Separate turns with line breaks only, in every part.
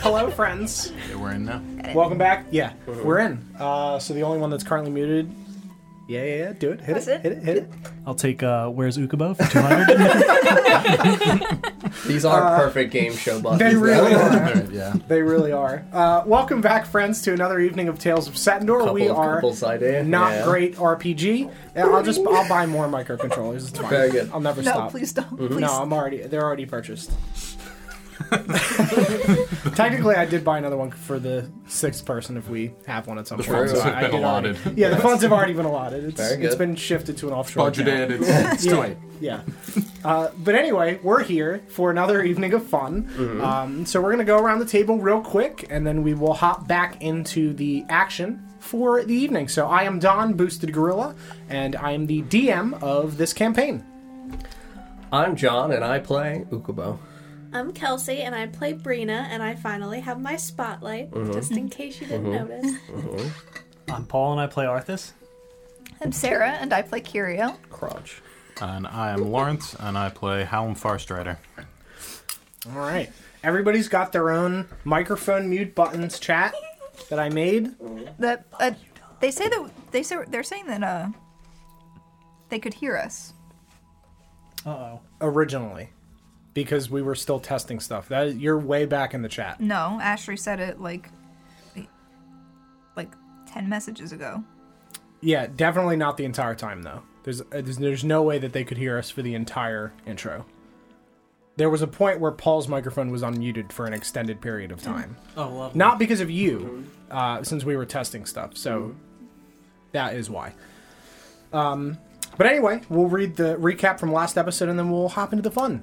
Hello, friends.
Yeah, we're in now.
Welcome back. Yeah, we're in. Uh, so the only one that's currently muted. Yeah, yeah, yeah. Do it. Hit
That's
it.
it?
Hit it. Hit it.
I'll take uh, Where's Ukubo for 200?
These are
Uh,
perfect game show buttons.
They really
though.
are.
Alright, yeah.
They really are. Uh, welcome back, friends, to another evening of Tales of Satindor.
Couple
we
of
are
couples idea.
not
Yeah.
great RPG. Uh, I'll just I'll buy more microcontrollers. It's fine.
Very good.
I'll never
No,
stop.
please don't.
Mm-hmm.
Please.
No, I'm already. They're already purchased. Technically, I did buy another one for the sixth person if we have one at some
The
point.
funds
so
have
I
been
did already-
allotted.
Yeah, the funds have already been allotted. It's,
Very
it's
good.
been shifted to an offshore. account.
Budgeted. It's, it's too late.
Yeah. Uh, but anyway, we're here for another evening of fun. Um, so we're going to go around the table real quick, and then we will hop back into the action for the evening. So I am Don Boosted Gorilla, and I am the DM of this campaign.
I'm John and I play Ukubo.
I'm Kelsey, and I play Brina, and I finally have my spotlight,
Mm-hmm.
just in case you didn't notice.
I'm Paul and I play Arthas.
I'm Sarah, and I play Curio.
Crunch.
And I am Lawrence, and I play Hallam Farstrider.
All right. Everybody's got their own microphone mute buttons chat that I made.
The, uh, they say that they say they're saying that uh, they could hear us.
Uh oh.
originally because we were still testing stuff. That you're way back in the chat.
No, Ashley said it like, like ten messages ago.
Yeah, definitely not the entire time though. There's uh, there's, there's no way that they could hear us for the entire intro. There was a point where Paul's microphone was unmuted for an extended period of time.
Oh, lovely.
Not because of you, uh, since we were testing stuff. So that is why. Um, but anyway, we'll read the recap from last episode and then we'll hop into the fun.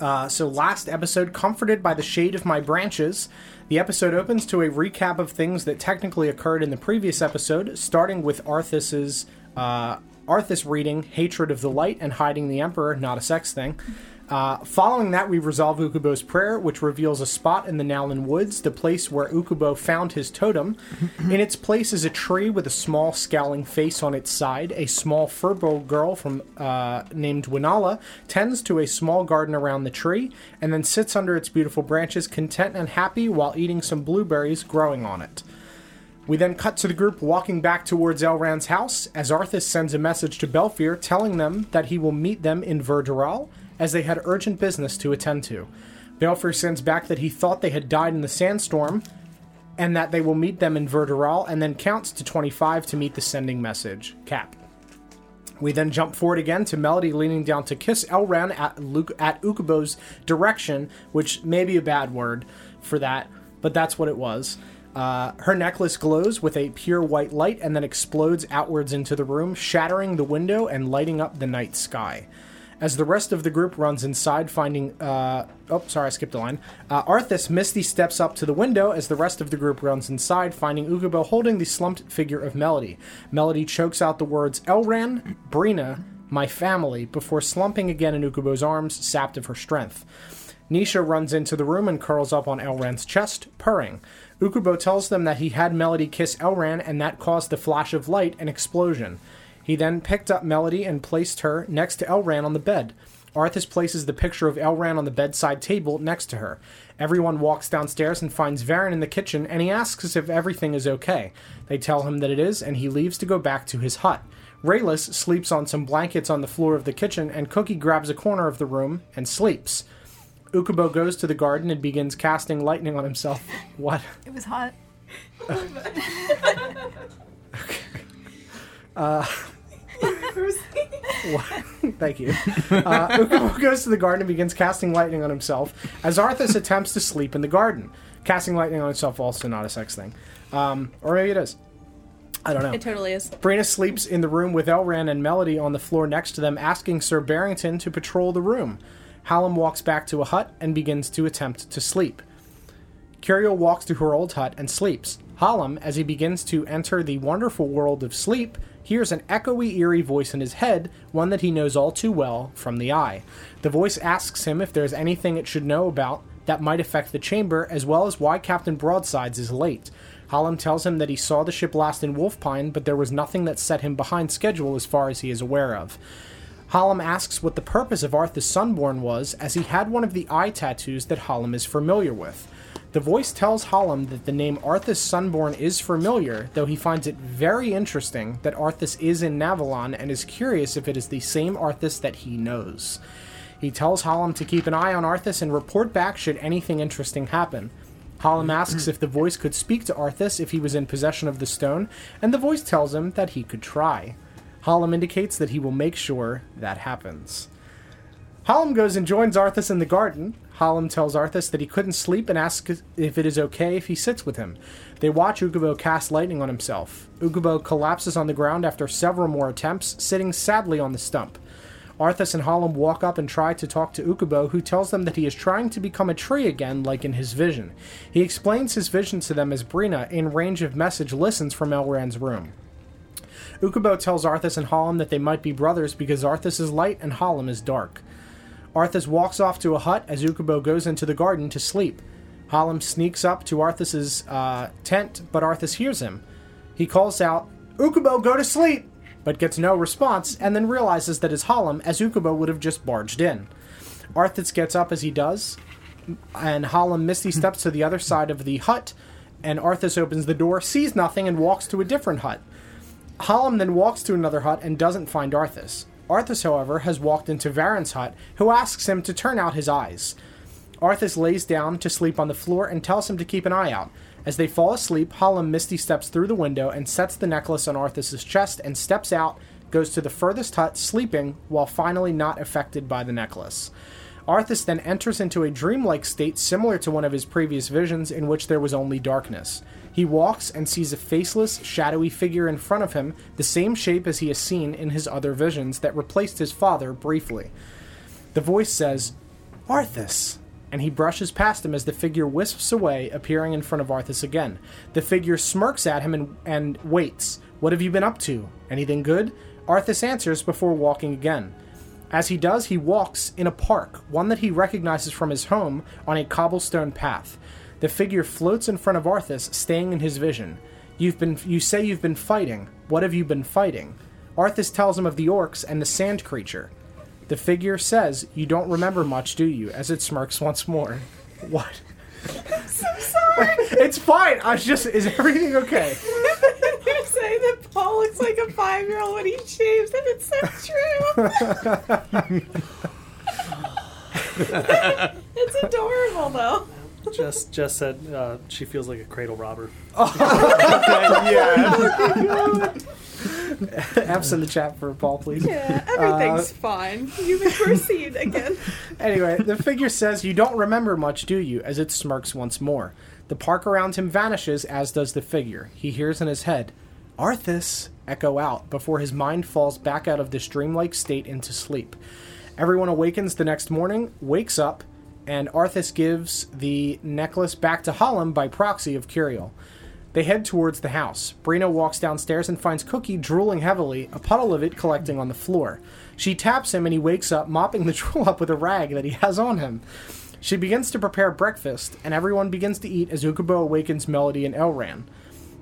Uh, so, last episode, Comforted by the Shade of My Branches. The episode opens to a recap of things that technically occurred in the previous episode, starting with Arthas's. Uh, Arthas reading Hatred of the Light and Hiding the Emperor, not a sex thing. Uh, following that, we resolve Ukubo's prayer, which reveals a spot in the Nowlin Woods, the place where Ukubo found his totem. in its place is a tree with a small, scowling face on its side. A small furbo girl from uh, named Winala tends to a small garden around the tree, and then sits under its beautiful branches, content and happy, while eating some blueberries growing on it. We then cut to the group walking back towards Elrand's house as Arthas sends a message to Belfier telling them that he will meet them in Verdural as they had urgent business to attend to. Belfier sends back that he thought they had died in the sandstorm and that they will meet them in Verdural and then counts to 25 to meet the sending message. Cap. We then jump forward again to Melody leaning down to kiss Elran at, Luke, at Ukubo's direction, which may be a bad word for that, but that's what it was. Uh, her necklace glows with a pure white light and then explodes outwards into the room, shattering the window and lighting up the night sky. As the rest of the group runs inside, finding. Uh, oh, sorry, I skipped a line. Uh, Arthas Misty steps up to the window as the rest of the group runs inside, finding Ukubo holding the slumped figure of Melody. Melody chokes out the words Elran, Brina, my family, before slumping again in Ukubo's arms, sapped of her strength. Nisha runs into the room and curls up on Elran's chest, purring. Ukubo tells them that he had Melody kiss Elran and that caused the flash of light and explosion. He then picked up Melody and placed her next to Elran on the bed. Arthas places the picture of Elran on the bedside table next to her. Everyone walks downstairs and finds Varen in the kitchen, and he asks if everything is okay. They tell him that it is, and he leaves to go back to his hut. Raylis sleeps on some blankets on the floor of the kitchen, and Cookie grabs a corner of the room and sleeps. Ukubo goes to the garden and begins casting lightning on himself. What?
It was hot.
Thank you. Uh, Ukubo goes to the garden and begins casting lightning on himself as Arthas attempts to sleep in the garden. Casting lightning on himself also not a sex thing, um, or maybe it is. I don't know.
It totally is.
Brina sleeps in the room with Elran and Melody on the floor next to them, asking Sir Barrington to patrol the room. Hallam walks back to a hut and begins to attempt to sleep. Curio walks to her old hut and sleeps. Hallam, as he begins to enter the wonderful world of sleep, hears an echoey, eerie voice in his head, one that he knows all too well from the eye. The voice asks him if there's anything it should know about that might affect the chamber, as well as why Captain Broadsides is late. Hallam tells him that he saw the ship last in Wolfpine, but there was nothing that set him behind schedule as far as he is aware of. Hallam asks what the purpose of Arthas Sunborn was, as he had one of the eye tattoos that Hallam is familiar with. The voice tells Hallam that the name Arthas Sunborn is familiar, though he finds it very interesting that Arthas is in Navalon and is curious if it is the same Arthas that he knows. He tells Hallam to keep an eye on Arthas and report back should anything interesting happen. Hallam asks if the voice could speak to Arthas if he was in possession of the stone, and the voice tells him that he could try. Hallam indicates that he will make sure that happens. Hallam goes and joins Arthas in the garden. Hallam tells Arthas that he couldn't sleep and asks if it is okay if he sits with him. They watch Ukubo cast lightning on himself. Ukubo collapses on the ground after several more attempts, sitting sadly on the stump. Arthas and Hallam walk up and try to talk to Ukubo, who tells them that he is trying to become a tree again, like in his vision. He explains his vision to them as Brina, in range of message, listens from Elrand's room. Ukubo tells Arthas and Hallam that they might be brothers because Arthas is light and Hallam is dark. Arthas walks off to a hut as Ukubo goes into the garden to sleep. Hallam sneaks up to Arthas's uh, tent, but Arthas hears him. He calls out, Ukubo, go to sleep! But gets no response, and then realizes that it's Hallam, as Ukubo would have just barged in. Arthas gets up as he does, and Hallam misty steps to the other side of the hut, and Arthas opens the door, sees nothing, and walks to a different hut. Hallam then walks to another hut and doesn't find Arthas. Arthas, however, has walked into Varen's hut, who asks him to turn out his eyes. Arthas lays down to sleep on the floor and tells him to keep an eye out. As they fall asleep, Hallam misty steps through the window and sets the necklace on Arthas's chest and steps out, goes to the furthest hut, sleeping, while finally not affected by the necklace. Arthas then enters into a dreamlike state similar to one of his previous visions in which there was only darkness. He walks and sees a faceless, shadowy figure in front of him, the same shape as he has seen in his other visions that replaced his father briefly. The voice says, Arthas! And he brushes past him as the figure wisps away, appearing in front of Arthas again. The figure smirks at him and, and waits. What have you been up to? Anything good? Arthas answers before walking again. As he does, he walks in a park, one that he recognizes from his home, on a cobblestone path. The figure floats in front of Arthas, staying in his vision. You've been you say you've been fighting. What have you been fighting? Arthas tells him of the orcs and the sand creature. The figure says, "You don't remember much, do you?" as it smirks once more. What? I'm so sorry. it's fine. I was just is everything okay?
They're saying that Paul looks like a five year old when he shaves, and it's so true. it's adorable, though.
Jess, Jess said uh, she feels like a cradle robber.
F's in the chat for Paul, please.
Yeah, everything's
Uh,
fine. You may proceed again.
Anyway, the figure says, You don't remember much, do you? as it smirks once more. The park around him vanishes, as does the figure. He hears in his head, Arthas! echo out before his mind falls back out of this dreamlike state into sleep. Everyone awakens the next morning, wakes up, and Arthas gives the necklace back to Hallam by proxy of Curiel. They head towards the house. Brina walks downstairs and finds Cookie drooling heavily, a puddle of it collecting on the floor. She taps him and he wakes up, mopping the drool up with a rag that he has on him. She begins to prepare breakfast, and everyone begins to eat as Ukubo awakens Melody and Elran.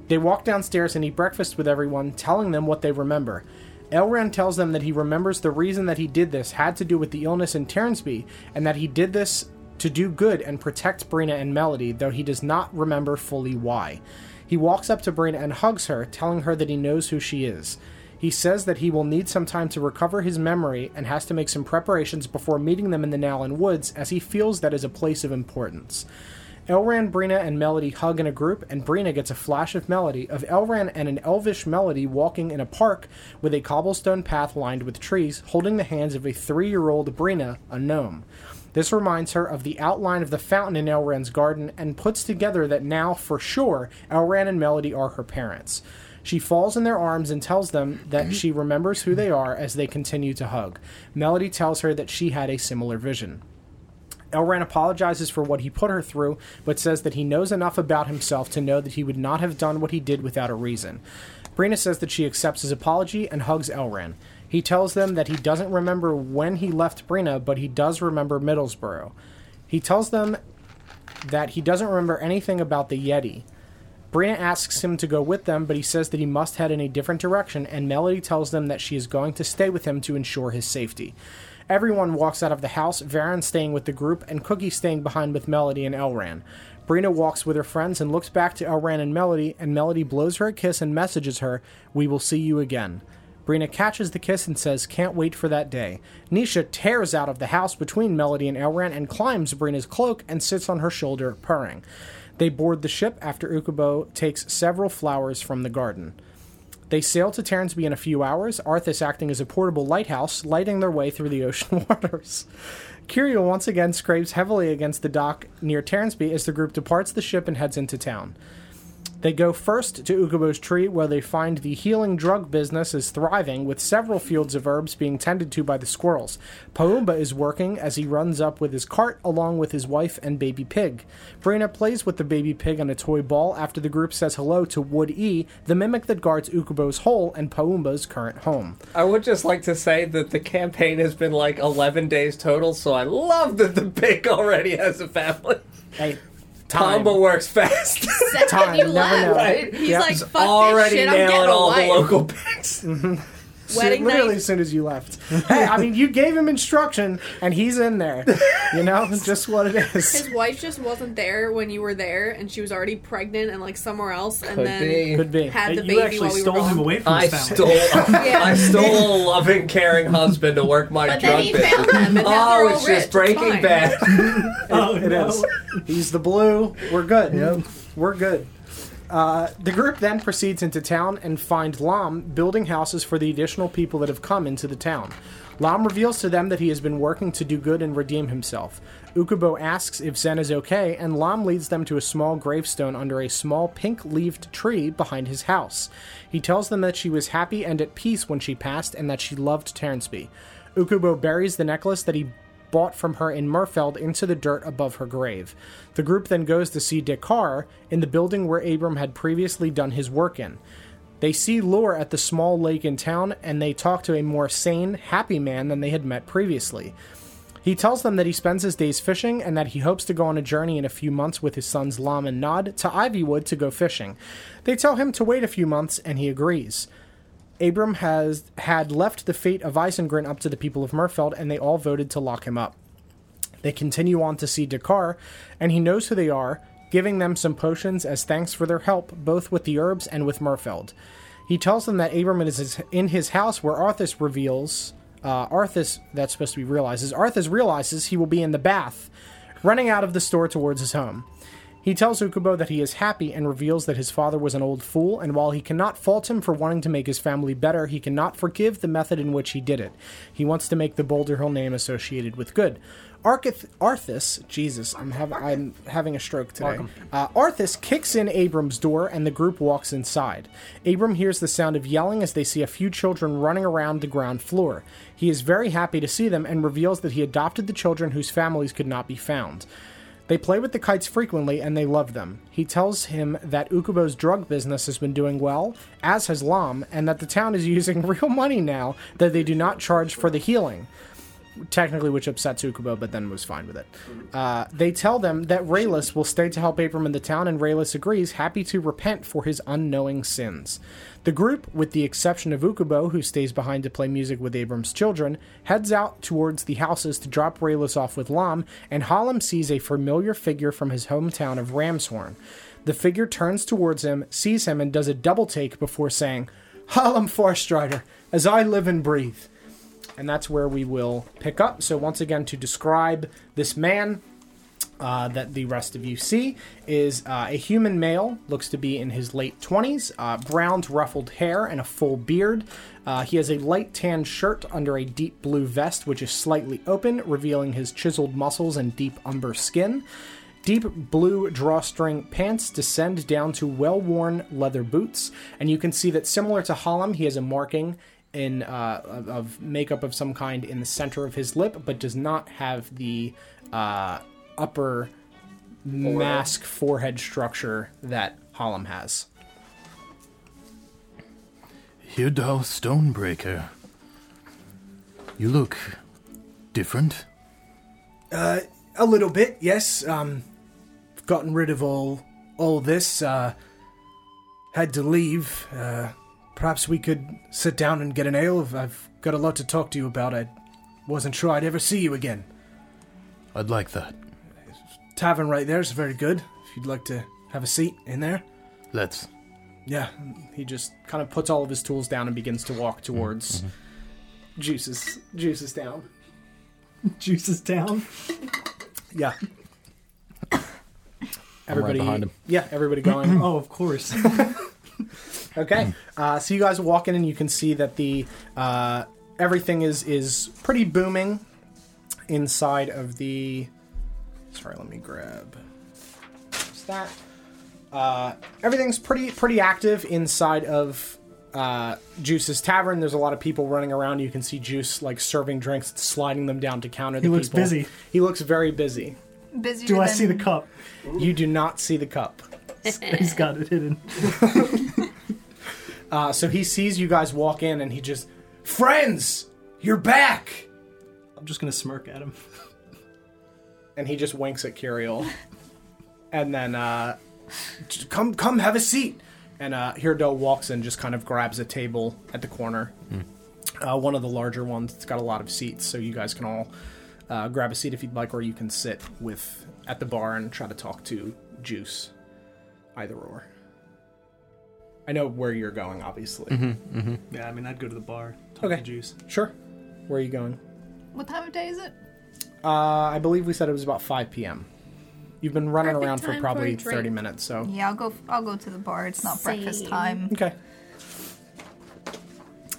They walk downstairs and eat breakfast with everyone, telling them what they remember. Elran tells them that he remembers the reason that he did this had to do with the illness in Terransby, and that he did this to do good and protect Brina and Melody, though he does not remember fully why. He walks up to Brina and hugs her, telling her that he knows who she is. He says that he will need some time to recover his memory and has to make some preparations before meeting them in the Nowlin Woods, as he feels that is a place of importance. Elran, Brina, and Melody hug in a group, and Brina gets a flash of melody of Elran and an elvish melody walking in a park with a cobblestone path lined with trees, holding the hands of a three year old Brina, a gnome. This reminds her of the outline of the fountain in Elran's garden and puts together that now, for sure, Elran and Melody are her parents. She falls in their arms and tells them that she remembers who they are as they continue to hug. Melody tells her that she had a similar vision. Elran apologizes for what he put her through, but says that he knows enough about himself to know that he would not have done what he did without a reason. Brina says that she accepts his apology and hugs Elran. He tells them that he doesn't remember when he left Brina, but he does remember Middlesboro. He tells them that he doesn't remember anything about the Yeti. Brina asks him to go with them, but he says that he must head in a different direction, and Melody tells them that she is going to stay with him to ensure his safety. Everyone walks out of the house, Varen staying with the group, and Cookie staying behind with Melody and Elran. Brina walks with her friends and looks back to Elran and Melody, and Melody blows her a kiss and messages her, We will see you again. Brina catches the kiss and says, Can't wait for that day. Nisha tears out of the house between Melody and Elran and climbs Brina's cloak and sits on her shoulder, purring. They board the ship after Ukubo takes several flowers from the garden. They sail to Terransby in a few hours, Arthas acting as a portable lighthouse, lighting their way through the ocean waters. Kirio once again scrapes heavily against the dock near Terransby as the group departs the ship and heads into town. They go first to Ukubo's tree, where they find the healing drug business is thriving, with several fields of herbs being tended to by the squirrels. Paumba is working as he runs up with his cart, along with his wife and baby pig. Brina plays with the baby pig on a toy ball after the group says hello to Wood E, the mimic that guards Ukubo's hole and Paumba's current home.
I would just like to say that the campaign has been like 11 days total, so I love that the pig already has a family.
Hey, time.
Tomba works fast.
Except
Time,
that you
never
left.
know.
Right?
He's
Yeah.
like,
He's
fuck
already
this shit, I'm
nailing
getting
all the
away.
local pigs.
Wedding
literally
night.
as soon as you left. Hey, I mean, you gave him instruction, and he's in there. You know, just what it is.
His wife just wasn't there when you were there, and she was already pregnant and like somewhere else, and
Could
then
be.
Could be.
had the
Hey,
baby
you actually
while we
stole
were
him
gone.
away from
I
his family.
stole,
Yeah.
I stole a loving, caring husband to work my
But
drug
then he
business.
found them, and now
oh,
they're all
it's
rich.
just Breaking
fine.
Bad.
Oh,
It
no.
is. He's the blue. We're good. We're good. Uh, the group then proceeds into town and find Lam building houses for the additional people that have come into the town. Lam reveals to them that he has been working to do good and redeem himself. Ukubo asks if Zen is okay, and Lam leads them to a small gravestone under a small pink leaved tree behind his house. He tells them that she was happy and at peace when she passed and that she loved Terranceby. Ukubo buries the necklace that he bought from her in Murfeld into the dirt above her grave. The group then goes to see Dakar in the building where Abram had previously done his work in. They see Lure at the small lake in town and they talk to a more sane, happy man than they had met previously. He tells them that he spends his days fishing and that he hopes to go on a journey in a few months with his sons Lam and Nod to Ivywood to go fishing. They tell him to wait a few months and he agrees. Abram has had left the fate of Isengrin up to the people of Murfeld, and they all voted to lock him up. They continue on to see Dakar, and he knows who they are, giving them some potions as thanks for their help, both with the herbs and with Murfeld. He tells them that Abram is his- in his house, where Arthas reveals. Uh, Arthas, that's supposed to be realizes. Arthas realizes he will be in the bath, running out of the store towards his home. He tells Ukubo that he is happy and reveals that his father was an old fool, and while he cannot fault him for wanting to make his family better, he cannot forgive the method in which he did it. He wants to make the Boulder Hill name associated with good. Arcith- Arthas, Jesus, I'm, hav- I'm having a stroke today. Uh, Arthas kicks in Abram's door, and the group walks inside. Abram hears the sound of yelling as they see a few children running around the ground floor. He is very happy to see them and reveals that he adopted the children whose families could not be found. They play with the kites frequently and they love them. He tells him that Ukubo's drug business has been doing well, as has Lam, and that the town is using real money now that they do not charge for the healing. Technically, which upsets Ukubo, but then was fine with it. Uh, they tell them that Raylus will stay to help Abram in the town, and Raylus agrees, happy to repent for his unknowing sins. The group, with the exception of Ukubo, who stays behind to play music with Abram's children, heads out towards the houses to drop Raylus off with Lam, and Hallam sees a familiar figure from his hometown of Ramshorn. The figure turns towards him, sees him, and does a double take before saying, Hallam Farstrider, as I live and breathe. And that's where we will pick up. So, once again, to describe this man, uh, that the rest of you see is uh, a human male, looks to be in his late 20s, uh, brown ruffled hair and a full beard. Uh, he has a light tan shirt under a deep blue vest, which is slightly open, revealing his chiseled muscles and deep umber skin. Deep blue drawstring pants descend down to well worn leather boots, and you can see that similar to Hallam, he has a marking in uh, of- of makeup of some kind in the center of his lip, but does not have the uh, upper mask forehead structure that Hallam has.
Hirdal Stonebreaker. You look different.
Uh, A little bit, yes. Um, I've gotten rid of all all this. Uh, had to leave. Uh, perhaps we could sit down and get an ale. I've- I've got a lot to talk to you about. I wasn't sure I'd ever see you again.
I'd like that.
Tavern right there is very good. If you'd like to have a seat in there.
Let's.
Yeah, he just kind of puts all of his tools down and begins to walk towards juices. Juices down.
Juices down.
Yeah. Everybody
behind him.
Yeah, everybody going.
Oh, of course.
Okay. Uh, so you guys walk in and you can see that the uh, everything is is pretty booming inside of the. Sorry, let me grab just that. Uh, everything's pretty pretty active inside of uh, Juice's tavern. There's a lot of people running around. You can see Juice like serving drinks, sliding them down to counter. the
looks
people.
busy.
He looks very busy.
Busier
Do I
than-
see the cup?
You do not see the cup.
He's got it hidden.
Uh, so he sees you guys walk in and he just, friends, you're back.
I'm just gonna smirk at him.
and he just winks at Curiel. and then uh j- come come have a seat. And uh Hirdo walks in, just kind of grabs a table at the corner. Uh, one of the larger ones that's got a lot of seats, so you guys can all uh, grab a seat if you'd like, or you can sit with at the bar and try to talk to Juice. Either or. I know where you're going, obviously.
Yeah, I mean, I'd go to the bar. Talk
Okay.
to Juice.
Sure. Where are you going?
What time of day is it?
Uh, I believe we said it was about 5 p.m. You've been running
Perfect
around
time
for
for a
probably
drink.
30 minutes, so.
Yeah, I'll go. I'll go to the bar. It's not breakfast
Same.
time.
Okay.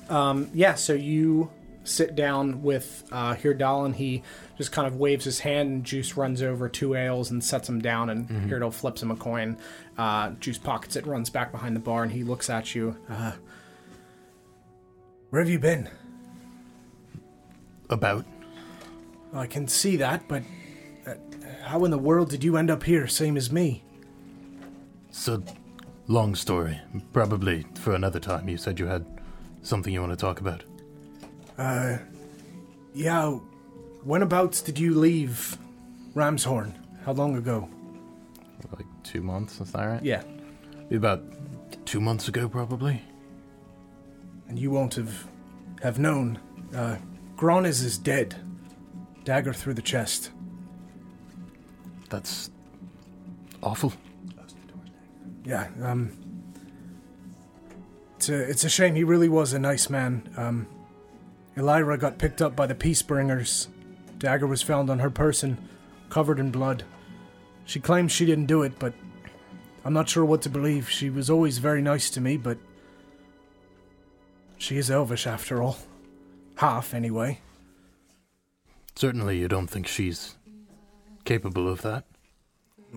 Um, yeah, so you sit down with uh, Hirdal, and he just kind of waves his hand, and Juice runs over two ales and sets him down, and Hirdal flips him a coin. Uh, Juice pockets it, runs back behind the bar, and he looks at you. Uh, Where have you been?
About.
I can see that, but uh, how in the world did you end up here, same as me?
It's a long story. Probably for another time. You said you had something you want to talk about.
Yeah, whenabouts did you leave Ramshorn? How long ago?
Like two months, is that right?
Yeah,
About two months ago, probably.
and you won't have have known. Uh, Gronis is dead. Dagger through the chest.
That's awful.
Yeah. Um. It's a, it's a shame. He really was a nice man. Um. Elira got picked up by the Peacebringers. Dagger was found on her person, covered in blood. She claims she didn't do it, but I'm not sure what to believe. She was always very nice to me, but she is elvish after all. Half, anyway.
Certainly, you don't think she's capable of that.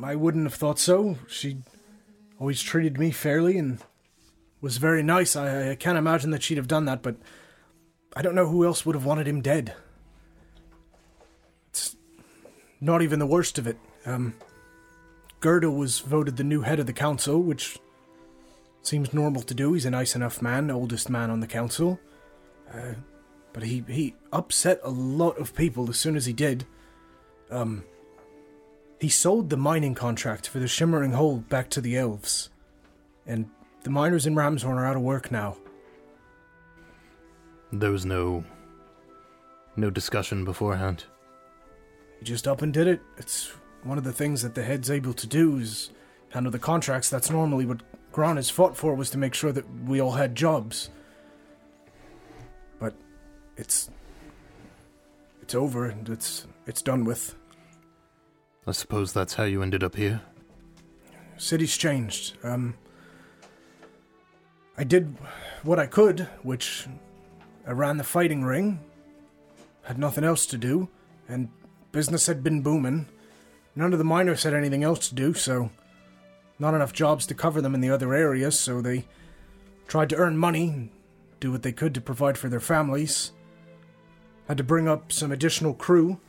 I wouldn't have thought so. She always treated me fairly and was very nice. I, I can't imagine that she'd have done that, but I don't know who else would have wanted him dead. It's not even the worst of it. Um, Gerda was voted the new head of the council, which seems normal to do. He's a nice enough man, oldest man on the council. Uh, but he, he upset a lot of people as soon as he did. He sold the mining contract for the Shimmering Hole back to the elves. And the miners in Ramshorn are out of work now.
There was no. no discussion beforehand.
He just up and did it. It's one of the things that the head's able to do is handle the contracts. That's normally what Gran has fought for was to make sure that we all had jobs. But it's it's over and it's it's done with.
I suppose that's how you ended up here.
city's changed. Um, I did what I could, which I ran the fighting ring. Had nothing else to do, and business had been booming. None of the miners had anything else to do, so not enough jobs to cover them in the other areas. So they tried to earn money, and do what they could to provide for their families. Had to bring up some additional crew.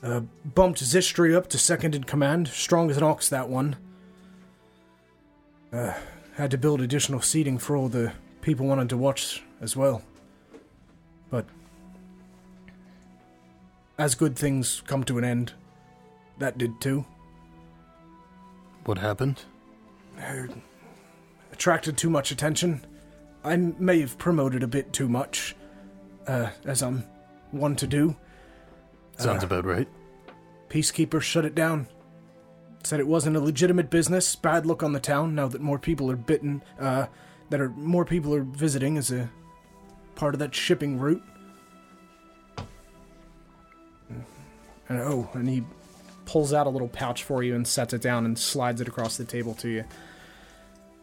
Uh, bumped Zistri up to second in command, strong as an ox that one had to build additional seating for all the people wanting to watch as well. But as good things come to an end, that did too.
What happened?
Attracted too much attention. I m- may have promoted a bit too much, uh, as I'm one to do.
Uh.
Sounds about right.
Peacekeepers shut it down.
Said it wasn't a legitimate business. Bad look on the town now that more people are bitten. Uh, that are more people are visiting as a part of that shipping route. And oh, and he pulls out a little pouch for you and sets it down and slides it across the table to you.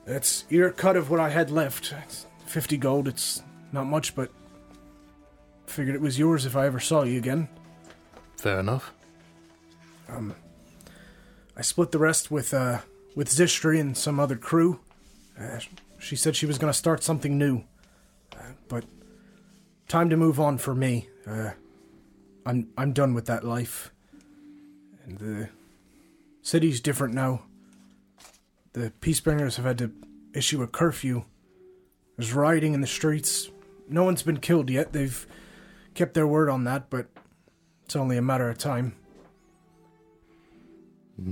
That's your cut of what I had left. It's 50 gold, it's not much, but figured it was yours if I ever saw you again.
Fair enough.
I split the rest with uh, with Zistri and some other crew. Uh, she said she was going to start something new, uh, but time to move on for me. Uh, I'm I'm done with that life. And the city's different now. The Peacebringers have had to issue a curfew. There's rioting in the streets. No one's been killed yet. They've kept their word on that, but it's only a matter of time.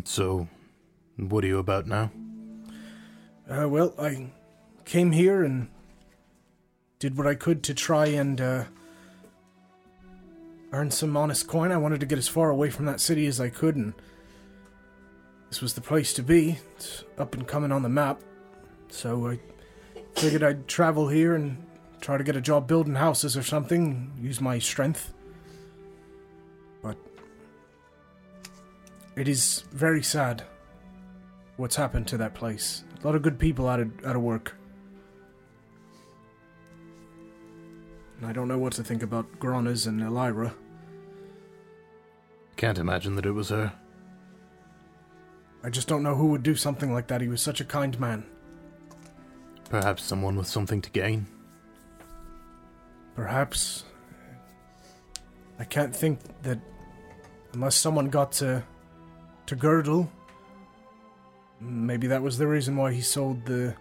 So, what are you about now?
Uh, well, I came here and did what I could to try and uh, earn some honest coin. I wanted to get as far away from that city as I could, and this was the place to be. It's up and coming on the map, so I figured I'd travel here and try to get a job building houses or something, use my strength. But it is very sad what's happened to that place. A lot of good people out of out of work. And I don't know what to think about Granas and Elira.
Can't imagine that it was her.
I just don't know who would do something like that. He was such a kind man.
Perhaps someone with something to gain.
Perhaps. I can't think that unless someone got to to Girdle, maybe that was the reason why he sold the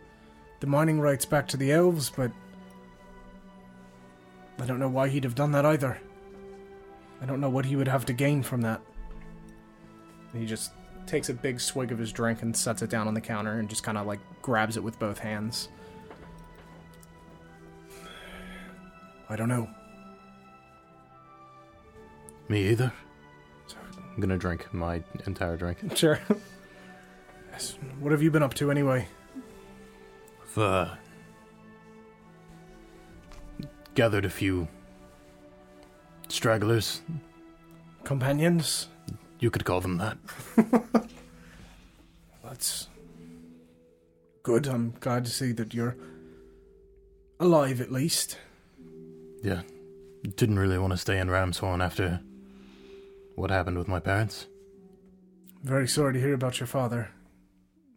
the mining rights back to the elves, but I don't know why he'd have done that either. I don't know what he would have to gain from that. He just takes a big swig of his drink and sets it down on the counter and just kind of like grabs it with both hands. I don't know.
Me either. I'm gonna drink my entire drink.
Sure. what have you been up to anyway?
I've uh, gathered a few stragglers.
Companions?
You could call them that.
That's good. I'm glad to see that you're alive at least.
Yeah. Didn't really want to stay in Ramshorn after what happened with my parents.
Very sorry to hear about your father.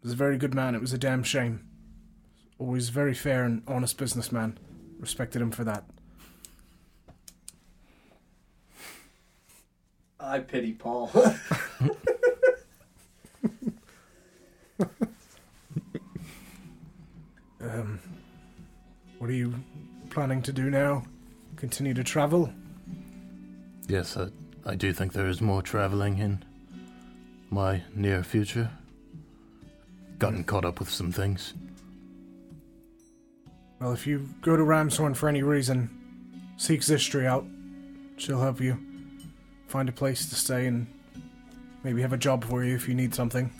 He was a very good man. It was a damn shame. Always very fair and honest businessman. Respected him for that.
I pity Paul.
Um, what are you planning to do now? Continue to travel?
Yes, I, I do think there is more traveling in my near future. Gotten caught up with some things.
Well, if you go to Ramshorn for any reason, seek Zistri out. She'll help you find a place to stay and maybe have a job for you if you need something.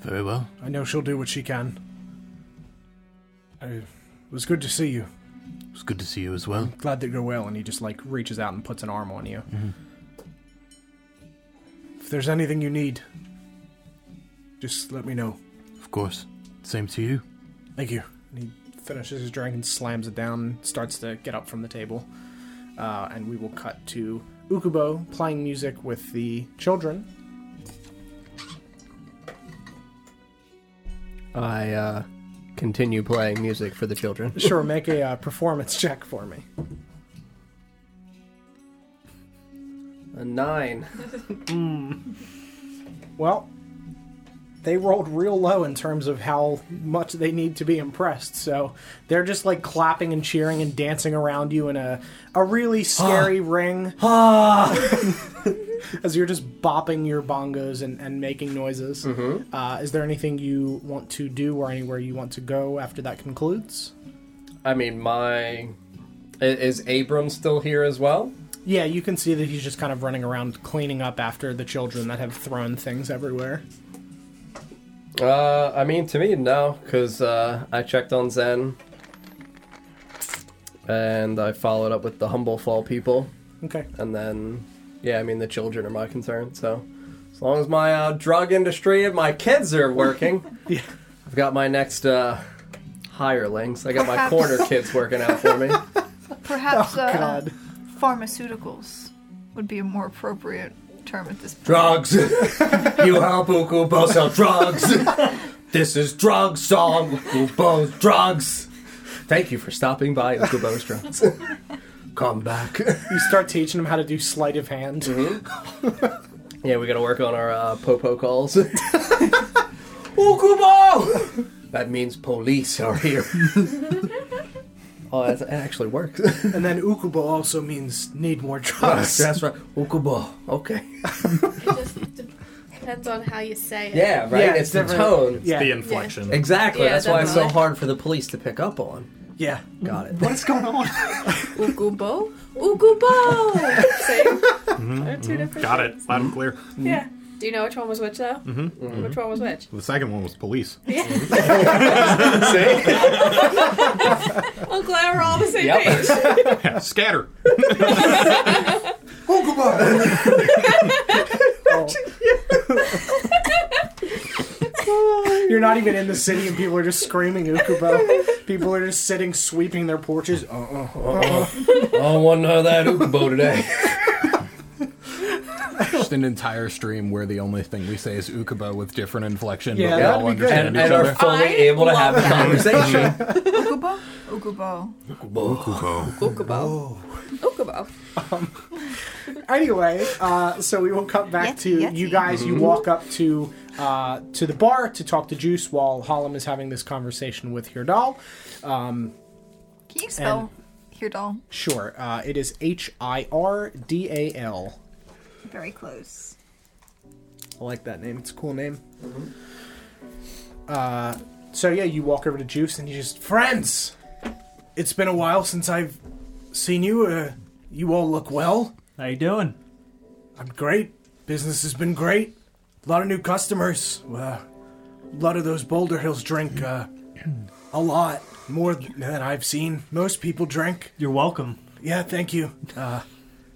Very well.
I know she'll do what she can. Uh, It was good to see you.
It was good to see you as well.
Glad that you're well. And he just like reaches out and puts an arm on you. If there's anything you need, just let me know.
Of course. Same to you.
Thank you. And he finishes his drink and slams it down and starts to get up from the table. Uh, and we will cut to Ukubo playing music with the children.
I uh, continue playing music for the children.
Sure, make a uh, performance check for me.
A nine.
Well, they rolled real low in terms of how much they need to be impressed. So they're just like clapping and cheering and dancing around you in a, a really scary ring. As you're just bopping your bongos and, and making noises. Uh, is there anything you want to do or anywhere you want to go after that concludes?
I mean, my. i- Is Abram still here as well?
Yeah, you can see that he's just kind of running around cleaning up after the children that have thrown things everywhere.
Uh, I mean, to me, no, because uh, I checked on Zen, and I followed up with the humble fall people,
Okay.
and then, yeah, I mean, the children are my concern. So, as long as my uh, drug industry and my kids are working,
Yeah.
I've got my next uh, hirelings. I got my
Perhaps.
corner kids working out for me.
Oh,
Perhaps uh,
God.
pharmaceuticals would be a more appropriate term at this point.
drugs. you help Ukubo sell drugs. this is drug song. Ukubo's drugs. Thank you for stopping by Ukubo's drugs. Come back.
You start teaching them how to do sleight of hand.
Yeah, we gotta work on our uh, popo calls. Ukubo. That means police are here. oh, that's, that actually works.
And then Ukubo also means need more drugs.
that's right. Ukubo. Okay.
It just depends on how you say it.
Yeah, right.
Yeah,
it's the
different-
tone.
Yeah.
The inflection.
Exactly.
Yeah,
that's why it's so
definitely.
hard for the police to pick up on.
yeah.
Got it.
What's going on?
Ugubo? Ugubo!
Same. They're two different
Got it.
things.
Loud and clear.
Yeah. Do you know which one was which though? Mm-hmm. Which one was which?
The second one was police.
I'm glad we're all on the same
Yep.
page.
Yeah, scatter.
You're not even in the city and people are just screaming Ukubo. people are just sitting sweeping their porches. Uh-uh.
I want to know that Ukubo today.
Just an entire stream where the only thing we say is Ukubo with different inflection,
Yeah,
but we
that'd
all
be good.
understand
and,
each
and
other.
are fully
I
able to have a
love that.
conversation.
Ukubo? Ukubo.
Ukubo. Ukubo.
Anyway, uh, so we will come back
Yeti,
to
yeti.
you guys. You walk up to uh, to the bar to talk to Juice while Hollem is having this conversation with Hirdal.
Can you spell Hirdal?
Sure, uh, it is H I R D A L.
Very close.
I like that name. It's a cool name. Uh, so yeah, you walk over to Juice and you just friends. It's been a while since I've seen you. Uh, you all look well.
How you doing?
I'm great. Business has been great. A lot of new customers. Uh, a lot of those Boulder Hills drink uh, a lot more than I've seen. Most people drink.
You're welcome.
Yeah, thank you.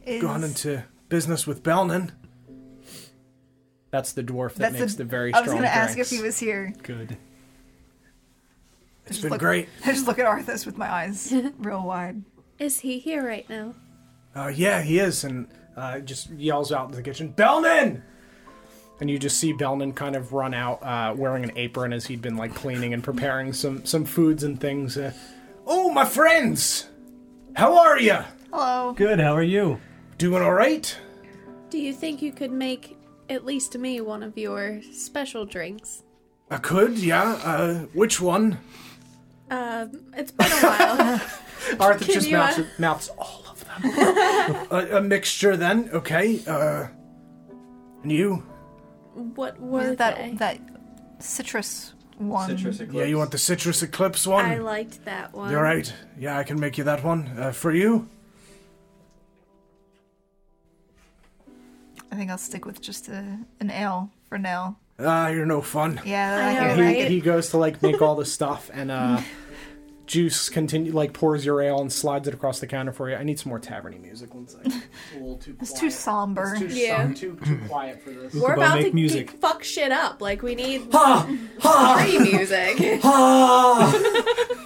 Is,
Gone into business with Belnan. That's the dwarf that
that's
makes the very
I
strong
was gonna ask if
drinks.
he was here.
Good.
It's
Just
been
look-
great.
I just look at Arthas with my eyes real wide.
Is he here right now?
Uh, yeah, he is, and uh, just yells out in the kitchen, Belnan! And you just see Belnan kind of run out uh, wearing an apron as he'd been like cleaning and preparing some some foods and things. Uh, oh, my friends, how are you?
Hello.
Good. How are you?
Doing all right?
Do you think you could make at least me one of your special drinks?
I could, yeah. Uh, which one?
Um, it's been a while.
Arthur
Can
just
you,
mouths,
uh,
mouths all of them. a, a mixture, then. Okay. Uh, and you?
what
Was
were
it
that, they?
that that citrus one?
Yeah, you want the citrus eclipse one?
I liked that one.
You're right. Yeah, I can make you that one. Uh, for you?
I think I'll stick with just a, an ale for now.
Ah, you're no fun.
Yeah,
I
I,
know,
hear
he,
that.
right?
he goes to like make all the stuff and uh juice continue like pours your ale and slides it across the counter for you i need some more taverny music one second it's a little too quiet.
It's too somber.
It's too,
Yeah.
som- too, too quiet for this
We're
Ukubo,
about
make
to
music.
get- fuck shit up. Like we need
ha!
Ah,
Ha!
free music.
Ha!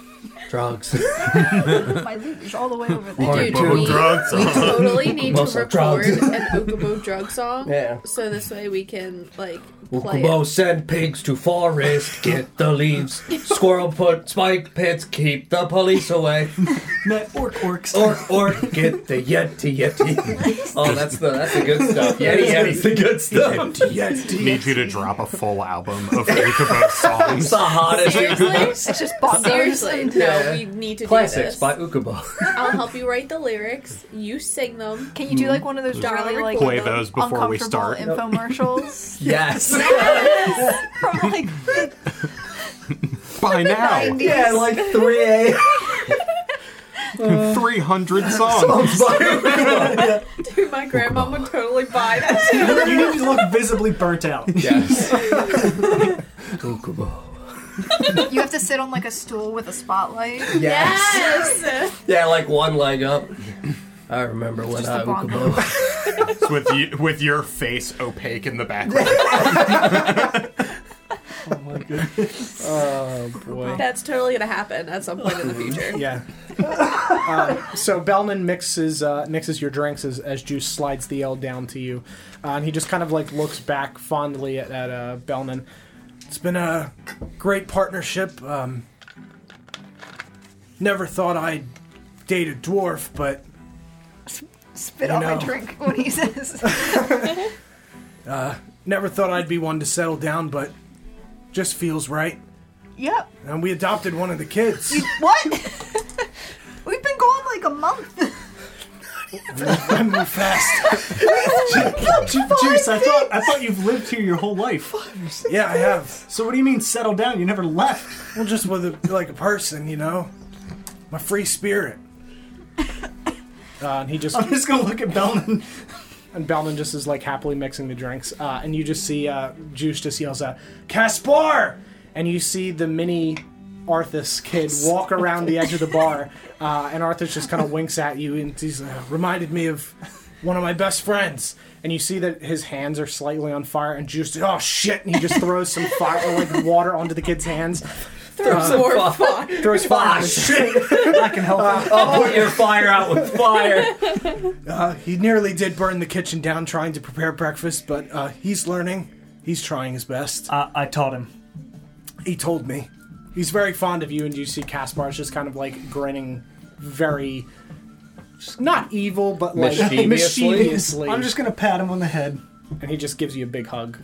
Drugs.
my loot is all the way over there.
Or
Dude,
Bobo
we,
drugs
we totally need to
Muscle
record
drugs.
an Ukubo drug song.
Yeah.
So this way we can like play
Ukubo send pigs to forest, get the leaves. Squirrel put spike pits, keep the police away.
orc orcs.
Or or get the yeti yeti. Oh, that's the that's the good stuff. Yeti yeti's the good stuff.
Need you to drop a full album of Ukubo songs.
It's the hottest
it.
Ukubo.
Seriously?
It's just bonkers.
Seriously, no,
Yeah.
we need to do
Classics
this.
by Ukubo.
I'll help you write the lyrics. You sing them.
Can you do like one of those really like
Play
um,
those before we
uncomfortable
start.
infomercials
Yes.
from like the
By now,
90s?
yeah, like 3 a.m.
300 songs.
Dude, my grandma would totally buy that.
you need to look visibly burnt out.
Yes. Ukubo.
You have to sit on like a stool with a spotlight.
Yes.
Yeah, like one leg up. I remember when I
a bongo.
Ukubo.
It's with you, with your face opaque in the background.
Oh boy.
That's totally gonna happen at some point in the future.
Yeah. Uh, so Bellman mixes uh, mixes your drinks as, as Juice slides the L down to you, uh, and he just kind of like looks back fondly at, at uh, Bellman. It's been a great partnership. Um, never thought I'd date a dwarf, but
Spit
You
on
know.
my drink when he says.
never thought I'd be one to settle down. But just feels right.
yep.
And we adopted one of the kids.
What? We've been gone like a month.
I move fast.
Juice, I thought I thought you've lived here your whole life.
Yeah, I have.
So what do you mean settle down? You never left.
Well, just with a, like a person, you know, my free spirit. Uh, and he just
I'm just gonna look at Bellman.
and Bellman just is like happily mixing the drinks, uh, and you just see uh, Juice just yells out, "Caspar!" and you see the mini Arthas kid walk around the edge of the bar, uh, and Arthas just kind of winks at you, and he's uh, reminded me of one of my best friends. And you see that his hands are slightly on fire, and Juice, oh shit! And he just throws some fire, or like water, onto the kid's hands.
Throw more fuck.
Throws fire. Shit!
I can help.
I'll put your fire out with fire.
Uh, he nearly did burn the kitchen down trying to prepare breakfast, but uh, he's learning. He's trying his best.
Uh, I, I taught him.
He told me. He's very fond of you, and you see Caspar's just kind of like grinning very. Not evil, but like
Mischievously?
mischievously.
I'm just gonna pat him on the head.
and he just gives you a big hug.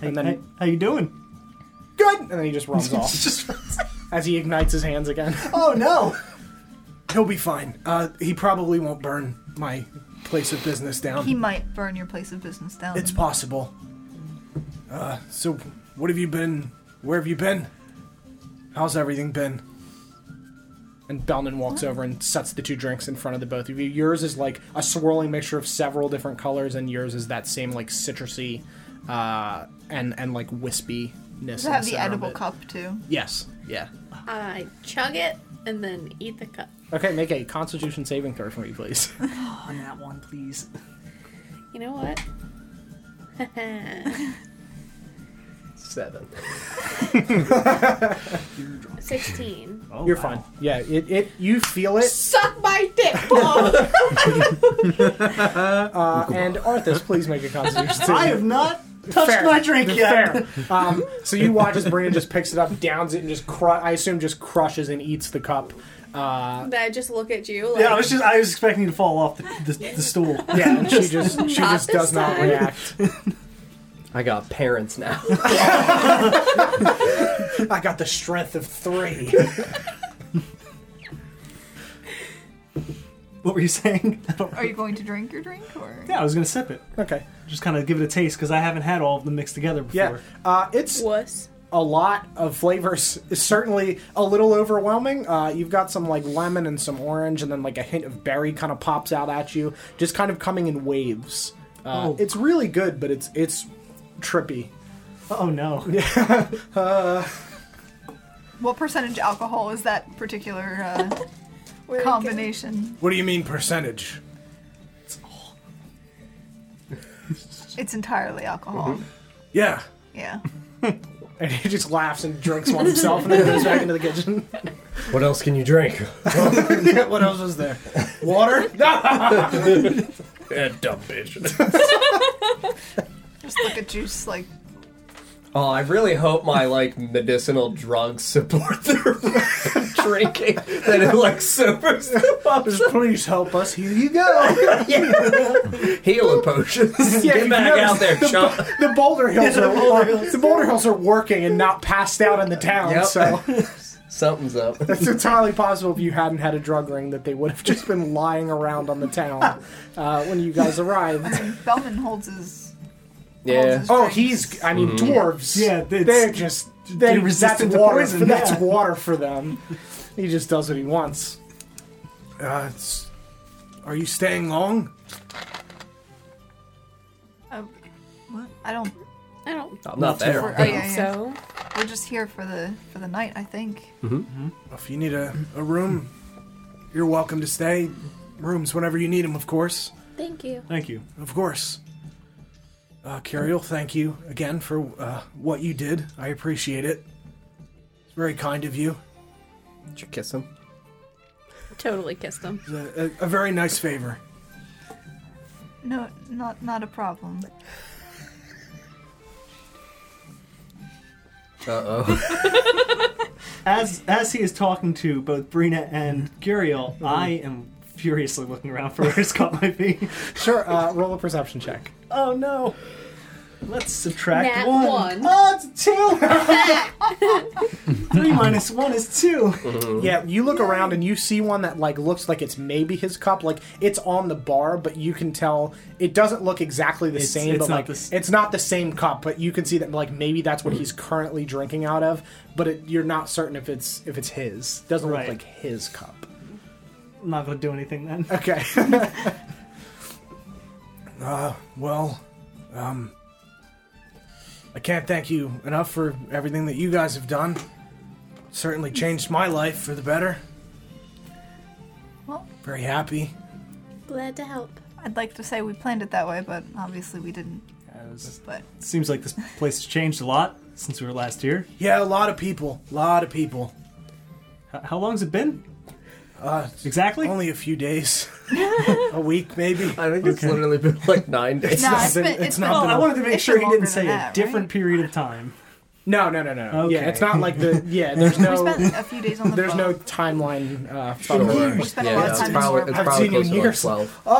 Hey,
And then-
hey, how you doing?
Good! And then he just runs off
Just-
as he ignites his hands again.
oh no.
He'll be fine. Uh, he probably won't burn my place of business down.
He might burn your place of business down.
It's possible. Uh, so, what have you been? Where have you been? How's everything been? And Bellman walks over and sets the two drinks in front of the both of you. Yours is like a swirling mixture of several different colors, and yours is that same like citrusy uh, and and like wispiness.
Does
in
it have the
center of
edible
it.
cup too?
Yes. Yeah.
I chug it and then eat the cup.
Okay. Make a Constitution saving throw for me, please.
On that one, please.
You know what?
Seven.
16.
Oh,
You're
wow.
fine. Yeah. It, it. You feel it.
Suck my dick, Paul.
Uh, and Arthas, please make a Constitution saving.
I have not touched
Fair.
my drink yet.
Fair. Um, so you watch as Brina just picks it up, downs it, and just cru- I assume just crushes and eats the cup. Uh,
Then I just look at you like,
Yeah, I was just I was expecting you to fall off the, the, the stool.
yeah, and she just she
Not
just does
this
not
time.
react.
I got parents now.
I got the strength of three.
What were you saying? I don't-
Are you going to drink your drink or?
yeah, I was gonna sip it.
Okay,
Just kind of give it a taste because I haven't had all of them mixed together
yeah,
before.
uh, it's
wuss.
a lot of flavors. It's certainly a little overwhelming. Uh, you've got some like lemon and some orange, and then like a hint of berry kind of pops out at you, just kind of coming in waves. Uh,
Oh.
It's really good, but it's it's trippy.
Oh no.
What percentage alcohol is that particular uh,
We're
combination?
What do you mean percentage?
It's entirely alcohol.
Yeah,
Yeah.
And he just laughs and drinks one himself and then goes back into the kitchen.
What else can you drink?
Yeah, what else was there? Water?
Eh, dumb bitch.
Just look at juice like
Oh, I really hope my like medicinal drugs support their drinking. That it like sobers them up.
Just please help us. Here you go.
Healing potions.
Yeah,
Get back
you
out there, chump.
The boulder hills are the boulder hills are working and not passed out in the town.
Yep.
So
Something's up.
it's entirely possible if you hadn't had a drug ring that they would have just been lying around on the town uh, when you guys arrived.
Bellman holds his.
Yeah.
Oh, he's I mean dwarves.
Yeah, it's-
they're just they
They're resistant
that's
to
water.
poison,
for- That's
yeah.
water for them. He just does what he wants. Uh, it's, are you staying long?
Uh, what? I don't.
I I don't.
I'm not there.
Oh, yeah, yeah.
So
We're just here for the for the night, I think.
If you need a, a room, you're welcome to stay. Rooms whenever you need them, of course.
thank you.
Thank you.
Of course. Uh, Curiel, thank you again for uh, what you did. I appreciate it. It's very kind of you.
Did you kiss him?
Totally kissed him.
It's a, a, a very nice favor.
No, not not a problem.
As as he is talking to both Brina and Guriel, I am furiously looking around for where's caught my bee.
Sure, uh, roll a perception check.
Oh no. Let's subtract
Nat
one.
one.
Oh, it's two. Three minus one is two.
Yeah, you look around and you see one that like looks like it's maybe his cup. Like it's on the bar, but you can tell it doesn't look exactly the
It's-
same.
it's
but
not
like
the s-
it's not the same cup, but you can see that like maybe that's what he's currently drinking out of. But it, you're not certain if it's if it's his. Doesn't
Right.
look like his cup.
I'm not gonna do anything then.
Okay. uh, well, um, I can't thank you enough for everything that you guys have done. Certainly changed my life for the better.
Well-
Very happy.
Glad to help.
I'd like to say we planned it that way, but obviously we didn't. But
Seems like this place has changed a lot since we were last here.
Yeah, a lot of people. A lot of people.
H- how long's it been? Uh, exactly.
Only a few days. a week, maybe.
I think it's literally been like nine days.
no, it's
been-
been,
it's
been-
not
Well, I wanted to make
it's
sure
been
he didn't
longer than
say
that,
a different period of time.
No, no, no, no.
Okay.
Yeah, it's not like the. Yeah, there's
right? We
no.
spent a few days on the
There's
boat.
no timeline. Uh,
Sure.
We spent a
Yeah,
lot of
it's
time
probably,
exploring.
it's
I've
probably
seen you in
closer to like
years.
12.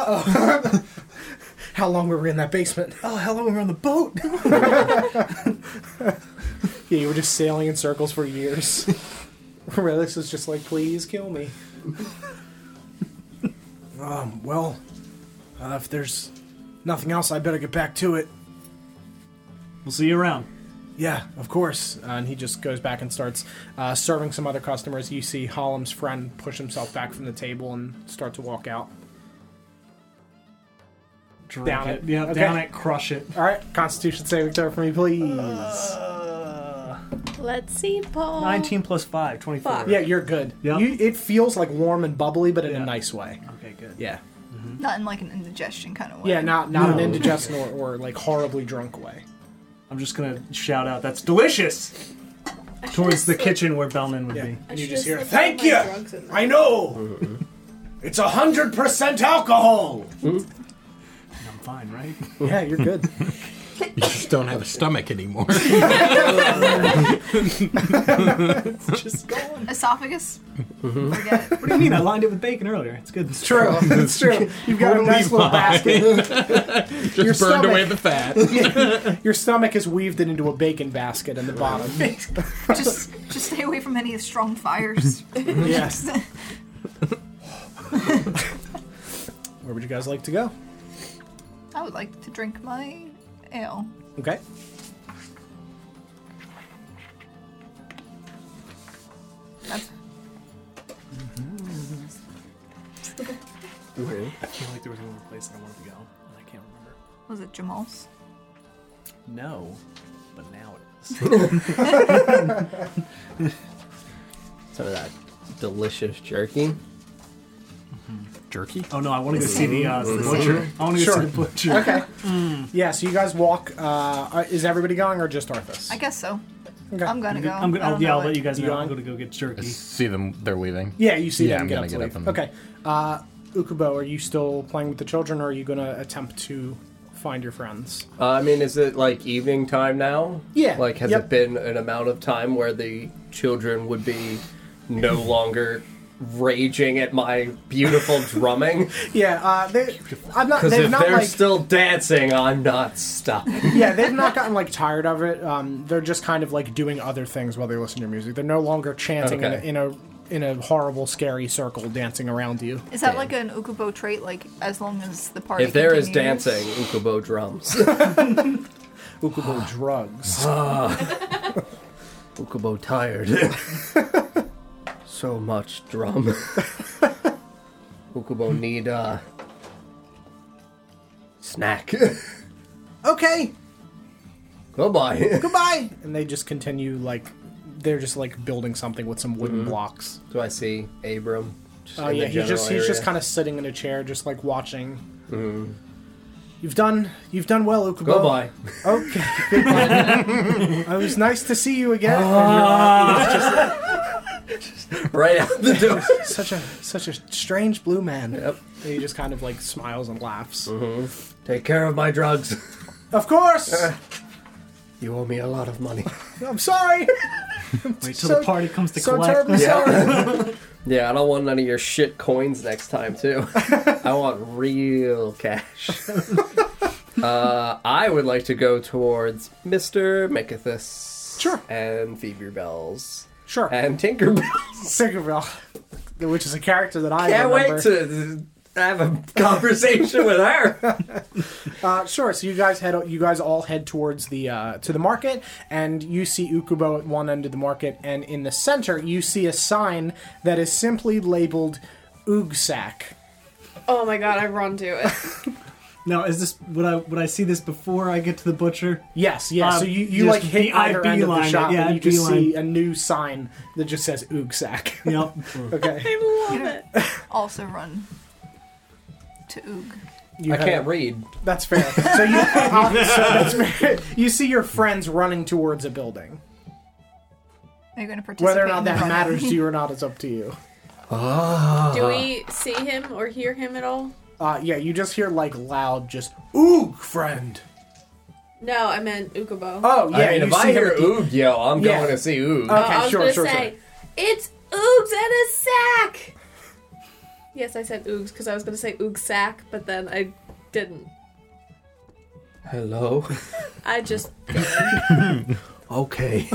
how long were we in that basement?
Oh, how long we were on the boat?
Yeah, you were just sailing in circles for years. Relics was just like, please kill me. um, well, uh, if there's nothing else, I better get back to it.
we'll see you around.
Yeah, of course. Uh, and he just goes back and starts uh, serving some other customers. You see Hollem's friend push himself back from the table and start to walk out.
Drink
Down it.
Yeah,
Okay.
down it. Crush it.
All right, Constitution saving throw for me, please.
Uh,
Let's see, Paul.
19 plus 5, 24.
Fuck.
yeah, you're good.
Yeah.
You, it feels like warm and bubbly, but in
Yeah.
a nice way.
Okay, good.
Yeah.
Not in like an indigestion kind of way.
Yeah, not not
No.
an indigestion or, or like horribly drunk way.
I'm just gonna shout out, that's delicious! Towards the kitchen where Belnin would be.
And you
should've
just hear,
slipped
"Thank
all my
you!"
drugs in there.
I know. It's a hundred percent alcohol.
I'm fine, right?
Yeah, you're good.
You just don't have a stomach anymore.
just going.
Esophagus. Forget it.
What do you mean? I lined it with bacon earlier. It's good.
It's true. It's true. You've got a nice little basket.
just
Your
burned
stomach.
away the fat.
Your stomach is weaved into a bacon basket in the bottom.
Just just stay away from any strong fires.
yes. Where would you guys like to go?
I would like to drink my ale.
Okay.
That's
I feel like there was another place that I wanted to go, and I can't remember.
was it Jamal's?
No, but now it is.
Some of that delicious jerky.
Jerky?
oh no, I want to go see the, uh, the butcher. I want to go
Sure.
see the butcher.
Okay.
Hmm.
Yeah. So you guys walk. Uh, is everybody going or just Arthas?
I guess so.
Okay.
I'm gonna go.
I'm gonna,
I
I'll,
don't
yeah,
know
I'll
what-
let you guys
You
know. I'm
going?
gonna go get jerky.
See them, they're leaving.
Yeah, you see
Yeah,
them
I'm
get up
gonna
to
get
leave.
up and-
Okay. Uh, Ukubo, are you still playing with the children, or are you going to attempt to find your friends?
Uh, I mean, is it like evening time now?
Yeah,
Like, has
yep.
it been an amount of time where the children would be no longer raging at my beautiful drumming?
Yeah, uh, they, I'm not.
Because
They've
if
not
they're
like.
still dancing, I'm not stopping.
yeah, they've not gotten like tired of it. Um, they're just kind of like doing other things while they listen to your music. They're no longer chanting
Okay.
in, a, in a in a horrible, scary circle, dancing around you.
Is that like an ukubo trait? Like as long as the party.
if there is
continues?
dancing, Ukubo drums.
Ukubo drugs.
Ukubo tired. so much drum. Ukubo need uh snack.
Okay.
Goodbye.
Goodbye. And they just continue like they're just like building something with some
Mm-hmm.
wooden blocks.
Do I see Abram?
Oh yeah, he's just he's just kind of sitting in a chair, just like watching.
Mm-hmm.
You've done you've done well, Ukubo.
Goodbye.
Okay. Goodbye. it was nice to see you again. And
Ah.
you're-
right out the door.
such a such a strange blue man.
Yep.
And he just kind of like smiles and laughs.
Mm-hmm.
Take care of my drugs.
Of course.
Uh.
You owe me a lot of money.
I'm sorry.
Wait till
So-
the party comes to
so
collect.
terribly sorry.
Yeah, I don't want none of your shit coins next time, too. I want real cash. uh, I would like to go towards Mr. Mikithus.
Sure.
And Fever Bells.
Sure.
And Tinkerbell.
Tinkerbell, which is a character that I
Can't
remember.
wait to have a conversation with her.
Uh, sure. So you guys head. You guys all head towards the uh, to the market, and you see Ukubo at one end of the market, and in the center you see a sign that is simply labeled Oogsack.
Oh my god, I run to it.
Now, is this would I would I see this before I get to the butcher?
Yes, yes. so
Um,
you, you
just
like hit
be- I
either end of the
beeline it,
shop,
yeah,
and
I
you just see
beeline.
a new sign that just says Oogsack.
Yep.
okay.
I love it.
Also run to Oog.
You
I
head
can't
up-
read.
That's fair. So you uh, so that's fair. you see your friends running towards a building.
Are you going to participate?
Whether or not
in the
that
run?
matters to you or not is up to you.
Do we see him or hear him at all?
Uh, yeah, you just hear like loud, just oog friend.
No, I meant Ukubo.
Oh yeah,
I mean,
you
if I
see him
hear
at the-
Oog yell, I'm
Yeah.
going to see Oog.
Uh,
Oh, I was
sure,
gonna
sure,
say, it's Oogs and a sack. Yes, I said Oogs because I was gonna say Oog sack, but then I didn't.
Hello.
I just
Okay.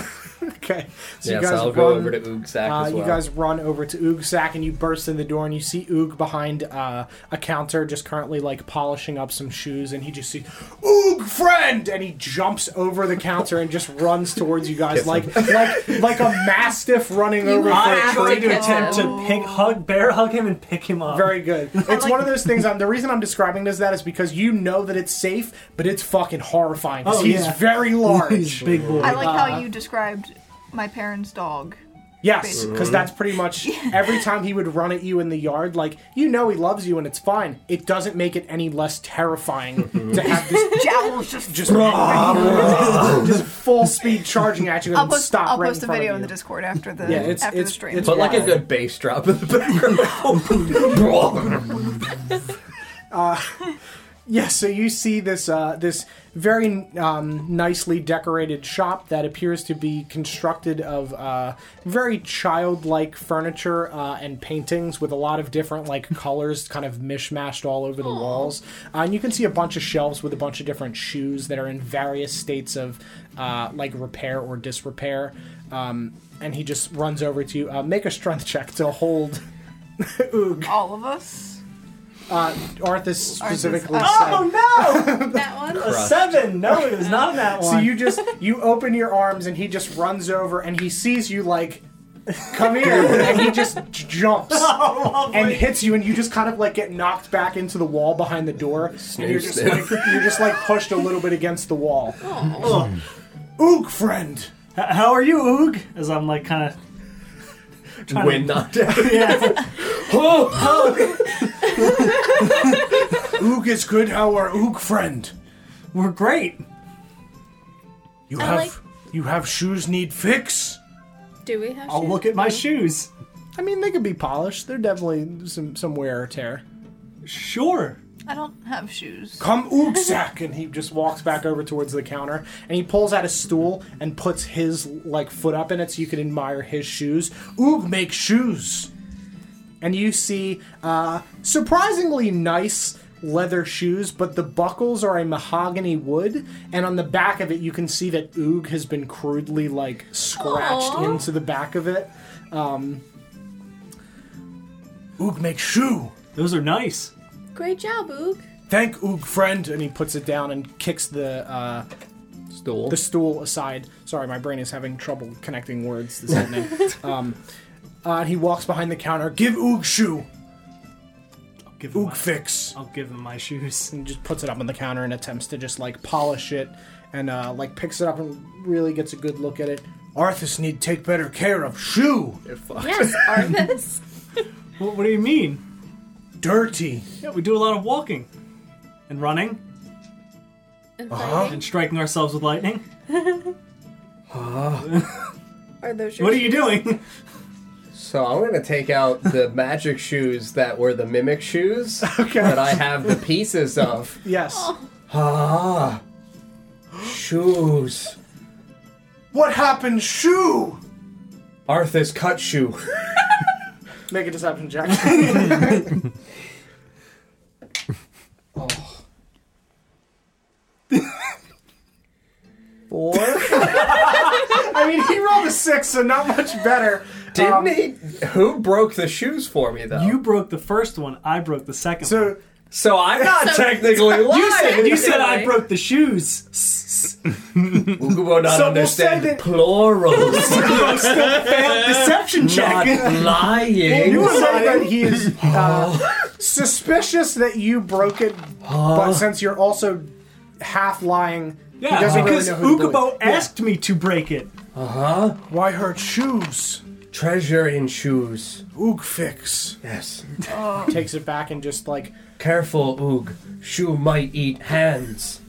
Okay, so
yes,
you guys
I'll
run.
go over to Oog's sack
uh,
as well.
You guys run over to Oog's sack and you burst in the door and you see Oog behind uh, a counter, just currently like polishing up some shoes, and he just sees Oog friend, and he jumps over the counter and just runs towards you guys like like like a mastiff running over. for a
I
have to
try to
catch
attempt
him.
to pick, hug, bear hug him, and pick him up.
Very good. It's one of those things. I'm, the reason I'm describing this that is because you know that it's safe, but it's fucking horrifying. 'cause
Oh,
he's
yeah.
very
He's
large.
a big boy.
I like
Uh,
how you described my parents' dog.
yes, because that's pretty much every time he would run at you in the yard. Like you know he loves you, and it's fine. It doesn't make it any less terrifying to have this
Jowls just.
just just full speed charging at you and
I'll
then
post,
stop
I'll
right
post
in
a
front
video
of
in the
you.
Discord after the
Yeah, it's-
after
it's-
the stream.
it's
But like a
wild.
good bass drop in the background.
Yeah, so you see this uh, this very um, nicely decorated shop that appears to be constructed of uh, very childlike furniture uh, and paintings with a lot of different like colors kind of mishmashed all over the walls, uh, and you can see a bunch of shelves with a bunch of different shoes that are in various states of uh, like repair or disrepair. Um, and he just runs over to you. Uh, make a strength check to hold
All of us.
Arthas specifically.
Arthas, uh,
said-
Oh
that one.
no! Seven. No, it was not that one.
So you just you open your arms and he just runs over and he sees you like come here and he just j- jumps and hits you and you just kind of like get knocked back into the wall behind the door and you're just
sniff.
like you're just like pushed a little bit against the wall. Oog friend.
H- How are you, Oog? As I'm like kind of
Wind knocked down.
Oh,
Oog is good. How are Oog friend?
We're great.
You
I
have
like-
you have shoes need fix.
do we have?
I'll
shoes?
look at my shoes.
I mean, they could be polished. They're definitely some some wear or tear.
Sure.
I don't have shoes.
come oogsack and he just walks back over towards the counter and he pulls out a stool and puts his like foot up in it so you can admire his shoes oog makes shoes and you see uh, surprisingly nice leather shoes but the buckles are a mahogany wood and on the back of it you can see that oog has been crudely like scratched
Aw.
into the back of it um, oog makes shoe
Those are nice.
Great job, Oog.
thank oog friend and he puts it down and kicks the uh,
Stool.
the stool aside. Sorry, my brain is having trouble connecting words this evening. um, uh, he walks behind the counter. Give Oog shoe.
give him my,
Ook fix.
I'll give him my shoes.
And just puts it up on the counter and attempts to just like polish it and uh, like picks it up and really gets a good look at it. Arthas need take better care of shoe.
Yes, Arthas.
What, what do you mean?
Dirty.
Yeah, we do a lot of walking and running
And fighting.
and striking ourselves with lightning.
Are those your
What are you doing?
So I'm gonna take out the magic shoes that were the mimic shoes
Okay.
that I have the pieces of.
Yes.
Oh.
Ah, shoes.
What happened, shoe?
Arthur's cut shoe.
Make a deception check.
Four.
I mean, he rolled a six, so not much better.
Didn't
Um,
he? Who broke the shoes for me though?
You broke the first one. I broke the second one.
So
So I'm not
So-
technically lying.
You said, you said I
Really?
broke the shoes.
Ukubo not
So we'll
understand
say that-
plurals.
Failed deception
not
check.
lying.
you were saying that he is uh, suspicious that you broke it, but since you're also half lying, he
Yeah,
doesn't
because
really know who to believe.
Ukubo asked me to break it.
Why her shoes?
Treasure in shoes.
Oog fix.
Yes.
Takes it back and just like
Careful, Oog. Shoe might eat hands.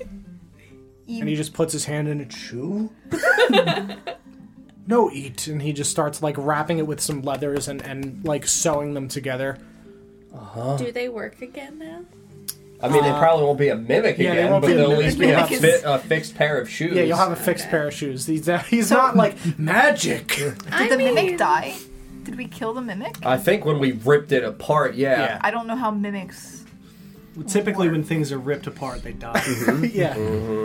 and he just puts his hand in a shoe. no eat, and he just starts like wrapping it with some leathers and and like sewing them together.
Do they work again now?
I mean, they probably won't be a mimic
yeah, they
again,
won't
but
be a
they'll at
mimic.
least be a,
Mimic is-
fit, a fixed pair of shoes.
Yeah, you'll have a fixed pair of shoes. He's uh, he's not like magic.
I
Did the
mean-
mimic die? Did we kill the mimic?
I think when we ripped it apart, yeah.
I don't know how mimics.
Typically, when things are ripped apart, they die.
yeah.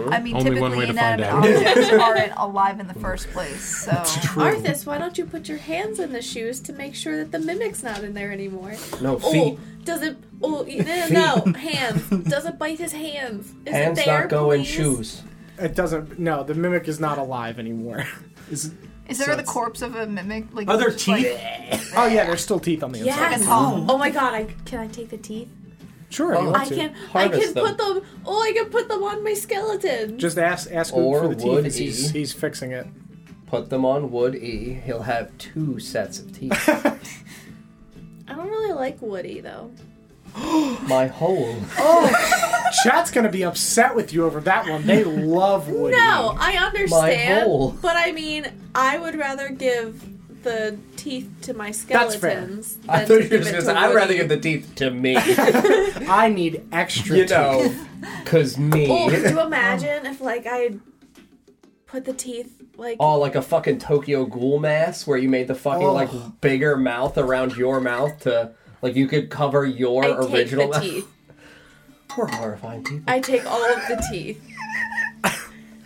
I
Only
mean,
one
typically
way to find
inanimate
out.
objects aren't alive in the first place. So
Arthas, why don't you put your hands in the shoes to make sure that the mimic's not in there anymore?
No
Oh,
feet.
does it? Oh, no, no, no, hands. Does it bite his hands? Is
hands
it there,
not go in
please?
shoes.
It doesn't. No, the mimic is not alive anymore.
Is-
is there the corpse of a mimic? Like
are there
just like-
teeth?
Oh yeah, there's still teeth on the inside.
Yes.
Like a tongue.
Oh my god! I can I take the teeth?
Sure, you want
I
to.
can. I
Harvest
can put them. Oh, I can put them on my skeleton.
Just ask ask
Or
Oog for the
would
teeth. as He's,
he?
he's fixing it.
Put them on Wood E. He'll have two sets of teeth.
I don't really like Woody though.
My whole.
Chat's gonna be upset with you over that one. They love Woody.
No, I understand.
hole.
But I mean, I would rather give the teeth to my
That's
skeletons.
fair.
than
I thought you
give
were just
it
gonna
to
say, I'd rather
Woody."
give the teeth to me.
I need extra
you
teeth.
know, because me.
Oh, could you imagine if like I had put the teeth like
Oh, like a fucking Tokyo ghoul mask where you made the fucking
Oh.
like bigger mouth around your mouth to like you could cover your
I take
original
the
mouth.
teeth.
We're horrifying people.
I take all of the teeth.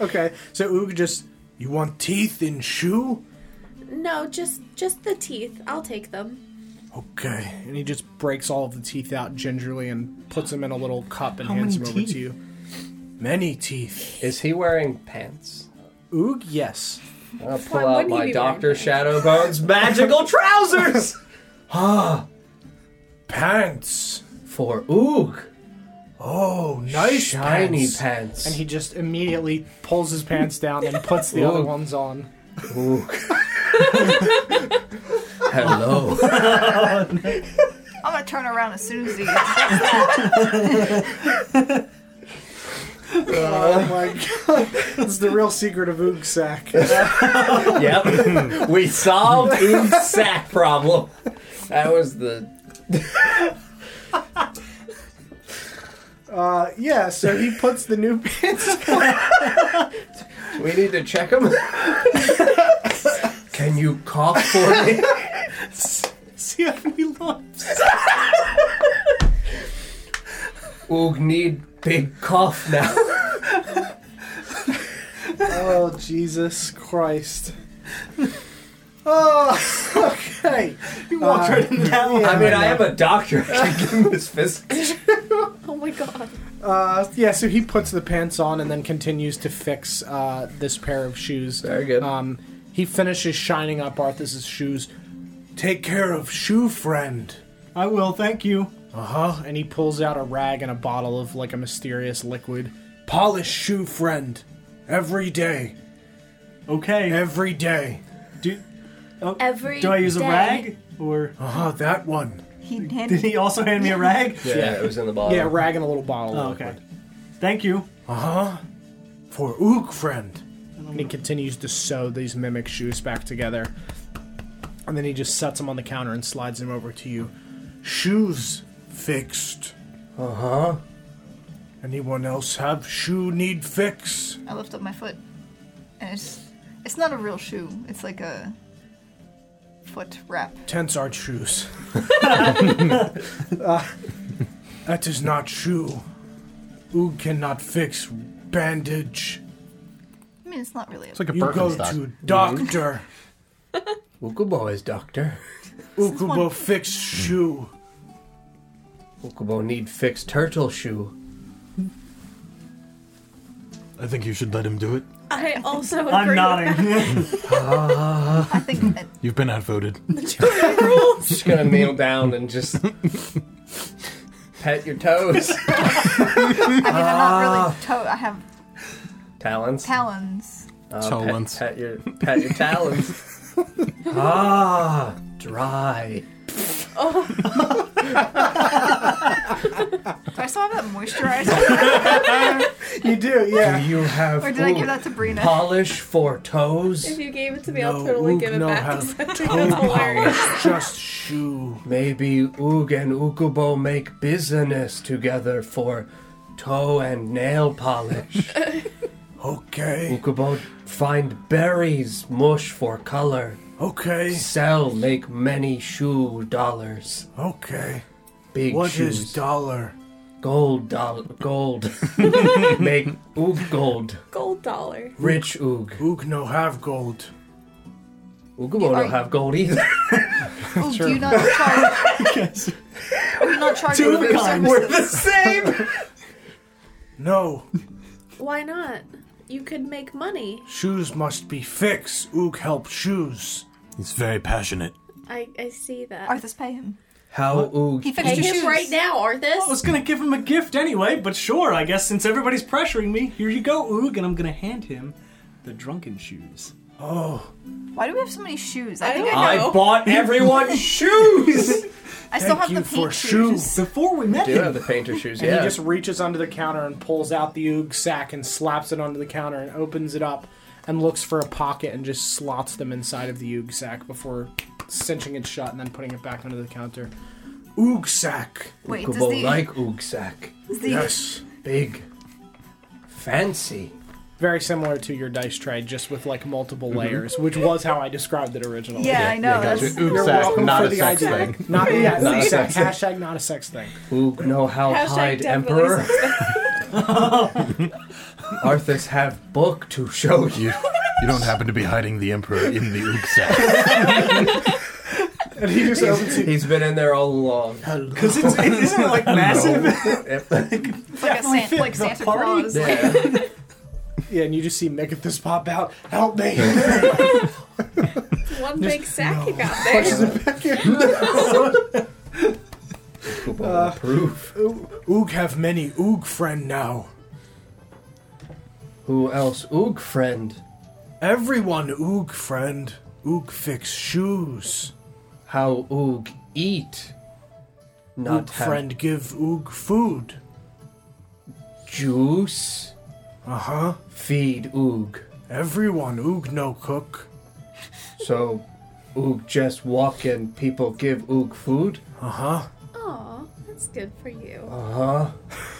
Okay, so Oog just. You want teeth in shoe?
No, just just the teeth. I'll take them.
Okay. And he just breaks all of the teeth out gingerly and puts them in a little cup and hands them
many
over
teeth?
to you. Many teeth.
Is he wearing pants?
Oog, yes.
I'll
Why
pull out
wouldn't he
my
be
Doctor
wearing
Shadow Bones magical trousers
Ah. Pants.
for Oog.
Oh, nice
Shiny
pants.
pants.
And he just immediately pulls his pants down and puts the other
Ooh.
ones on.
Oog. Hello.
I'm gonna turn around as soon as he.
Oh my god. It's the real secret of Oog Sack.
yep. We solved Oog's sack problem. That was the
Uh, yeah, so he puts the new pants
We need to check him. Can you cough for me?
See how many lives?
Oog need big cough now.
Oh, Jesus Christ. Oh, okay.
You
Uh,
walked right in down.
I mean, I am a doctor. I can give him his fist.
Oh my god.
Uh, yeah, so he puts the pants on and then continues to fix uh, this pair of shoes.
Very good.
Um, he finishes shining up Arthas's shoes. Take care of shoe friend.
I will, thank you.
Uh huh. And he pulls out a rag and a bottle of like a mysterious liquid. Polish shoe friend. Every day.
Okay.
Every day.
Do, oh,
Every
do I use
day.
a rag? Or
Uh huh. That one.
He handed
did he also hand me a rag?
Yeah, it was in the bottle.
Yeah, rag and a little bottle.
Oh,
of
okay.
liquid.
Thank you.
For Ook friend. And he continues to sew these mimic shoes back together. And then he just sets them on the counter and slides them over to you. Shoes fixed.
Uh
Uh-huh.
huh.
Anyone else have shoe need fix?
I lift up my foot, and it's it's not a real shoe. It's like a foot wrap.
Tents are shoes. Uh, that is not shoe. Oog cannot fix bandage.
I mean, it's not really. A,
It's like a
You go
Birkenstock. Mm-hmm.
to doctor.
Well, good boys, doctor.
Ukubo fix shoe.
Ukubo need fixed turtle shoe.
I think you should let him do it.
I also agree.
I'm
with
nodding.
I think that
You've been outvoted.
the rules.
Just gonna kneel down and just pet your toes.
I mean, they're not really toe. I have
Talons.
talons.
Uh,
Talons.
Pet, pet your pet your talons. ah, dry.
Do I still have that moisturizer,
You do, yeah.
Do you have
or did I give
Oog
that to Brina?
polish for
If
toes?
you gave it to me, I'll
No,
totally
Luke,
give it
no,
back.
have
'cause I think that's hilarious.
Just shoe.
Maybe Oog and Ukubo make business together for toe and nail polish.
Okay.
Ukubo find berries mush for color.
Okay.
Sell make many shoe dollars.
Okay.
Big
What
shoes.
is dollar?
gold doll gold. make oog gold.
Gold dollar.
Rich oog.
Oog no have gold.
Ukubo
Are-
don't have gold either.
Oh, do you not charge? Are you not charging for your
We're
services?
the same.
No.
Why not? You could make money.
Shoes must be fixed. Oog help shoes.
He's very passionate.
I, I see that.
Arthas, pay him.
How oog
He fixed
Pay
your
him
shoes.
right now, Arthas.
I
Oh,
was gonna give him a gift anyway, but sure, I guess since everybody's pressuring me, here you go, Oog, and I'm gonna hand him the drunken shoes.
Why do we have so many shoes? I
I
think
don't
I,
I bought everyone shoes.
I still have the
you for
paint shoes.
Before we met
Do
him,
have the painter shoes?
And
Yeah.
he just reaches under the counter and pulls out the oog sack and slaps it onto the counter and opens it up and looks for a pocket and just slots them inside of the oog sack before cinching it shut and then putting it back under the counter. Oog sack.
Wait, does
Ukubo
the,
like oog sack.
does the
Yes.
Big, fancy.
Very similar to your dice tray, just with like
Mm-hmm.
multiple layers, which was how I described it originally.
Yeah, I know.
Gotcha.
that's-
Oog
You're
sack,
welcome
not
for
a
the
sex
idea.
thing.
Not yeah,
Not a
oog sack.
sex
Hashtag not a sex thing.
Oog know how
Hashtag
hide
definitely
emperor.
sex-
Arthas have book to show you.
You, you don't happen to be hiding the emperor in the oog sack.
And he just opens it.
He's been in there all along.
because it's, it isn't it like massive.
it's like, a
Definitely
San,
fit
like
the
Santa
party.
Claus? like-
Yeah.
Yeah, and you just see Megathus pop out. Help me!
One big sack you got there.
Ukubo
Uh.
approve.
Oog have many Oog friend now.
Who else? Oog friend.
Everyone Oog friend. Oog fix shoes.
How oog eat. Not
Oog
have
friend give Oog food.
juice.
Uh huh.
Feed oog.
Everyone Oog no cook.
So, Oog just walk and people give Oog food?
Uh huh.
Aw, that's good for you.
Uh-huh.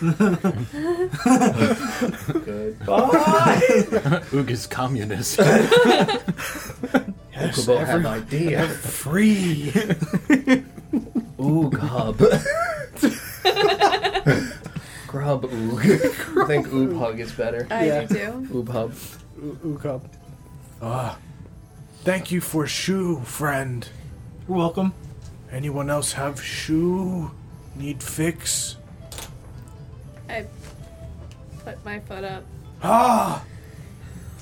Uh huh. Good.
Oog is communist.
Yes,
Ukubo have
everyone
idea.
free.
Oog hub. Grub Oog. I think Oob hug is better.
I
Yeah.
do too.
Oob hub.
Oog up. Ah. Thank you for shoe friend.
You're welcome.
Anyone else have shoe? Need fix?
I put my foot up.
Ah!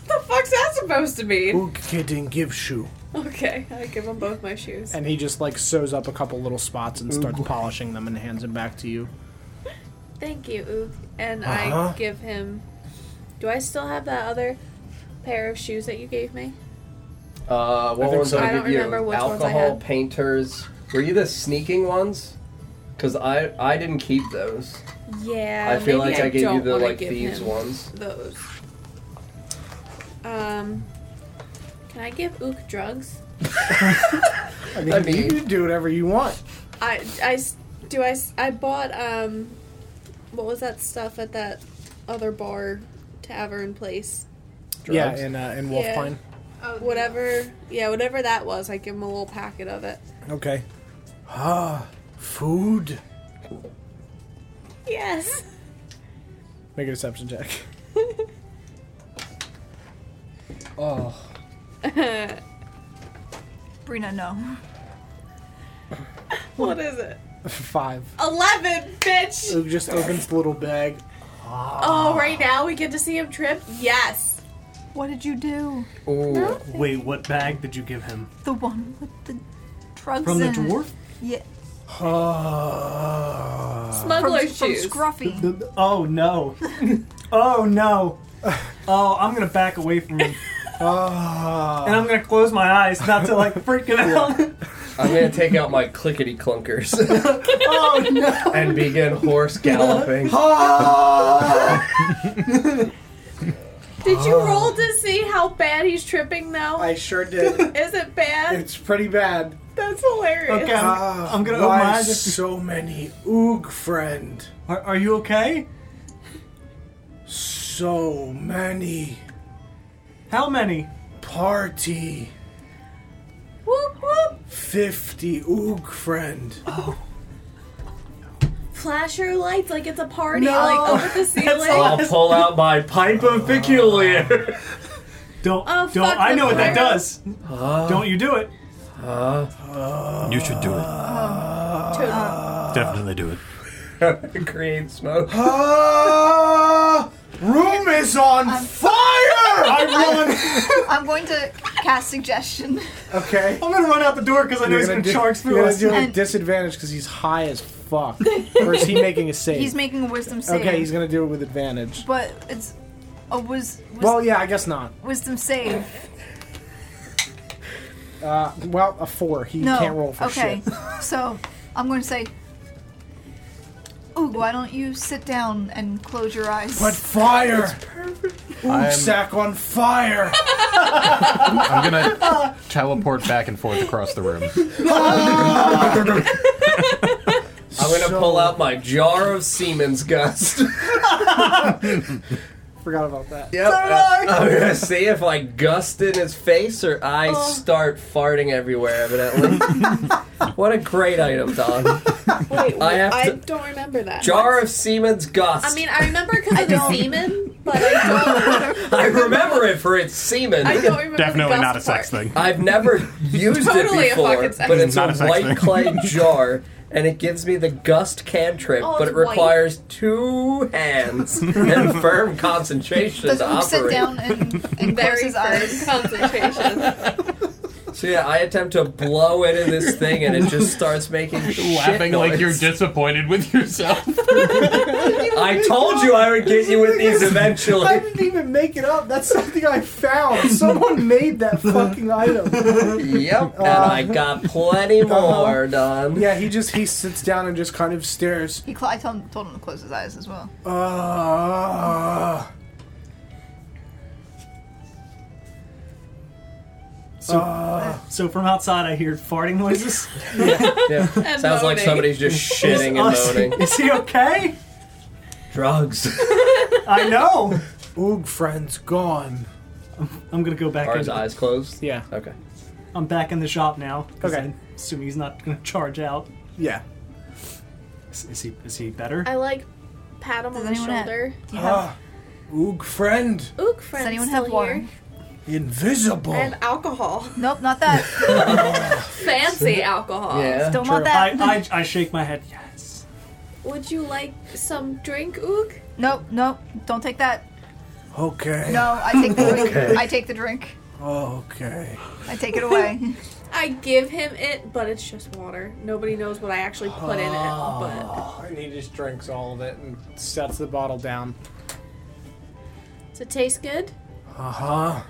The
fuck's that supposed to mean?
Oog kidding, give shoe.
Okay, I give him both my shoes.
And he just like sews up a couple little spots and starts polishing them and hands them back to you.
Thank you, Oog. And
Uh-huh.
I give him. Do I still have that other pair of shoes that you gave me?
Uh,
I
what
think
ones
so.
did I
I don't
give you?
remember which ones I
Alcohol,
had.
painters. Were you the sneaking ones? Because I I didn't keep those.
Yeah.
I feel
Uh, maybe
like I, gave you
don't
the
wanna
like
give
thieves
him
ones.
Those. Um. Can I give Ook drugs?
I mean,
I mean-
you can do whatever you want.
I I s- do I s- I bought um, what was that stuff at that other bar, tavern place?
Yeah, in uh, in
Yeah.
Wolfpine.
Oh,
Whatever. Yeah, whatever that was. I give him a little packet of it.
Okay. Ah, food.
Yes.
Make a deception check.
Oh,
Brina, no.
What is it?
Five.
Eleven, bitch.
Oog just opens the little bag.
Oh, right now we get to see him trip. Yes.
What did you do?
ooh,
Wait, what bag did you give him?
The one with the drugs
From the
in it.
dwarf?
Yeah.
Uh-huh.
From,
Smuggler
from
shoes.
Scruffy.
Oh no. oh no. Oh, I'm gonna back away from him. And I'm gonna close my eyes not to like freak him out.
I'm gonna take out my clickety clunkers. And begin horse galloping.
Did you roll to see how bad he's tripping though?
Uh-huh. I sure did.
is it bad?
it's pretty bad. Ah,
That's hilarious.
Okay, I'm, I'm gonna open my
why
eyes.
so many Oog friend?
Are, are you okay?
So many
How many?
party.
Whoop whoop.
Fifty Oog friend.
Flash your lights like it's a party, like up at the ceiling.
I'll pull out my pipe of peculiar.
Don't
Oh,
don't
fuck
I
the
know what that
fire.
does. don't you do it.
Uh,
You should do it.
uh,
Uh,
Definitely do it.
Create smoke.
Ah! Room is on fire! I
I'm going to cast suggestion.
run. Okay.
I'm gonna run out the door because I know he's gonna charge
you're
through
gonna
us.
do it with
And-
disadvantage because he's high as fuck. or is he making a save?
He's making a wisdom save.
okay, he's gonna do it with advantage.
But it's a wis- wis-
Well, yeah, I guess not.
wisdom save.
Uh, well, a four. He
No.
can't roll for
okay.
shit.
so I'm going to say, Oog, why don't you sit down and close your eyes?
fire! Oog sack on fire!
I'm gonna teleport back and forth across the room.
I'm gonna pull out my jar of Siemens Gust.
Forgot about that.
Yep. uh, I'm gonna see if I gust in his face or I start farting everywhere. Evidently. what a great item, Don.
Wait,
I have
I
to-
don't remember that.
Jar of Siemens Gust.
I mean, I remember because of the semen, but I don't.
I remember it for its semen.
I don't remember.
Definitely
the
not a
gust
sex
part.
thing.
I've never used
Totally
it
a
before,
fucking sex
but it's
Not a
a,
sex
white
thing.
clay jar, and it gives me the gust cantrip,
Oh,
but
it's
it
white.
requires two hands and firm concentration
Does
to
Oog sit
operate.
down and, and close
Very
his
firm
eyes?
concentration.
So yeah, I attempt to blow into this thing, and it just starts making shit
Laughing like
noise.
you're disappointed with yourself.
I told you I would get you with these
I
eventually.
didn't even make it up. That's something I found. Someone made that fucking item.
Yep, and I
Uh-huh.
got plenty more done.
Yeah, he just he sits down and just kind of stares.
He cl- I told him, told him to close his eyes as well.
Ah.
So from outside I hear farting noises.
Yeah.
And
Sounds like
moaning.
somebody's just shitting
Us-
and moaning.
Is he okay?
Drugs.
I know.
Oog friend's gone.
I'm gonna go back
Are his
in.
eyes closed?
Yeah.
Okay.
I'm back in the shop now. 'cause
Okay.
I assume he's not gonna charge out.
Yeah.
Is, is he? Is he better?
I like pat him on the
anyone have-
shoulder.
Do you have,
Ah, Oog friend, Oh.
Ook
does
friend.
anyone
still
have water?
here.
invisible.
And alcohol.
Nope, not that.
Fancy alcohol.
Yeah.
Still
True.
Uh,
not that.
I, I I shake my head. Yes.
Would you like some drink, Ook?
Nope, nope. Don't take that.
Okay.
No, I take the drink.
Okay.
I take the drink.
Okay.
I take it away.
I give him it, but it's just water. Nobody knows what I actually put in it, but
And he just drinks all of it and sets the bottle down.
does it taste good?
Uh huh.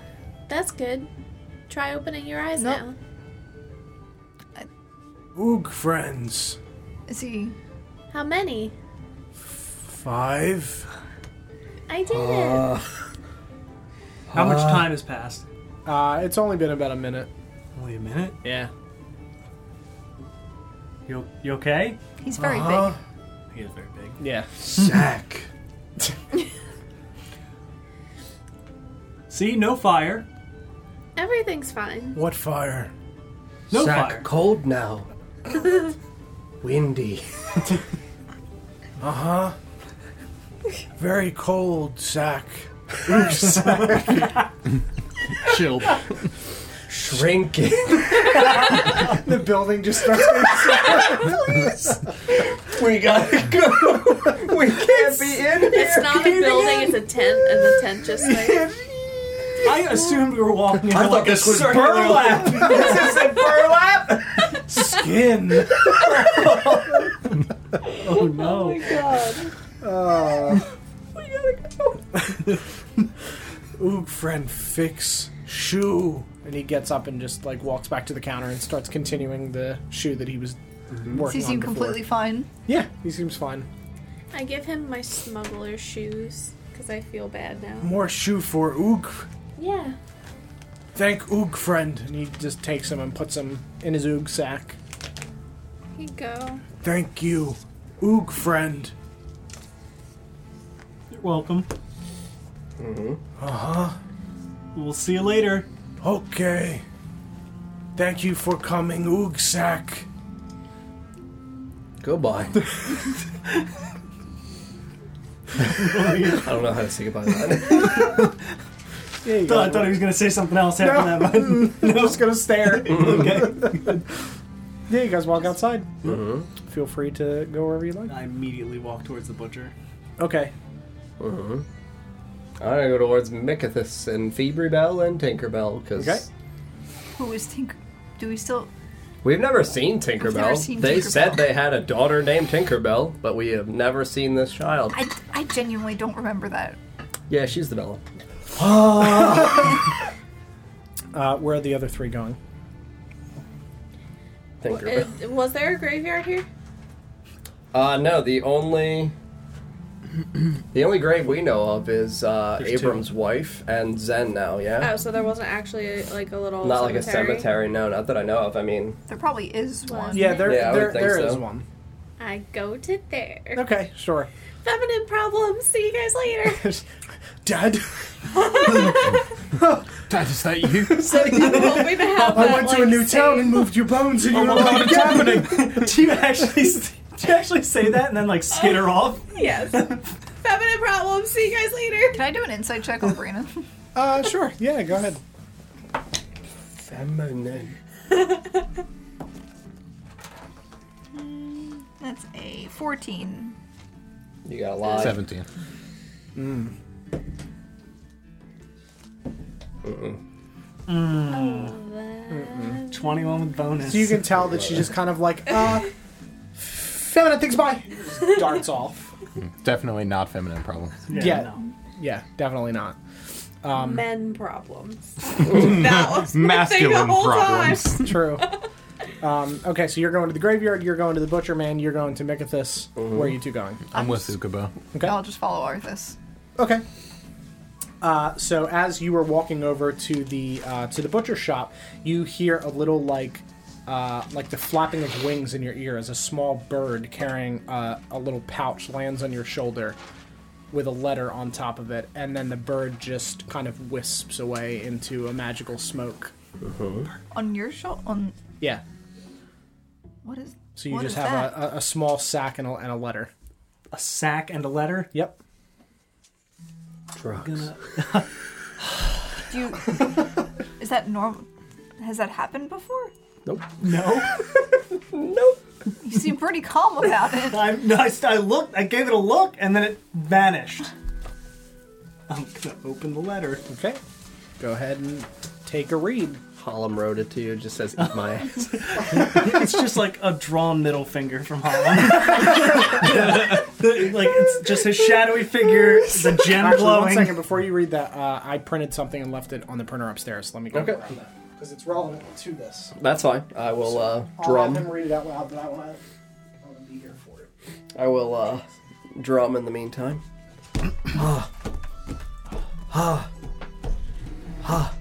That's good. Try opening your eyes
Nope.
now.
Oog friends.
Is he?
How many?
Five.
I did it.
How much time has passed?
Uh, it's only been about a minute.
Only a minute.
Yeah.
You you okay?
He's very
Uh-huh.
He is very big.
Yeah.
Sack.
See, no fire.
Everything's fine.
What fire?
No
Sack
fire.
cold now. Windy.
Uh huh. Very cold, Sack.
Chill.
Shrinking.
The building just starts.
we gotta go. we can't be in
It's not a building, it's a tent, and the tent just like.
I assumed we were walking. into,
I thought
like, a
this was
circular-
burlap. this isn't burlap.
Skin.
Oh no!
God.
Oog friend, fix shoe. And he gets up and just like walks back to the counter and starts continuing the shoe that he was
big.
working
He
on.
seemed
before.
completely fine.
Yeah, he seems fine.
I give him my smuggler shoes because I feel bad now.
More shoe for Oog.
Yeah.
Thank Oog friend. And he just takes him and puts him in his Oog sack.
Here you go.
Thank you, Oog friend.
You're welcome.
Mm-hmm.
Uh huh. We'll see you later.
Okay. Thank you for coming, Oog sack.
Goodbye. I don't know how to say goodbye to that.
Yeah, you
Thought- I
guys
thought he was gonna say something else after that, but
were- I'm just gonna stare.
okay.
yeah, you guys walk outside. Feel free to go wherever you like.
I immediately walk towards the butcher.
Okay.
I'm gonna go towards Micahthus and Feebrybell and Tinkerbell because
Okay.
Who is Tinker? Do we still?
we've never seen Tinkerbell.
never seen
they
Tinkerbell.
said they had a daughter named Tinkerbell, but we have never seen this child.
I I genuinely don't remember that.
Yeah, she's the Bella.
Uh, where are the other three going?
Tinkerbell.
Uh, was there a graveyard here?
Uh, no, the only the only grave we know of is uh,
There's two.
Abram's wife and Zen now. Yeah,
Oh, so there wasn't actually like a
Oh,
little.
not like a cemetery. No, not that I know of. I mean,
There probably is one.
Yeah, there,
Yeah, I would
there,
think
there
so.
is one.
I go to there.
Okay, sure.
Feminine problems. See you guys later.
Dad,
Dad, is that you?
I'm hoping to have
I
that,
went to a
like,
new town
same-
and moved your bones, and you know
my
Oh, what
God,
it's happening.
Do you actually do you actually say that and then like skitter off?
Yes. Feminine problems. See you guys later.
Can I do an insight check on Brina?
Uh, sure. Yeah, go ahead.
feminine.
That's a fourteen.
You got to lie.
17.
Twenty one with bonus.
So you can tell that she's just kind of like, uh, feminine things. Bye. Darts off.
Definitely not feminine problem.
yeah.
no.
Yeah, definitely not. Um,
Men problems. that was my thing the
Masculine
whole
problems.
time.
True. Um, okay, so you're going to the graveyard. You're going to the butcher man. You're going to Mikathis. Where are you two going?
I'm with Ukubo.
Okay.
I'll just follow Arthas.
Okay. Uh, so as you were walking over to the uh, to the butcher shop, you hear a little like uh, like the flapping of wings in your ear as a small bird carrying uh, a little pouch lands on your shoulder with a letter on top of it, and then the bird just kind of wisps away into a magical smoke.
On your show, on
Yeah.
what is?
So you
what
just
is
have
that?
a, a, a small sack and a, and a letter.
A sack and a letter.
Yep.
Drugs.
Do you, is that normal? Has that happened before?
No.
You seem pretty calm about it.
I, no, I, st- I looked. I gave it a look, and then it vanished. I'm gonna open the letter.
Okay. Go ahead and take a read.
Hollum wrote it to you. Just says, "Eat my ass."
it's just like a drawn middle finger from Holland. like it's just his shadowy figure, the gem
Actually, one
glowing.
second before you read that, uh, I printed something and left it on the printer upstairs. Let me go grab that because it's relevant to this.
That's fine. I will uh,
I'll have
drum.
him read it out loud, but I want to be here for it.
I will uh, drum in the meantime. ah. Ah. Ah.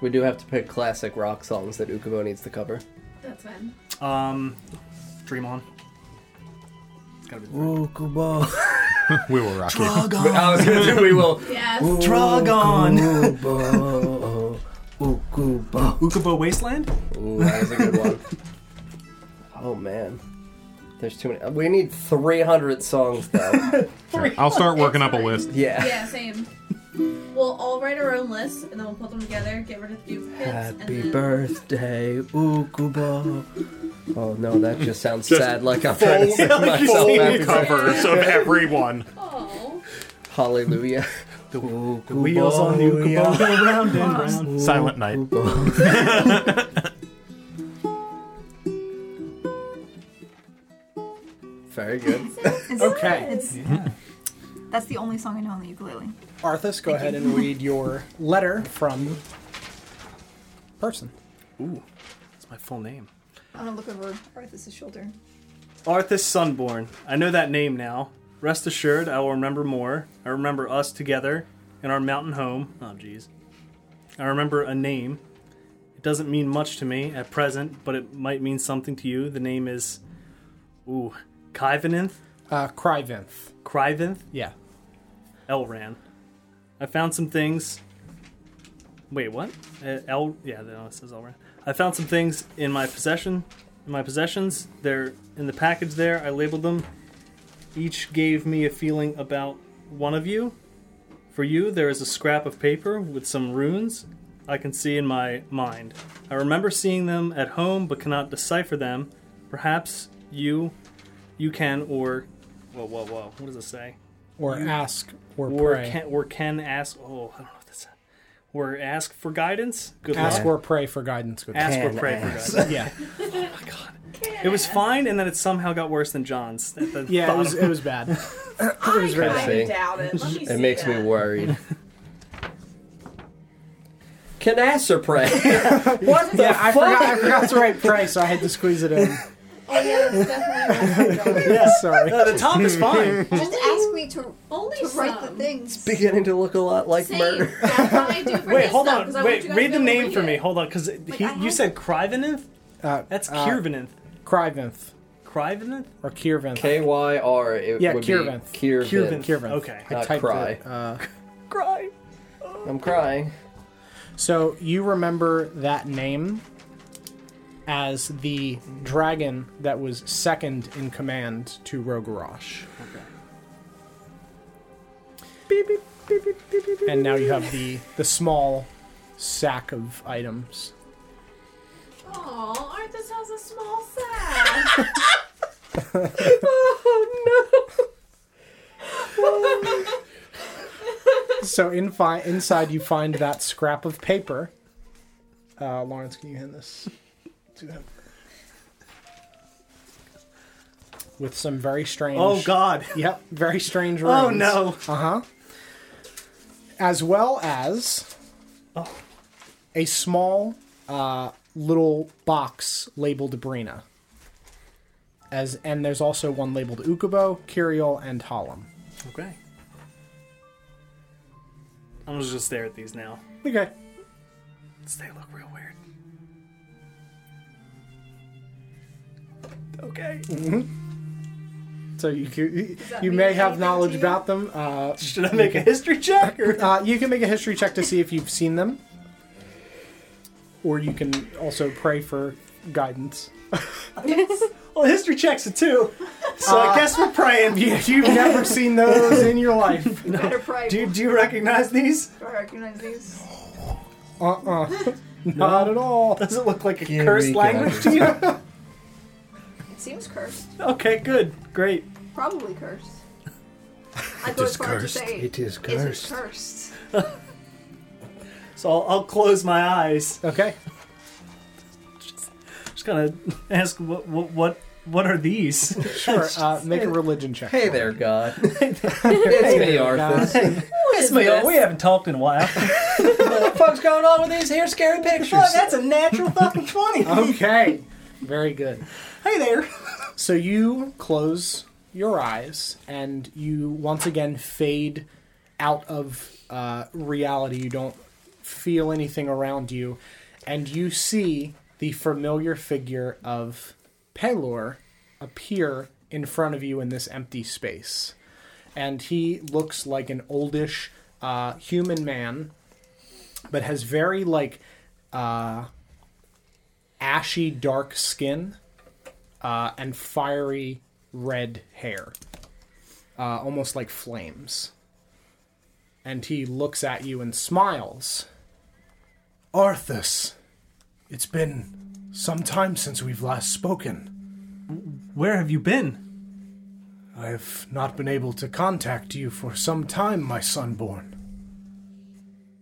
We do have to pick classic rock songs that Ukubo needs to cover.
That's fine.
Um, dream on.
Ukubo.
we will rock you.
Drug on. I was gonna say we will.
Yes.
Drug on.
Ukubo. Ukubo.
Ukubo Wasteland.
Ooh, that was a good one. oh man, there's too many. We need 300 songs though.
I'll start working
It's
up a
fine.
list.
yeah.
Yeah, same. We'll all write our own lists and then we'll put them together, get rid of the duplicates,
Happy
and then
birthday, Ukubo. Oh no, that just sounds sad. Like I'm trying to sing myself
Full
happy birthday.
covers of everyone.
oh,
Hallelujah. The,
Wheels on the Ukubo go round and round.
Silent Night.
Very good.
Okay,
It's that's the only song I know on the ukulele.
Arthas, go ahead and read your letter from person.
It's my full name.
I'm gonna look over Arthas' shoulder.
Arthas Sunborn. I know that name now. Rest assured, I will remember more. I remember us together in our mountain home. Oh, jeez. I remember a name. It doesn't mean much to me at present, but it might mean something to you. The name is. Ooh. Kyvenanth?
Uh, Kryvinth.
Kryventh?
Yeah.
Elran. I found some things. Wait, what? Uh, El? Yeah, no, it says Elran. I found some things in my possession. In my possessions, they're in the package there. I labeled them. Each gave me a feeling about one of you. For you, there is a scrap of paper with some runes I can see in my mind. I remember seeing them at home, but cannot decipher them. Perhaps you, you can, or whoa, whoa, whoa. What does it say?
Or ask or,
or
pray.
can or can ask oh I don't know what that's or ask for guidance. Good
ask
luck.
or pray for guidance. Good
ask or
Can
pray
ask.
for guidance.
Yeah,
It was fine, and then it somehow got worse than John's. At the
yeah, it
bottom.
was, it was bad.
I
see.
kinda doubt it. Let me see
It makes
that.
me worried. Can answer pray. what the
I
fuck?
forgot, I forgot to write pray, so I had to squeeze it in.
oh yeah, that's definitely what I'm
Yeah, sorry.
Uh, the top is fine.
Just ask me to,
Only
to write the
some.
things.
Beginning to look a lot like
Same.
murder.
That's what I do for
Wait,
his
hold
stuff,
on.
'cause I want
Wait,
you guys
read
to
the
be able to
name for
read
me.
it.
Hold on, because
I
you
have-
said Kryvenanth.
Uh,
That's
uh,
Kiervenanth.
Kryvinth
Kryvenanth.
or Kiervinth.
K Y R. It
Yeah,
would
Kierventh.
be Kierventh.
Kierventh.
Kiervinth.
Okay.
I
Not
typed
cry.
it. Uh,
Cry.
I'm crying.
so you remember that name as the dragon that was second in command to Rogarash. Okay. And now you have the the small sack of items.
Aw, Arthas has a small sack.
So in fi- inside you find that scrap of paper. Uh, Lawrence, can you hand this to him? With some very strange.
Oh God.
Yep, very strange. Runes.
Oh no.
Uh huh. As well as a small uh, little box labeled Brina. As and there's also one labeled Ukubo, Kiriel, and Hallam.
Okay. I'm just gonna stare at these now.
Okay.
They look real weird. Okay.
So you you,
that
you
mean
may have
anything
knowledge
to you?
about them. Uh,
Should I make a history check or?
uh, you can make a history check to see if you've seen them, or you can also pray for guidance.
Well, history checks it too. So I guess we're praying.
You, you've never seen those in your life.
Better pray.
Do you, do you recognize these?
Do I recognize these?
Uh uh Not at all.
Does it look like a
Here
cursed
we go.
language to you?
It seems cursed.
Okay, good, great.
Probably cursed. I
It
go
is
as far as to
cursed.
say
It is
Is
cursed.
it cursed?
So I'll, I'll close my eyes.
Okay.
Just gonna ask what what what, what are these?
Sure. Uh, make a religion check.
Hey
for me.
there, God. it's me, Arthur.
God.
Yes, we-
this?
We haven't talked in a while.
what the fuck's going on with these here scary pictures?
a natural fucking twenty.
Okay. Very good.
Hey there.
So you close your eyes and you once again fade out of uh, reality. You don't feel anything around you, and you see the familiar figure of Pelor appear in front of you in this empty space. And he looks like an oldish uh, human man, but has very like uh, ashy dark skin uh, and fiery red hair, uh, almost like flames. And he looks at you and smiles. Arthas, it's been some time since we've last spoken.
Where have you been?
I have not been able to contact you for some time, my sonborn.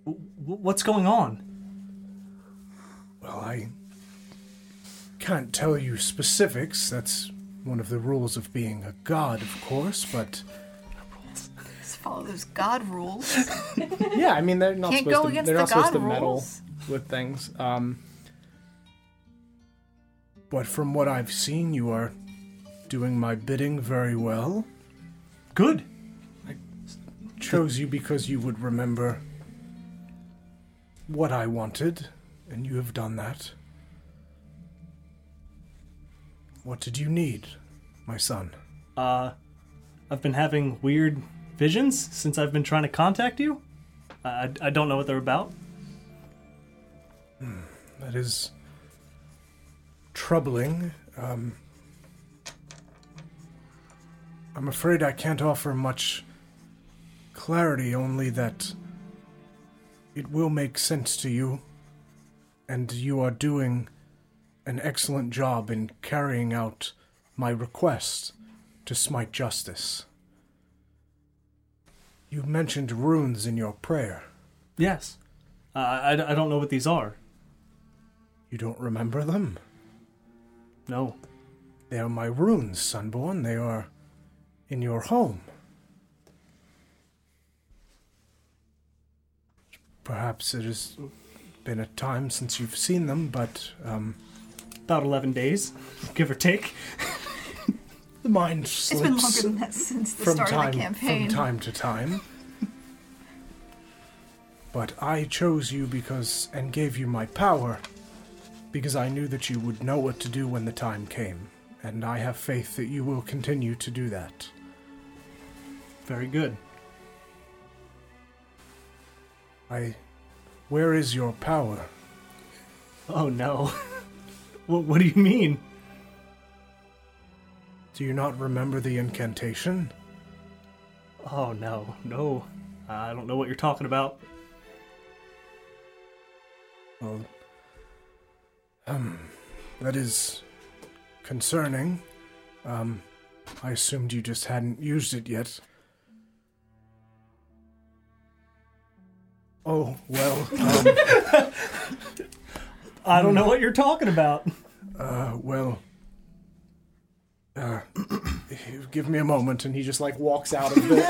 W- what's going on?
Well, I can't tell you specifics. That's one of the rules of being a god, of course, but.
Just follow those god rules.
Yeah, I mean they're not
Can't
supposed
go
to.
against
They're
the
not supposed to
god
meddle
rules.
with things. Um, but from what I've seen, you are doing my bidding very well.
Good.
Chose you because you would remember what I wanted, and you have done that. What did you need, my son?
Uh, I've been having weird visions since I've been trying to contact you. I, I, I don't know what they're about.
That is troubling. Um, I'm afraid I can't offer much clarity, only that it will make sense to you, and you are doing an excellent job in carrying out my request to smite justice. You mentioned runes in your prayer.
Yes. Uh, I, I don't know what these are.
You don't remember them?
No.
They are my runes, Sunborn. They are in your home. Perhaps it has been a time since you've seen them, but um,
About 11 days, give or take.
the mind
It's
slips
been longer than that since the
from
start
time
of the campaign.
from time to time. but I chose you because and gave you my power because I knew that you would know what to do when the time came, and I have faith that you will continue to do that.
Very good.
I. Where is your power?
Oh no. what, what do you mean?
Do you not remember the incantation?
Oh no, no. I don't know what you're talking about.
Well. Um. That is. concerning. Um. I assumed you just hadn't used it yet. Oh, well, um,
I don't know what you're talking about.
uh, well. Uh, give me a moment, and he just like walks out of the.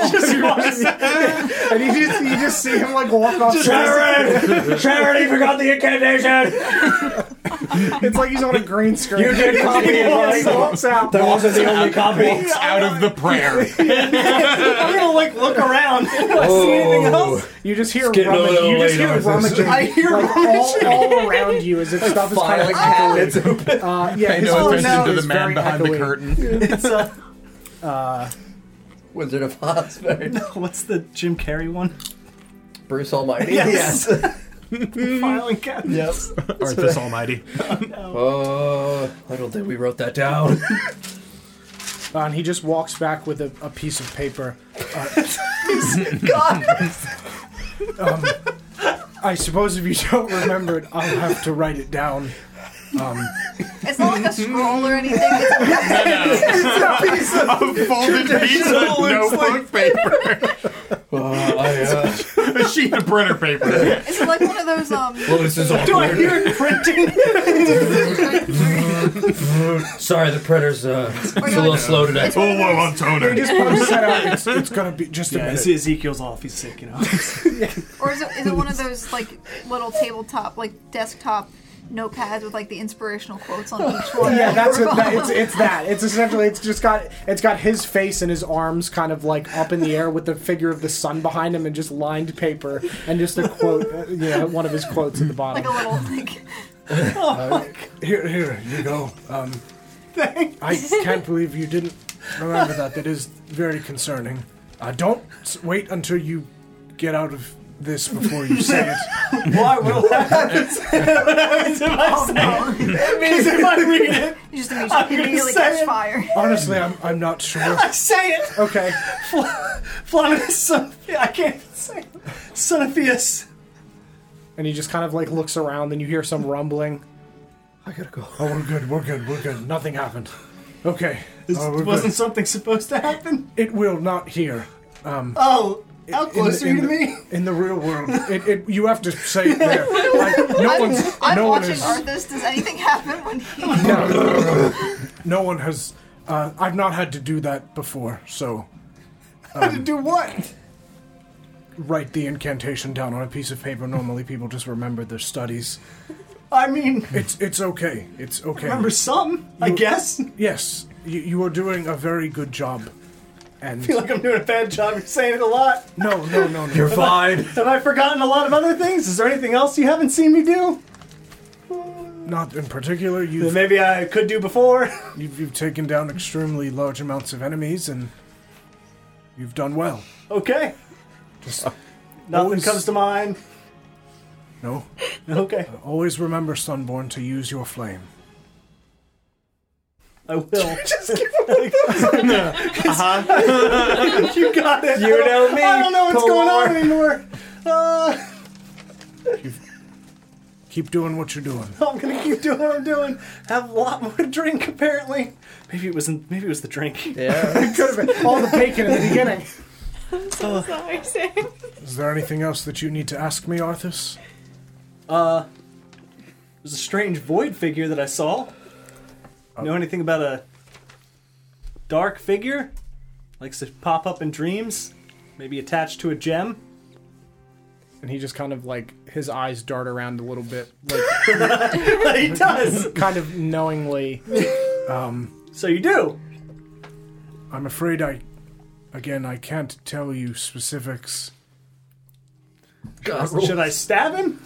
and you just you just see him like walk off.
Charity! Charity forgot the incantation!
It's like he's on a green screen.
You did copy it,
He
right?
walks out.
That wasn't the only copy.
Walks out of the prayer.
I'm gonna like look around.
Oh,
You just hear
getting a
rummage.
little
You just
late
hear
on this.
rummaging.
I
hear like, all, all around you as if stuff is kind
finally,
of echoing.
it's open.
Uh, yeah,
Pay
his
no
voice
attention to
is
the man
very
behind the
echoey.
curtain.
uh,
Wizard of Oz, man.
What's the Jim Carrey one?
Bruce Almighty. Yes.
Filing cabinet.
yes.
Arthas Almighty.
Uh, I don't think we wrote that down.
Uh, and he just walks back with a, a piece of paper.
Uh,
God!
I suppose if you don't remember it, I'll have to write it down. Um,
It's not like a scroll or anything. It's
it's a piece of folded piece of notebook paper.
Uh,
a sheet of printer paper.
Is it like one of those um?
Well, this is
Do I
awkward.
hear it printing?
Sorry, the printer's uh, it's a little slow today.
It's one of those,
They just put set out. It's, it's gonna be just a
Yeah, I
minute.
see Ezekiel's off. He's sick, you know.
or is it, is it one of those like little tabletop, like desktop notepads with like the inspirational quotes on each one?
Yeah, that's
it.
what that, it's. It's that. It's essentially. It's just got. It's got his face and his arms kind of like up in the air with the figure of the sun behind him and just lined paper and just a quote. uh, You know, one of his quotes at the bottom.
like a little like.
Oh
Here, here, you go. Um, I can't believe you didn't remember that. That is very concerning. Uh, don't s- wait until you get out of this before you say it.
Why will that happen?
Oh,
It means if I read it,
You just immediately,
I'm gonna
immediately
say
catch
it.
fire.
Honestly, I'm, I'm not sure.
I say it.
Okay.
Flavius, son of, I can't even say it. Son of Theus.
And he just kind of like looks around and you hear some rumbling.
I gotta go.
Oh, we're good, we're good, we're good. Nothing happened. Okay.
This
Oh, we're good.
wasn't something supposed to happen.
It will not here.
Oh, how close
the-
are you to
the-
me?
In the real world, it, it, you have to say it there. Like, no one's,
I'm
no one
watching
is,
Arthas. Does anything happen when he?
no one has. Uh, I've not had to do that before, so
Do what?
write the incantation down on a piece of paper. Normally, people just remember their studies.
I mean,
It's it's okay. It's okay.
remember some, I
You-
guess. I
Yes, you, you are doing a very good job. And
feel like I'm doing a bad job. You're saying it a lot.
no, no, no, no.
You're fine.
Have I forgotten a lot of other things? Is there anything else you haven't seen me do
Not in particular.
that
You've,
maybe I could do before?
you've you've taken down extremely large amounts of enemies, and you've done well.
Okay. Nothing
always-
comes to mind.
No,
Okay.
always remember, Sunborn, to use your flame.
I will. Just give him Uh-huh. you got it. You know me. I don't know what's going on anymore. Uh,
Keep doing what you're doing.
I'm gonna keep doing what I'm doing. Have a lot more to drink apparently. Maybe it wasn't. Maybe it was the drink.
Yeah.
Could have been all the bacon in the beginning.
Sorry, Sam.
Is there anything else that you need to ask me, Arthas?
There's a strange void figure that I saw. Know anything about a dark figure? Likes to pop up in dreams. Maybe attached to a gem.
And he just kind of like his eyes dart around a little bit, like
he does.
kind of knowingly.
So you do.
I'm afraid I, again, I can't tell you specifics,
God,
Should I stab him?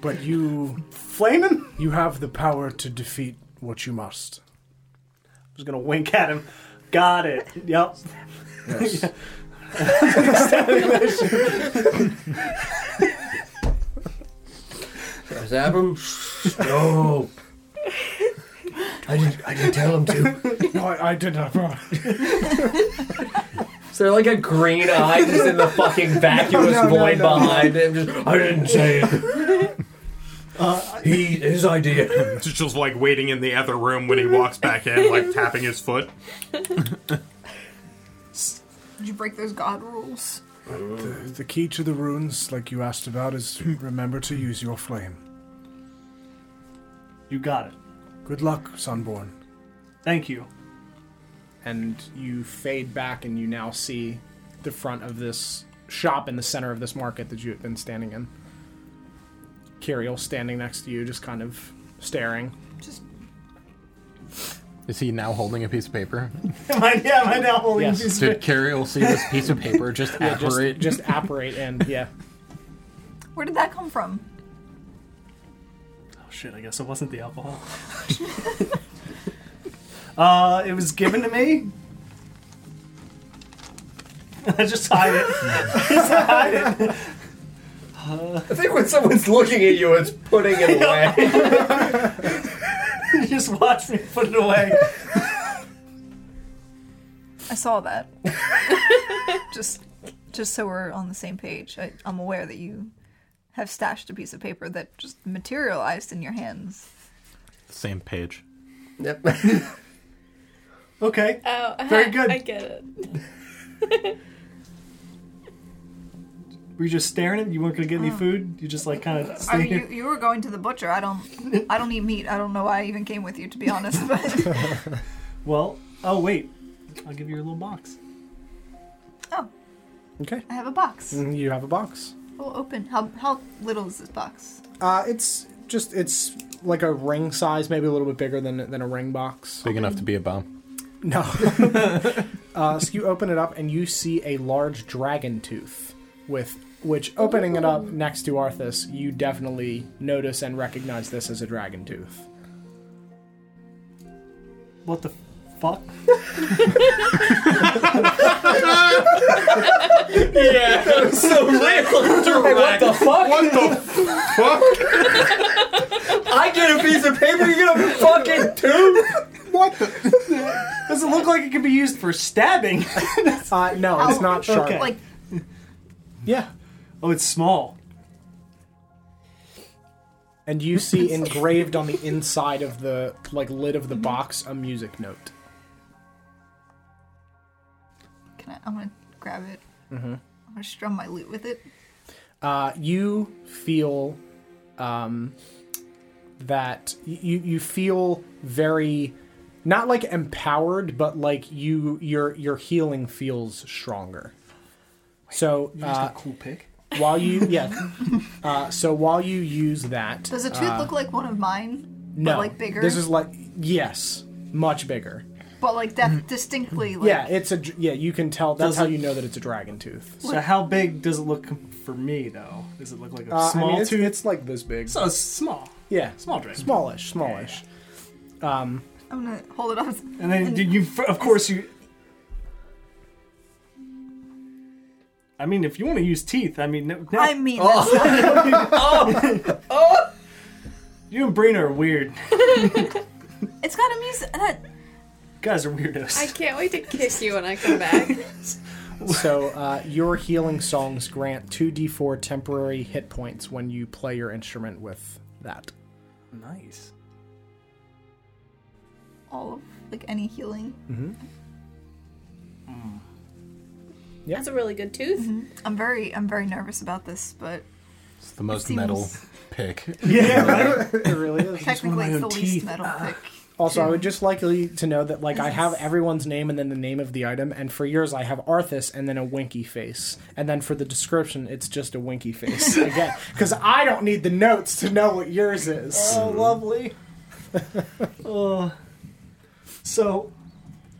but you
Flame him?
you have the power to defeat what you must.
just gonna wink at him. Got it. Yep.
Yes.
Zap him. No. I didn't. I didn't tell him to.
no, I, I did not.
Is there like a green eye just in the fucking vacuous
No, no,
void
no.
behind him? Just, I didn't say it. he his idea.
It's just like waiting in the other room when he walks back in, like tapping his foot.
Did you break those god rules?
The key to the runes, like you asked about, is remember to use your flame.
You got it.
Good luck, Sunborn.
Thank you.
and you fade back and you now see the front of this shop in the center of this market that you had been standing in. Kiriel standing next to you, just kind of staring.
Just
Is he now holding a piece of paper?
Am I, yeah, am I now holding
Yes.
these?
Did Carrie will see this piece of paper just apparate?
Just, just apparate and yeah.
where did that come from?
Oh shit! I guess it wasn't the alcohol.
Uh, it was given to me. I just hide it. just hide it.
I think when someone's looking at you, it's putting it away.
just watch me put it away.
I saw that. just, just so we're on the same page. I, I'm aware that you have stashed a piece of paper that just materialized in your hands.
Same page.
Yep.
okay.
Oh, uh-huh,
Very good.
I get it.
Were you just staring at it? You weren't gonna get any food? You just like kind of
I
staring.
mean, you, you were going to the butcher. I don't. I don't eat meat. I don't know why I even came with you, to be honest. But
Well, oh wait, I'll give you a little box.
Okay.
Oh. I have a box.
Mm-hmm.
You have a box.
We'll open. How how little is this box?
Uh, it's just it's like a ring size, maybe a little bit bigger than than a ring box.
Big enough to be a bomb.
No. uh, so you open it up and you see a large dragon tooth with which opening it up next to Arthas, you definitely notice and recognize this as a dragon tooth.
What the fuck?
Yeah, that was so real. what the
fuck?
What the fuck?
I get a piece of paper, you get a fucking tube?
What the?
Does it look like it could be used for stabbing?
Uh, no, it's not sharp.
Okay.
Like
Yeah.
Oh, it's small.
And you see engraved on the inside of the like lid of the box a music note.
Can I? I'm gonna grab it.
Mm-hmm.
I'm gonna strum my lute with it.
uh, you feel um, that you you feel very not like empowered, but like you your your healing feels stronger. So
You just
uh,
got a cool pick.
while you yeah, uh, so while you use that,
Does the tooth
uh,
look like one of mine?
no
But like bigger.
This is like yes, much bigger.
But like def- distinctly. Like,
Mm-hmm. yeah, it's a dr- yeah. You can tell. That's
Does
how
it-
you know that it's a dragon tooth.
So how big does it look for me though? Does it look like a
Uh, I
small
mean, it's,
tooth?
it's like this big.
So it's small.
yeah,
Small dragon.
smallish, smallish. Um,
I'm gonna hold it up.
And then did you? Of course you. I mean, if you want to use teeth, I mean, no, no-
I mean,
Oh.
that's not
Oh! you and Brina are weird. You
it's got a music. That,
guys are weirdos.
I can't wait to kick you when I come back.
So uh, your healing songs grant two d4 temporary hit points when you play your instrument with that.
Nice.
all of like any healing.
Mm.
That's a really good tooth.
I'm very I'm very nervous about this, but
It's the most
seems-
metal pick.
Yeah, right.
It really is.
technically
my
it's the
own
least
teeth.
metal
Ah.
pick.
Also, I would just like you to know that like I have everyone's name and then the name of the item, and for yours I have Arthas and then a winky face, and then for the description it's just a winky face again, because I don't need the notes to know what yours is.
Oh, lovely. oh. So,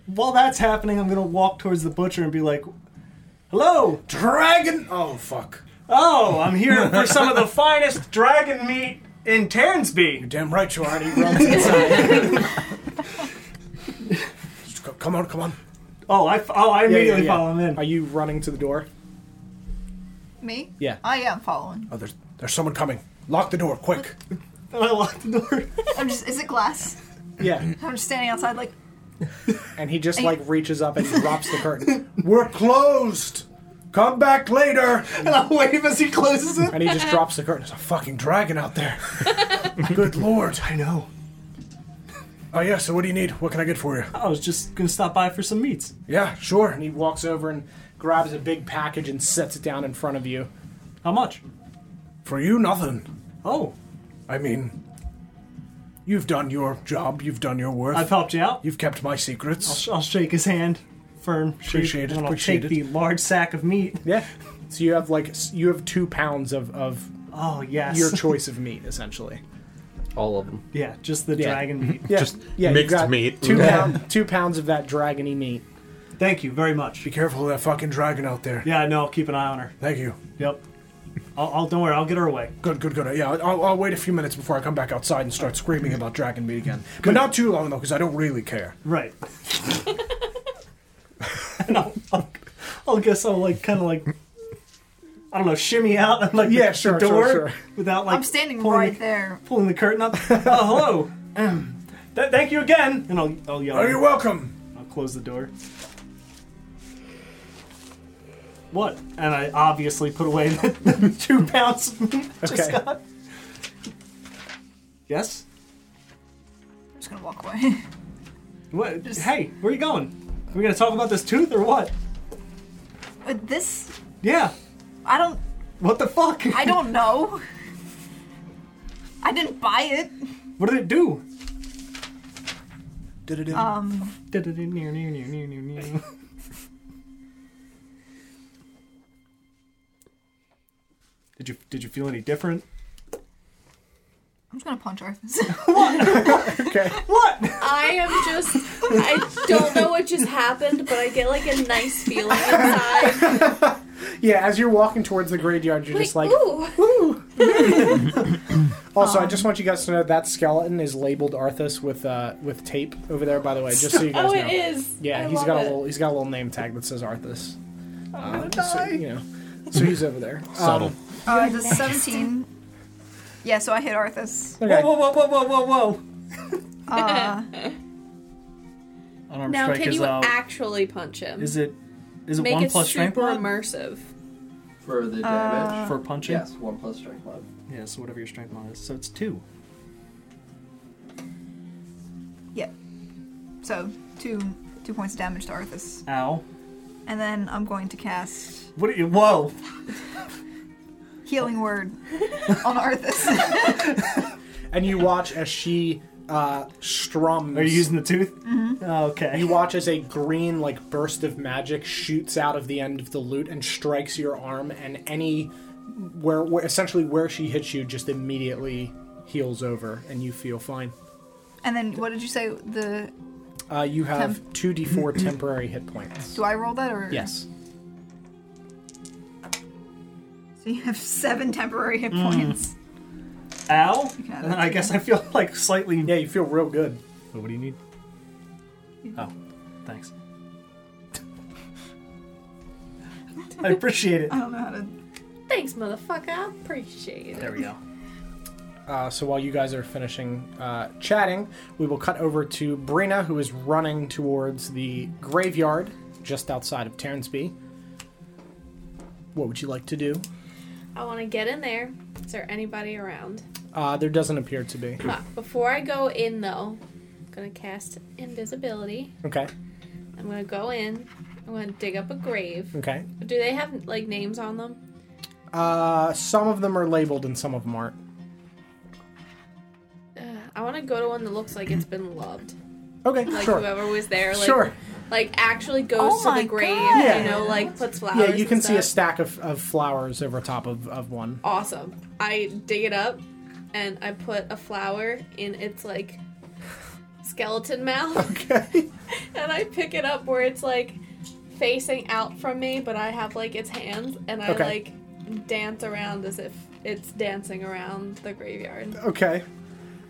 while that's happening, I'm gonna walk towards the butcher and be like, "Hello,
Dragon. Oh fuck!
oh, I'm here for some of the finest dragon meat in Tarnsby."
Damn right you already runs inside. Just go- come on, come on.
Oh, I f- oh,
Yeah,
I
yeah,
immediately
yeah.
follow him in.
Are you running to the door?
Me?
Yeah.
I am following.
Oh, there's there's someone coming. Lock the door, quick.
And I lock the door.
I'm just is it glass?
Yeah.
I'm just standing outside like
And he just like reaches up and drops the curtain,
We're closed. Come back later.
and I wave as he closes it.
and he just drops the curtain.
There's a fucking dragon out there. Good lord.
I know.
Oh yeah. So what do you need? What can I get for you?
I was just gonna stop by for some meats.
Yeah, sure.
and he walks over and grabs a big package and sets it down in front of you.
How much?
For you, nothing.
Oh,
I mean, you've done your job. You've done your worth.
I've helped you out.
You've kept my
I'll,
secrets.
sh- I'll shake his hand. Firm, shake,
Appreciate it,
and I'll
appreciate
take
it.
the large sack of meat.
Yeah. So you have like s- you have two pounds of of
Oh yes,
your choice of meat essentially.
All of them.
yeah, just the
Yeah.
dragon meat.
Yeah.
Just
yeah, you
mixed
got
meat.
Two pound, two pounds of that dragony meat.
Thank you very much.
Be careful of that fucking dragon out there.
Yeah, no, I'll keep an eye on her.
Thank you.
Yep. I'll, I'll don't worry, I'll get her away.
Good, good, good. Yeah, I'll, I'll wait a few minutes before I come back outside and start screaming about dragon meat again. But not too long though, because I don't really care.
Right. and I'll, I'll, I'll guess I'll like kind of like I don't know, shimmy out and like
Yeah,
the
sure, sure,
door
sure.
without like
I'm standing
pulling
right
the,
there.
pulling the curtain up. oh, hello. Um, th- thank you again. And I'll I'll yell.
Are you welcome?
I'll close the door. What? And I obviously put away the, the two pounds. Just
Okay.
got. Yes.
just gonna walk away.
What? Hey, where are you going? Are we gonna talk about this tooth or what?
But this,
Yeah.
I don't.
What the fuck?
I don't know. I didn't buy it.
What did it do?
Um,
Did you did you feel any different?
I'm just gonna punch Arthur.
okay.
What?
I am just. I don't know what just happened, but I get like a nice feeling inside.
Yeah, as you're walking towards the graveyard, you're just like.
ooh.
Also, I just want you guys to know that skeleton is labeled Arthas with uh, with tape over there. By the way, just so you guys
Oh,
know.
it is.
Yeah,
I
he's
love
got a
it.
little he's got a little name tag that says Arthas.
I'm
gonna die. So, you know, so he's over there. Um,
Subtle.
Uh, does 17. Yeah, so I hit Arthas.
Okay.
Whoa, whoa, whoa, whoa, whoa, whoa!
Uh,
Unarmed
Now,
strike
can
is
you
uh,
actually punch him?
is it is it
Make
one
it
plus strength
super
mod
immersive.
For the
Uh,
damage?
for punching?
Yes, one plus strength mod.
Yeah, so whatever your strength mod is, so it's two.
yeah. So, two two points of damage to Arthas.
Ow!
And then I'm going to cast
What? Are you, whoa!
Healing Word on Arthas.
And you watch as she uh, strums.
Are you using the tooth? Oh, okay.
You watch as a green like burst of magic shoots out of the end of the loot and strikes your arm, and any where, where essentially where she hits you just immediately heals over, and you feel fine.
and then, what did you say? The
Uh, you have two d four temporary hit points.
Do I roll that or?
Yes.
So you have seven temporary hit points.
Ow!
Okay,
and then
that's
I guess I feel like slightly.
Yeah, you feel real good.
What do you need? Oh, thanks. I appreciate it.
I don't know how to.
Thanks, motherfucker. I appreciate it.
There we go.
Uh, so while you guys are finishing uh, chatting, we will cut over to Brina, who is running towards the graveyard just outside of Terransby. What would you like to do?
I want to get in there. Is there anybody around?
Uh, there doesn't appear to be.
Fuck. Before I go in, though, I'm going to cast invisibility.
Okay.
I'm going to go in. I'm going to dig up a grave.
Okay.
Do they have, like, names on them?
Uh, some of them are labeled and some of them aren't.
Uh, I want to go to one that looks like it's been loved.
Okay,
Like,
sure.
whoever was there, like,
Sure.
like actually goes
Oh
to
my
the grave,
God.
Yeah.
you know, like, puts flowers.
Yeah, you
and
can see a
stuff.
stack of, of flowers over top of, of one.
awesome. I dig it up and I put a flower in its like skeleton mouth.
Okay.
and I pick it up where it's like facing out from me, but I have like its hands and I
Okay.
like dance around as if it's dancing around the graveyard.
Okay.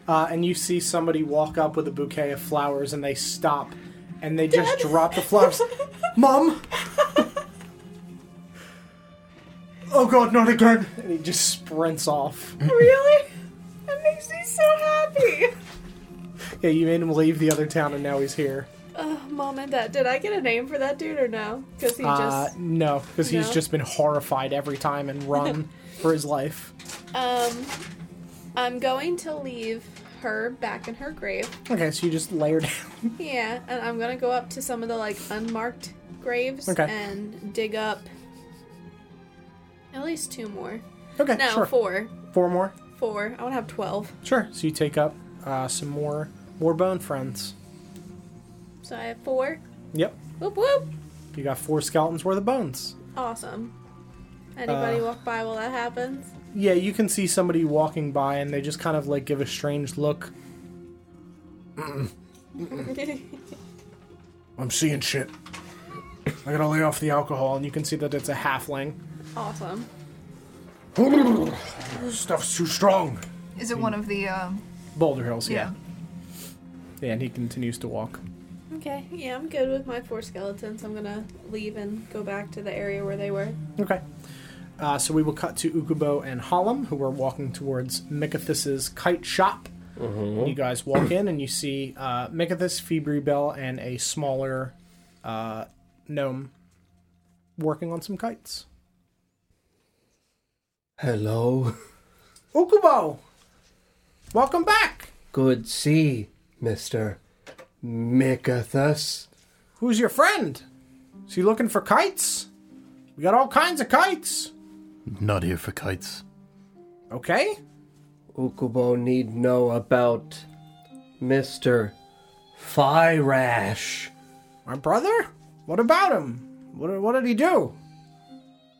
Uh, and you see somebody walk up with a bouquet of flowers and they stop and they just drop the flowers. Mom! oh god, not again! And he just sprints off.
Really? That makes me so happy.
Yeah, you made him leave the other town and now he's here.
Oh, mom and dad, did I get a name for that dude or no? Because he
Uh,
just
no, because he's
No?
just been horrified every time and run for his life. Uh,
um, I'm going to leave her back in her grave.
Okay, so you just layer down.
Yeah, and I'm gonna go up to some of the like unmarked graves
Okay.
and dig up at least two more.
Okay,
No,
sure.
four.
Four more.
Four. I wanna have twelve.
Sure. So you take up uh, some more more bone friends.
So I have four.
Yep.
Whoop whoop.
You got four skeletons worth of bones.
Awesome. Anybody
Uh,
walk by while that happens?
Yeah, you can see somebody walking by and they just kind of like give a strange look.
I'm seeing shit. I gotta lay off the alcohol.
And you can see that it's a halfling.
awesome.
Stuff's too strong.
Is it one of the? Um,
Boulder Hills,
yeah.
yeah. yeah. and he continues to walk.
Okay. Yeah, I'm good with my four skeletons. I'm gonna leave and go back to the area where they were.
Okay. Uh, so we will cut to Ukubo and Hallam, who are walking towards Mikathus's kite shop. You guys walk in and you see uh, Mikathus, Febribel, and a smaller uh, gnome working on some kites.
Hello.
Ukubo! Welcome back!
Good see Mr. Mikathus.
Who's your friend? Is he looking for kites? We got all kinds of kites.
Not here for kites.
Okay.
Ukubo need know about Mr. Firash.
My brother? What about him? What, what did he do?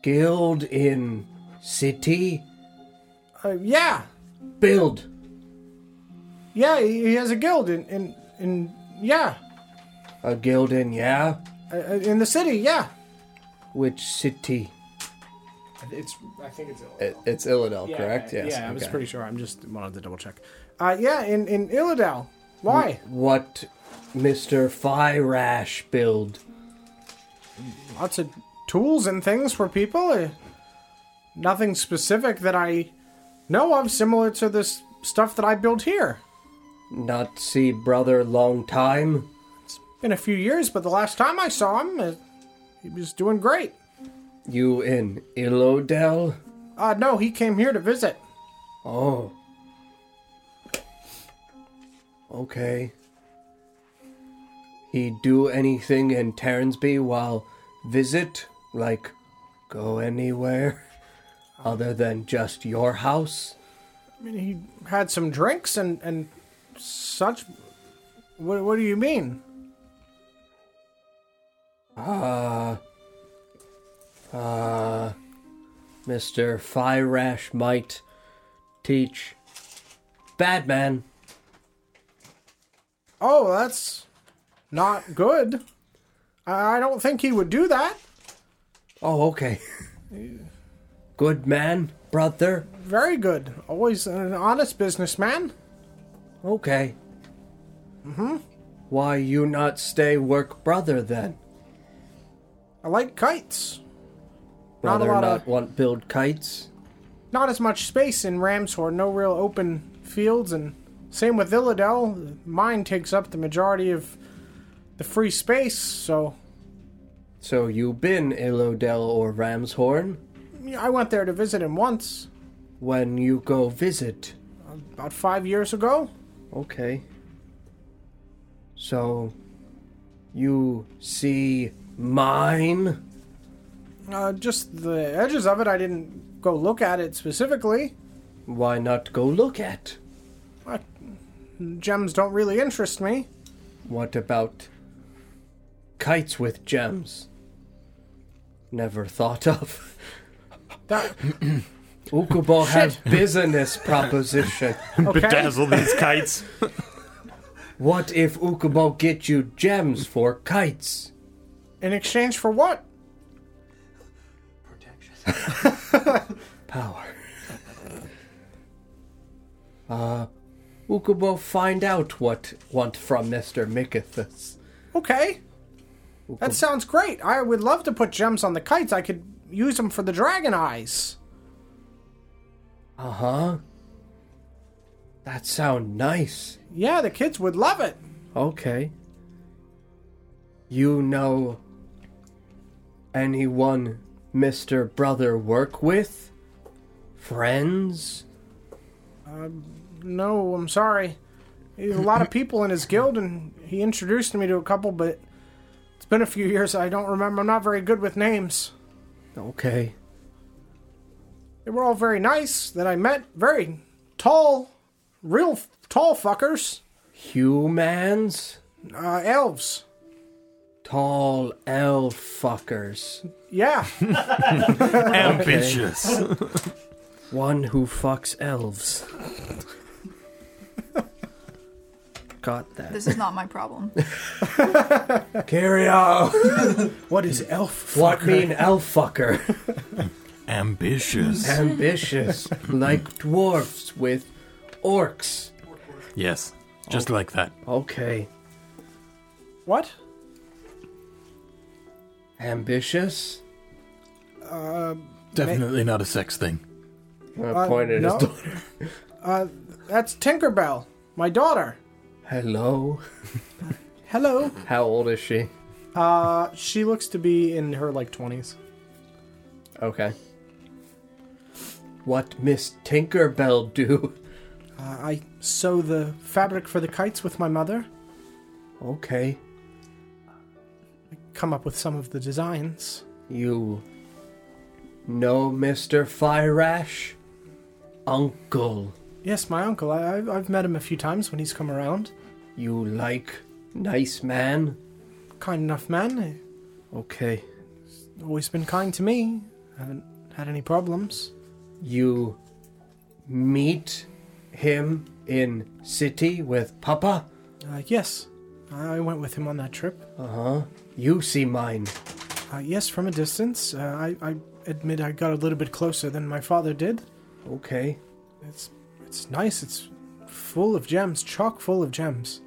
Guild in city?
Uh, yeah.
Build.
Yeah, he, he has a guild in, in, in yeah.
A guild in, yeah?
Uh, uh, in the city, yeah.
Which city?
It's, I think it's Illidale.
It, it's Illidale, correct?
Yeah,
yes.
I was
okay.
pretty sure. I'm just wanted to double check. Uh, yeah, in, in Illidale. Why?
What Mr. Firash build?
Lots of tools and things for people. Uh, nothing specific that I know of, similar to this stuff that I build here.
Not see brother long time?
Been a few years, but the last time I saw him, uh, he was doing great.
You in Illodel?
Uh, no, he came here to visit.
Oh. Okay. He do anything in Terransby while visit? Like, go anywhere? Other than just your house?
I mean, he had some drinks and, and such. What, what do you mean?
Uh. Uh. Mr. Firash might teach Batman.
Oh, that's not good. I I don't think he would do that.
Oh, okay. Good man, brother.
Very good. Always an honest businessman.
Okay. Mm-hmm. Why you not stay work brother then?
I like kites. Not a
Brother
lot
not,
of-
want build kites?
Not as much space in Ramshorn, no real open fields, and same with Illidel. Mine takes up the majority of the free space, so
So you been Illodel or Ramshorn?
yeah, I went there to visit him once,
When you go visit?
about five years ago.
Okay. So you see mine?
Uh, just the edges of it, I didn't go look at it specifically.
Why not go look at?
Gems don't really interest me.
What about kites with gems? Never thought of.
That
Ukubo have business proposition.
Okay.
Bedazzle these kites.
What if Ukubo get you gems for kites?
in exchange for what?
Power. Uh, Ukubo find out what want from Mister Mikathus.
Okay. That sounds great. I would love to put gems on the kites. I could use them for the dragon eyes.
Uh huh. That sound nice.
Yeah, the kids would love it.
Okay. You know anyone Mister Brother work with? Friends?
No, I'm sorry. There's a lot of people in his guild, and he introduced me to a couple, but it's been a few years. I don't remember. I'm not very good with names.
Okay.
They were all very nice that I met. Very tall, real f- tall fuckers.
Humans?
Uh, elves.
Tall elf fuckers.
Yeah.
Ambitious.
One who fucks elves. Got that.
This is not my problem.
Curio!
what is elf?
What mean elf fucker?
Ambitious.
Ambitious. like dwarfs with orcs.
yes. Just like that.
Okay.
What?
Ambitious?
Definitely not a sex thing.
I
Uh,
pointed
no.
his daughter.
Uh, that's Tinkerbell, my daughter.
Hello?
Hello.
How old is she?
Uh, she looks to be in her like 20s.
Okay. What Miss Tinkerbell do?
Uh, I sew the fabric for the kites with my mother.
Okay.
Come up with some of the designs.
You know Mr. Firash? Uncle.
Yes, my uncle. I, I've, I've met him a few times when he's come around.
You like nice man?
Kind enough man.
Okay.
Always been kind to me. Haven't had any problems.
You meet him in city with Papa?
Uh, yes, I went with him on that trip.
Uh huh. You see mine.
Uh, yes, from a distance. Uh, I, I admit I got a little bit closer than my father did.
Okay.
It's it's nice. It's full of gems, chock full of gems.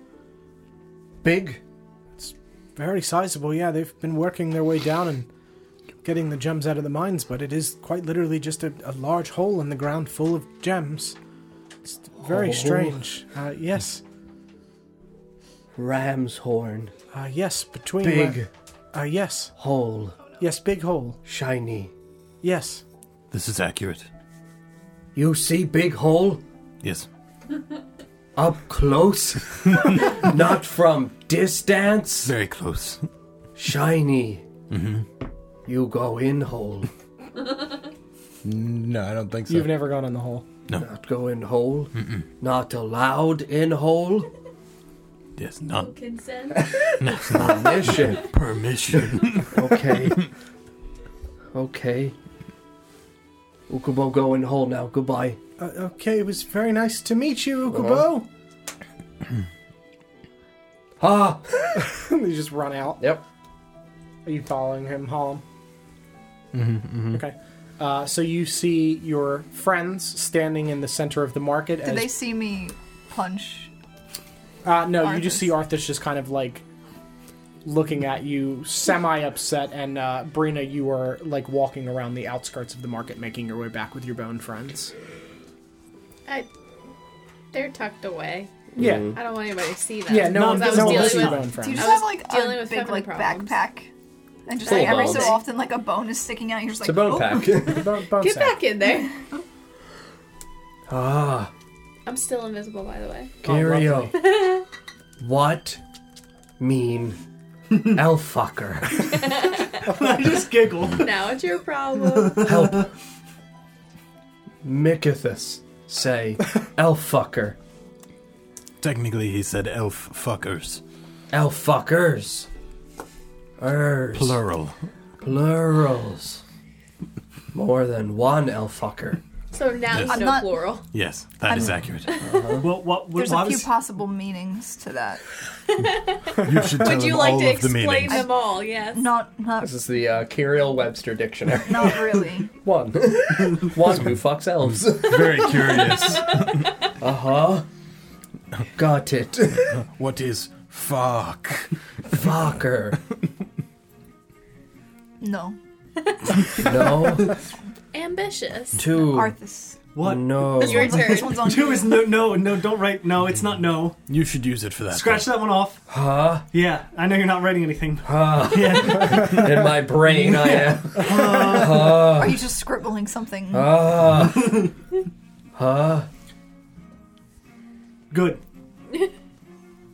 Big.
It's very sizable. Yeah, they've been working their way down and getting the gems out of the mines, but it is quite literally just a, a large hole in the ground full of gems. It's very
Oh.
strange. Uh, yes.
Ram's horn.
Uh, yes, between
Big
Uh, yes.
hole.
Yes, big hole.
Shiny.
Yes.
This is accurate.
You see big hole?
Yes.
Up close? Not from distance?
Very close.
Shiny.
Mm-hmm.
You go in hole.
No, I don't think
You've never gone on the hole.
No.
Not go in hole. Not allowed in hole.
Yes, not.
Consent.
Permission.
Permission.
okay. Okay. Ukubo go in hole now. Goodbye.
Uh, okay, it was very nice to meet you, Ukubo.
Ha!
they just run out.
Yep.
Are you following him, Hollum?
Mm-hmm, mm-hmm.
Okay. Uh, so you see your friends standing in the center of the market.
Did they see me punch?
Uh, no, you just see Arthas just kind of like looking at you, semi upset, and uh, Brina, you are like walking around the outskirts of the market, making your way back with your bone friends.
I, they're tucked away.
Mm-hmm.
Yeah.
I don't want anybody to see them.
Yeah, no one-
I was
no one
dealing
will see
with-
bone friends.
Do you
I
just
was
have like
dealing
a
with
big
feminine
like
problems.
backpack, and just
Full
like every
bone.
so often like a bone is sticking out. And you're just like,
It's a bone
oh.
pack.
bone, bone
Get
sack.
back in there.
Ah,
I'm still invisible, by the way.
Gario. what mean elf fucker?
I just giggle.
now it's your problem.
Help. Mikithus say elf fucker.
Technically, he said elf fuckers.
Elf fuckers. Ers.
Plural.
Plurals. More than one elf fucker.
So now
Yes.
you
I'm
know
not-
plural.
Yes, that is
I'm-
accurate.
Well, what, what,
There's
why
a few
was-
possible meanings to that.
You should tell
Would you
him
like
all
to
of the
explain
meanings.
them all? Yes.
Not not
This is the uh, Kirill Webster Dictionary.
not really.
One. one who fucks elves.
Very curious.
Uh huh. Got it.
what is fuck?
Fucker.
No.
No.
Ambitious.
Two.
Arthas.
What?
No.
Your
Like, This
turn.
one's on
Two
you.
is no, no, no. Don't write. No, it's not no.
You should use it for that.
Scratch that one off.
Huh?
Yeah, I know you're not writing anything.
Huh?
Yeah,
In my brain, I am.
Are you just scribbling something?
Huh? Huh?
good.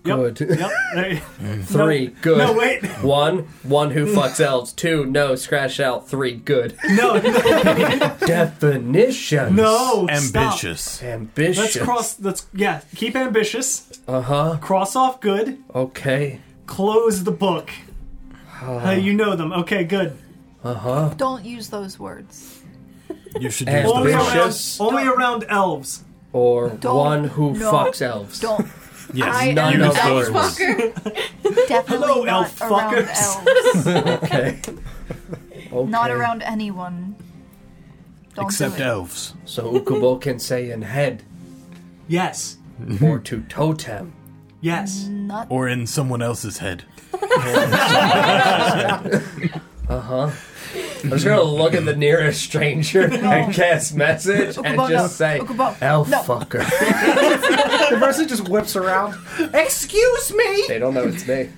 Good.
Yep. there you-
Three.
No,
Good.
No, wait.
One. One who fucks elves. Two. No. Scratch out. Three. Good.
No, no,
Definitions.
no. stop.
Ambitious.
Ambitious.
Let's cross. Let's yeah. Keep ambitious.
Uh huh.
Cross off good.
Okay.
Close the book. Uh, you know them. Okay, good.
Uh huh.
Don't use those words.
You should
And
use
Only
the
Ambitious.
around,
words.
only around elves.
Or
Don't-
one who
no.
fucks elves.
Don't
Yes,
I
none
am
of
that
those words.
fucker.
definitely
Hello,
not
elf
around
fuckers.
elves.
Okay. okay.
Not around anyone. Don't
Except
do it.
elves.
So Ukubo can say in head
Yes.
or to totem.
Yes.
Not
Or in someone else's head.
Uh huh. I'm just gonna look at the nearest stranger and cast message and
Ukubo,
just
no.
say
Ukubo,
elf
no.
fucker.
The person just whips around. Excuse me.
they don't know it's me.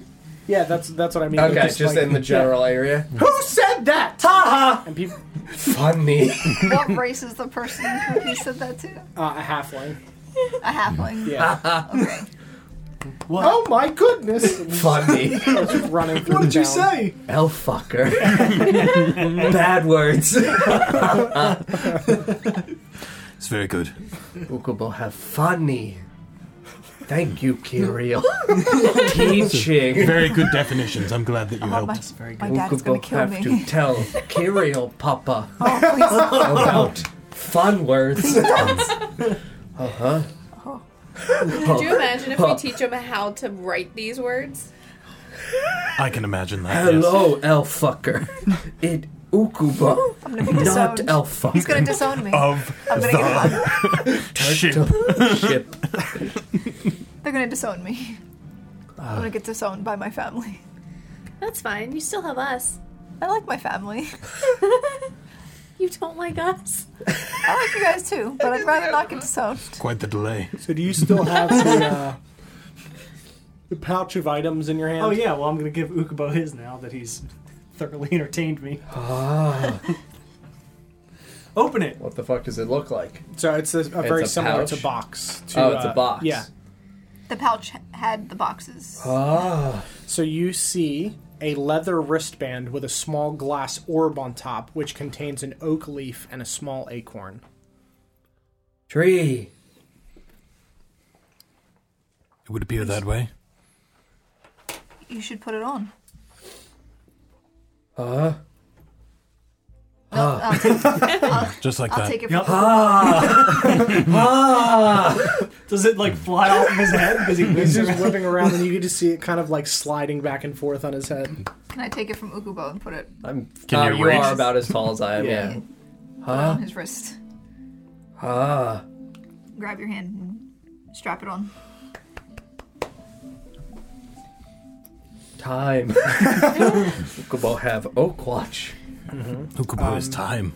Yeah, that's that's what I mean. They're
Okay, just,
like,
in the general area.
Who said that? Ha ha. And people,
Funny.
what race is the person who he said that to?
uh, a halfling.
A halfling.
Yeah.
okay.
Oh my goodness!
Funny.
Just running through
What did
the
you
town.
say? Elf fucker. Bad words.
It's very good.
Ukubo, have funny. Thank you, Kirill. Teaching.
Very good definitions. I'm glad that you helped.
My dad's gonna
Ukubo
kill
have
me.
to tell Kirill Papa
Oh,
about fun words. uh huh.
Could you imagine if we teach them how to write these words?
I can imagine that.
Hello, elf fucker. It Ukubo.
I'm gonna be
Not
disowned.
elf Oh. fucker.
He's gonna disown me. I'm gonna get
the ship. ship.
They're gonna disown me. I'm
Ah.
gonna get disowned by my family.
That's fine. You still have us.
I like my family.
You don't like us.
I like you guys too, but I'd rather not get disowned.
Quite the delay.
So do you still have the, uh, the pouch of items in your hand?
Oh yeah, well I'm gonna give Ukubo his now that he's thoroughly entertained me.
Ah.
Open it.
What the fuck does it look like?
So it's a, a very
a
similar.
pouch?
It's a box. To,
Oh, it's a
uh,
box.
Yeah.
The pouch had the boxes.
Ah.
So you see a leather wristband with a small glass orb on top, which contains an oak leaf and a small acorn.
Tree.
It would appear that way.
You should put it on.
Huh?
I'll take, I'll,
Just like
I'll
that.
take it
Yep.
from
Does it like fly off of his head because he
He's
moves
just
around?
whipping around, and you can just see it kind of like sliding back and forth on his head.
Can I take it from Ukubo and put it
I'm.
Can
uh,
you
you
reach?
are about as tall as I am. yeah.
Yeah.
put it
Huh?
on his wrist?
Ah.
Grab your hand and strap it on.
Time. Ukubo have oak watch.
Ukubo is
Um,
time.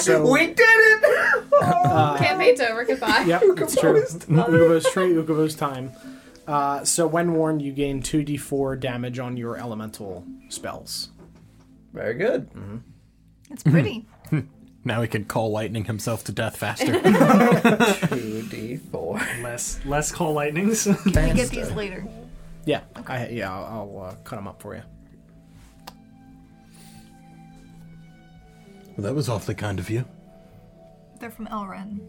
So
did it.
Campaign's over. Goodbye.
Yep, it's true. Ukubo's tree, Ukubo's time. Uh, so when worn, you gain 2d4 damage on your elemental spells.
Very good.
It's pretty.
Now he can call lightning himself to death faster.
Two D four.
Less less call lightnings.
we get these later.
Yeah, I, yeah, I'll, I'll uh, cut them up for you.
that was awfully kind of you.
They're from Elren.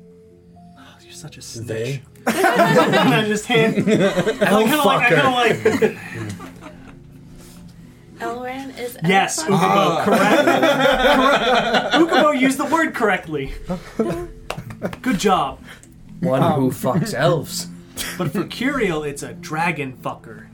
You're such a snitch.
They.
And I just hand.
Elf
Kind of like, I kind of like.
Elran is.
Yes, Uh-huh.
Elphaba.
Ukubo, correct. correct. Ukubo used the word correctly. Good job.
One who fucks elves.
But for Curiel, it's a dragon fucker.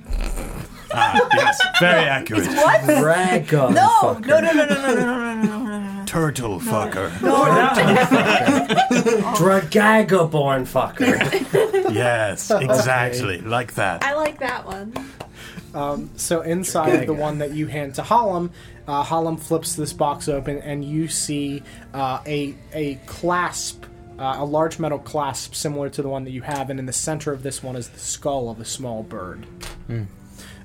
Ah, yes. Very accurate.
Dragon.
No,
fucker.
no, no, no, no, no, no, no, no, no, no, no.
Turtle fucker.
Dragagoborn fucker.
Yes, exactly. Like that.
I like that one.
So inside the one that you hand to Hollum, uh, Hollum flips this box open, and you see uh, a a clasp, uh, a large metal clasp similar to the one that you have, and in the center of this one is the skull of a small bird.
Hmm.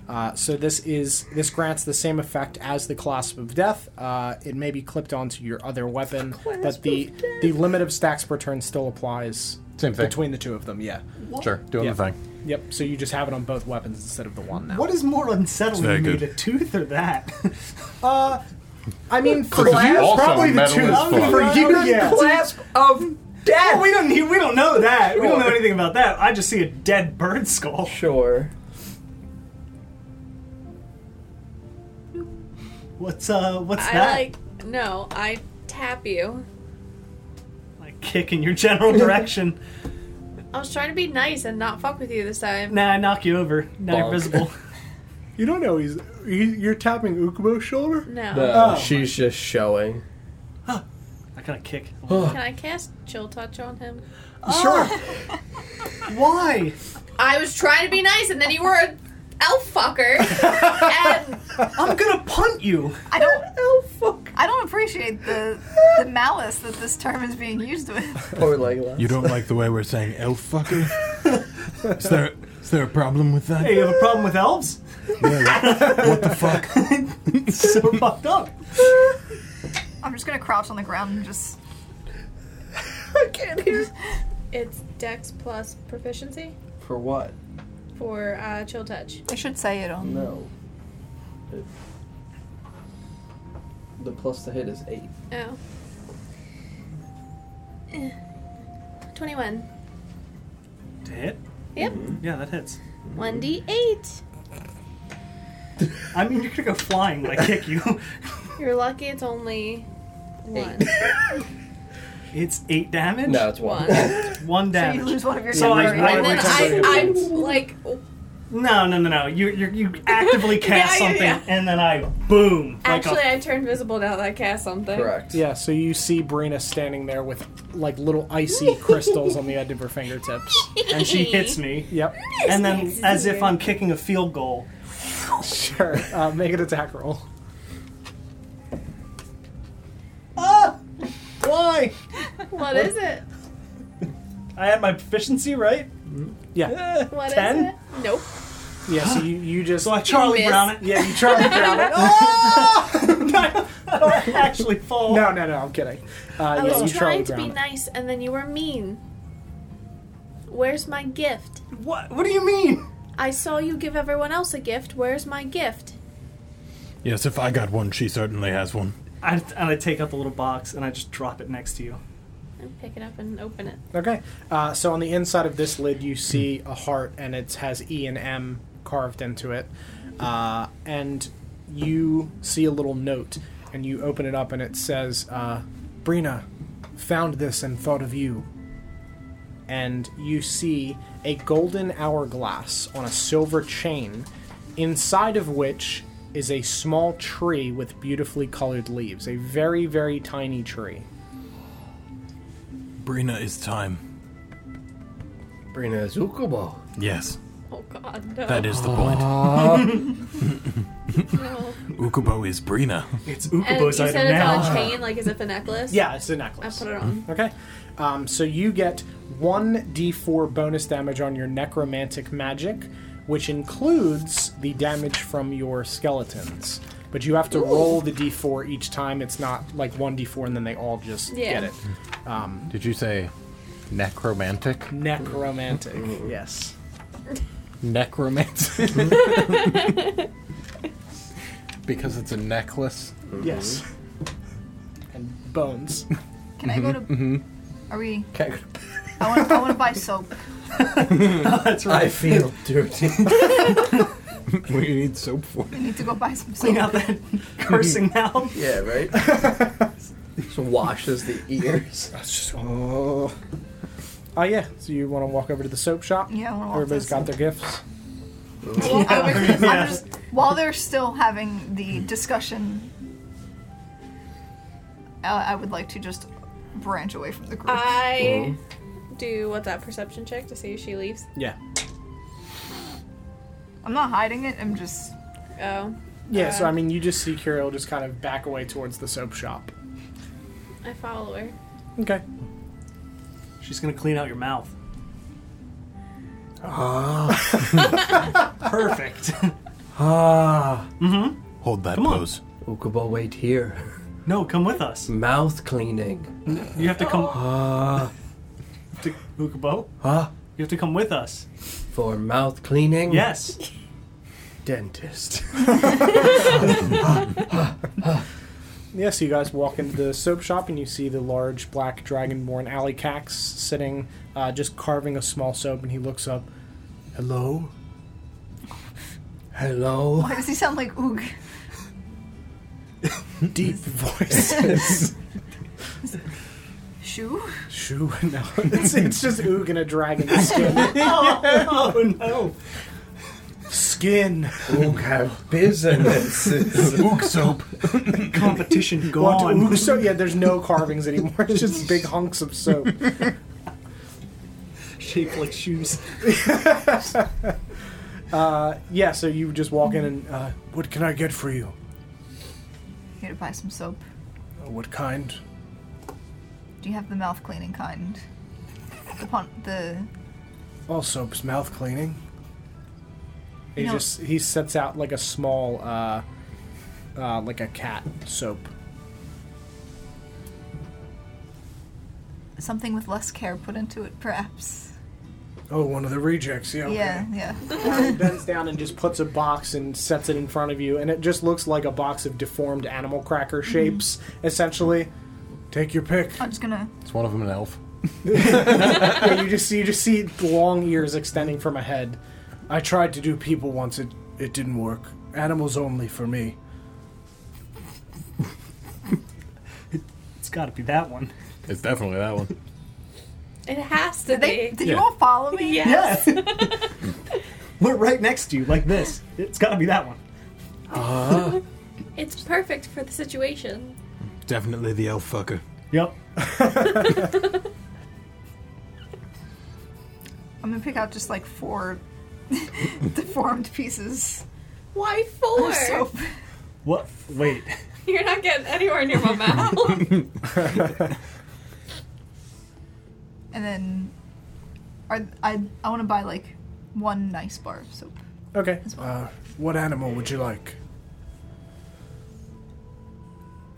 Uh, so this is this grants the same effect as the clasp of death. Uh, it may be clipped onto your other weapon, but the the limit of stacks per turn still applies
Same thing.
between the two of them. Yeah.
Sure, doing
Yeah.
the thing.
Yep. So you just have it on both weapons instead of the one now.
What is more unsettling
Very
to me,
good.
the tooth or that?
I mean, for you,
Also
probably the
metal
two.
as fuck.
For
Oh,
you, yeah.
Clasp of death.
Oh, we don't need, we don't know that. We don't know anything about that. I just see a dead bird skull.
Sure.
What's uh what's
I
that?
like. No, I tap you.
Like kick in your general direction.
I was trying to be nice and not fuck with you this time.
nah, I knock you over. Now
Bonk.
you're visible.
You don't know he's he, you're tapping Ukubo's shoulder.
No.
No, she's just showing.
I kind of kick.
Can I cast chill touch on him?
Why?
I was trying to be nice, and then you were an elf fucker. and
I'm gonna punt you.
I don't. I don't appreciate the the malice that this term is being used with.
Poor Legolas.
You don't like the way we're saying elf fucker? Is there is there a problem with that?
Hey, you have a problem with elves?
Yeah, what, what the fuck?
It's so fucked up.
I'm just gonna crouch on the ground and just.
it's Dex plus proficiency
For what?
for uh, chill touch.
I should say it on.
No. It- the plus to hit is eight.
Oh. Eh. Twenty-one.
To hit?
Yep.
Yeah, that hits.
One d eight.
I mean, you're gonna go flying when I kick you.
You're lucky it's only one.
It's eight damage.
No, it's one.
One, damage.
you lose one of your
So I,
temporary
I,
And then I, I'm like,
no, no, no, no. You you you actively
Yeah, yeah,
cast something,
yeah.
and then I boom. like a-
actually, I turned visible now that I cast something.
Yeah, so you see Brina standing there with like little icy crystals on the end of her fingertips.
and she hits me.
Yep.
And then, as if I'm kicking a field goal,
Sure. Uh, make an attack roll.
Ah! Why?
What is it?
I had my proficiency right.
Yeah.
What is
Ten?
it? Nope.
Yeah, so you, you just.
So I Charlie
missed.
Brown it.
Yeah, you Charlie Brown it.
Ah! I don't actually fall.
No, no, no, I'm kidding. Uh,
I
yeah, you
was trying
Charlie
to be
Brown it.
nice, and then you were mean. Where's my gift?
What? What do you mean?
I saw you give everyone else a gift. Where's my gift?
Yes, if I got one, she certainly has one.
I, and I take out the little box and I just drop it next to you.
And pick it up and open it.
Okay. Uh, so on the inside of this lid, you see a heart, and it has E and M carved into it. Uh, and you see a little note, and you open it up, and it says, uh, Brina, found this and thought of you. And you see a golden hourglass on a silver chain, inside of which is a small tree with beautifully colored leaves. A very, very tiny tree.
Brina is time.
Brina Zukubo.
Yes,
Oh God, no.
that is the point.
No.
Ukubo is Brina.
It's
And you
Ukubo's
said it's
item now.
on a chain, like as if a necklace.
Yeah, it's a
I
necklace.
put it on.
Okay. Um, so you get 1d4 bonus damage on your necromantic magic, which includes the damage from your skeletons. But you have to roll the d4 each time. It's not like 1d4 and then they all just
Yeah.
get it. Um,
Did you say necromantic?
Necromantic. yes.
Necromantic? because it's a necklace?
Yes. And bones.
Can I
Mm-hmm.
go to? Are we? I want. I want to buy soap.
That's right.
I feel dirty.
what do you need soap for?
I need to go buy some soap.
Clean out that cursing mouth.
yeah, right? Just washes the ears.
That's just. Oh. Oh, yeah. So you want to walk over to the soap shop?
Yeah, I want to walk.
Everybody's got their gifts.
Well, I was- I was-
Yes.
While they're still having the discussion, uh, I would like to just branch away from the group.
Uh,
I do what's that perception check to see if she leaves.
Yeah.
I'm not hiding it. I'm just.
Oh,
Yeah, so
Uh,
I mean, you just see Kirill just kind of back away towards the soap shop.
I follow her.
Okay.
She's gonna clean out your mouth.
Ah.
Perfect.
Ah.
Hold that
Come on.
pose.
Ukubo, Oh, wait here.
no, come with us.
Mouth cleaning.
You have to come
Ah.
to Ukubo.
Huh?
You have to come with us.
For mouth cleaning?
Yes.
Dentist.
Yeah, so you guys walk into the soap shop and you see the large black dragonborn Alley Cax sitting, uh, just carving a small soap, and he looks up.
Hello? Hello?
Why does he sound like Oog?
Deep voices.
Shoe?
Shoo, no. It's, it's just Oog in a dragon skin.
oh, oh, no.
Skin.
Oog have business.
Ook soap.
Competition
Well, to
gone.
Oog so yeah, there's no carvings anymore. It's just big hunks of soap.
Shaped like shoes.
Yeah, so you just walk in and uh,
What can I get for you?
Here to buy some soap.
Uh, What kind?
Do you have the mouth cleaning kind? The pon- the
All soaps, mouth cleaning.
he
No.
just he sets out like a small, uh, uh, like a cat soap.
something with less care put into it, perhaps.
Oh, one of the rejects. Yeah. okay.
yeah.
bends down and just puts a box and sets it in front of you, and it just looks like a box of deformed animal cracker shapes, essentially.
Take your pick.
I'm just gonna.
It's one of them an elf.
Yeah, you just you just see long ears extending from a head.
I tried to do people once. It it didn't work. Animals only for me.
It's got to be that one.
It's definitely that one.
It has to be.
Did
Yeah.
you all follow me?
Yes. We're right next to you, like this. It's got to be that one.
Ah,
It's perfect for the situation.
definitely the elf fucker.
Yep.
I'm gonna pick out just like four deformed pieces.
Why 4
I'm so-
What? Wait.
You're not getting anywhere near my mouth.
and then, are, I I want to buy like one nice bar of soap.
Okay.
Uh, what animal would you like?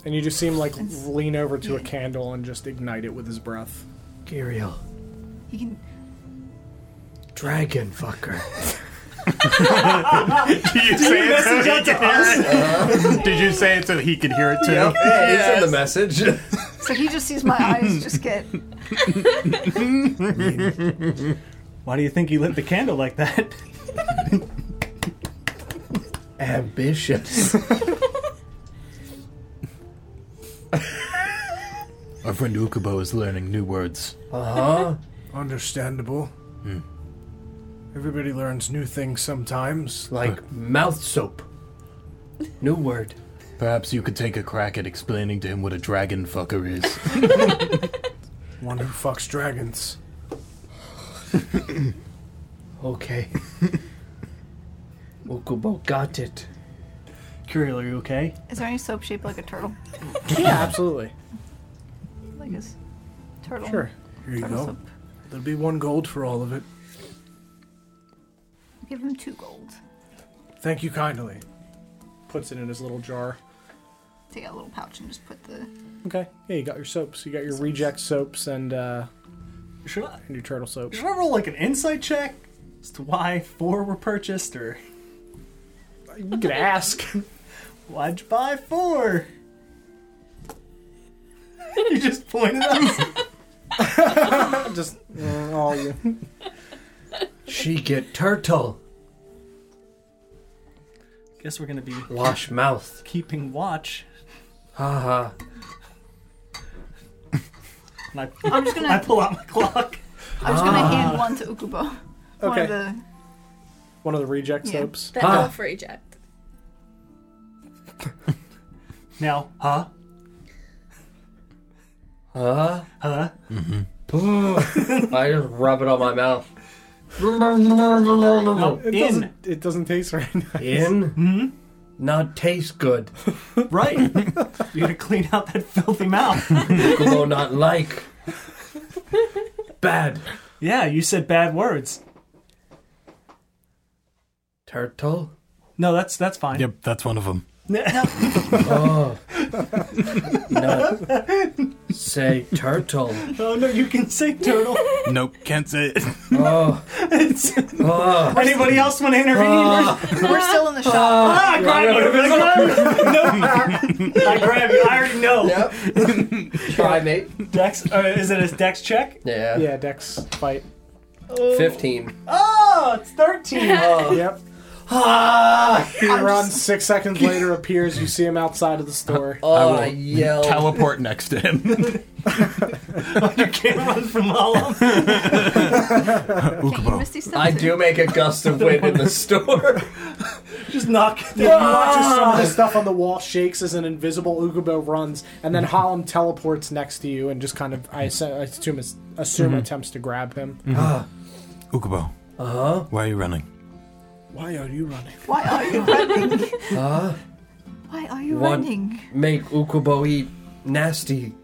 And you just see him like lean over to a candle and just ignite it with his breath.
Giriel,
He can.
dragon fucker.
Did you say it so he could hear it? Did you say it so he could hear it too?
Yeah, it's in the message.
So he just sees my eyes just get.
Why do you think he lit the candle like that?
Ambitious.
Our friend Ukubo is learning new words.
Uh-huh.
Understandable.
Hmm.
Everybody learns new things sometimes.
Like mouth soap. New word.
Perhaps you could take a crack at explaining to him what a dragon fucker is.
one who fucks dragons.
Okay. Ukubo got it.
Curiel, are you okay?
Is there any soap shaped like a turtle?
Yeah, absolutely.
Like a s- turtle.
Sure.
Here you
turtle
go.
soap.
There'll be one gold for all of it.
Give him two gold.
Thank you kindly.
Puts it in his little jar.
Take out a little pouch and just put the.
Okay. Yeah, you got your soaps. You got your reject soaps and uh
Should I,
and your turtle soap.
should I roll like an insight check as to why four were purchased, or
You could ask.
why'd you buy four? you just pointed at us.
just mm, all you.
She get turtle.
Guess we're gonna be
Wash mouth.
keeping watch.
Ha ha.
And I,
I'm just gonna.
I pull out my clock.
I'm just gonna hand one to Ukubo. One
Okay.
of the.
One of the reject
Yeah.
soaps.
That
Huh.
elf reject.
Now, huh?
Huh? Mm-hmm.
Huh?
I just rub it on my mouth.
No,
It
in.
doesn't it doesn't taste right.
In? Not taste good.
Right. you gotta clean out that filthy mouth.
Ukubo not like. Bad.
yeah, you said bad words.
Turtle?
No, that's that's fine.
Yep, that's one of them.
Oh. Not say turtle.
Oh no, you can say turtle.
Nope, can't say it.
Oh.
It's-
Oh.
Anybody else want to intervene?
We're still in the shop.
Ah, I grab you. Nope. I grab you. I already know.
Yep. Try, mate.
Dex, uh, is it a dex check?
Yeah.
Yeah, Dex fight.
15.
Oh, it's thirteen.
Yep.
Ah!
He runs six seconds later, appears, you see him outside of the store.
Oh,
I will
I yell.
Teleport next to him.
you can't run from all of them.
Can't you misty still
I
too?
do make a gust of wind in the store.
Just knock.
Ah!
Watches some of the stuff on the wall shakes as an invisible Ugubo runs, and then Hallam teleports next to you and just kind of, I, assu- I assume, is- assume attempts to grab him.
Ah.
Ukubo,
Uh huh.
why are you running?
Why are you running?
Why are you running?
Uh
Why are you
One-
running?
Make Ukubo eat nasty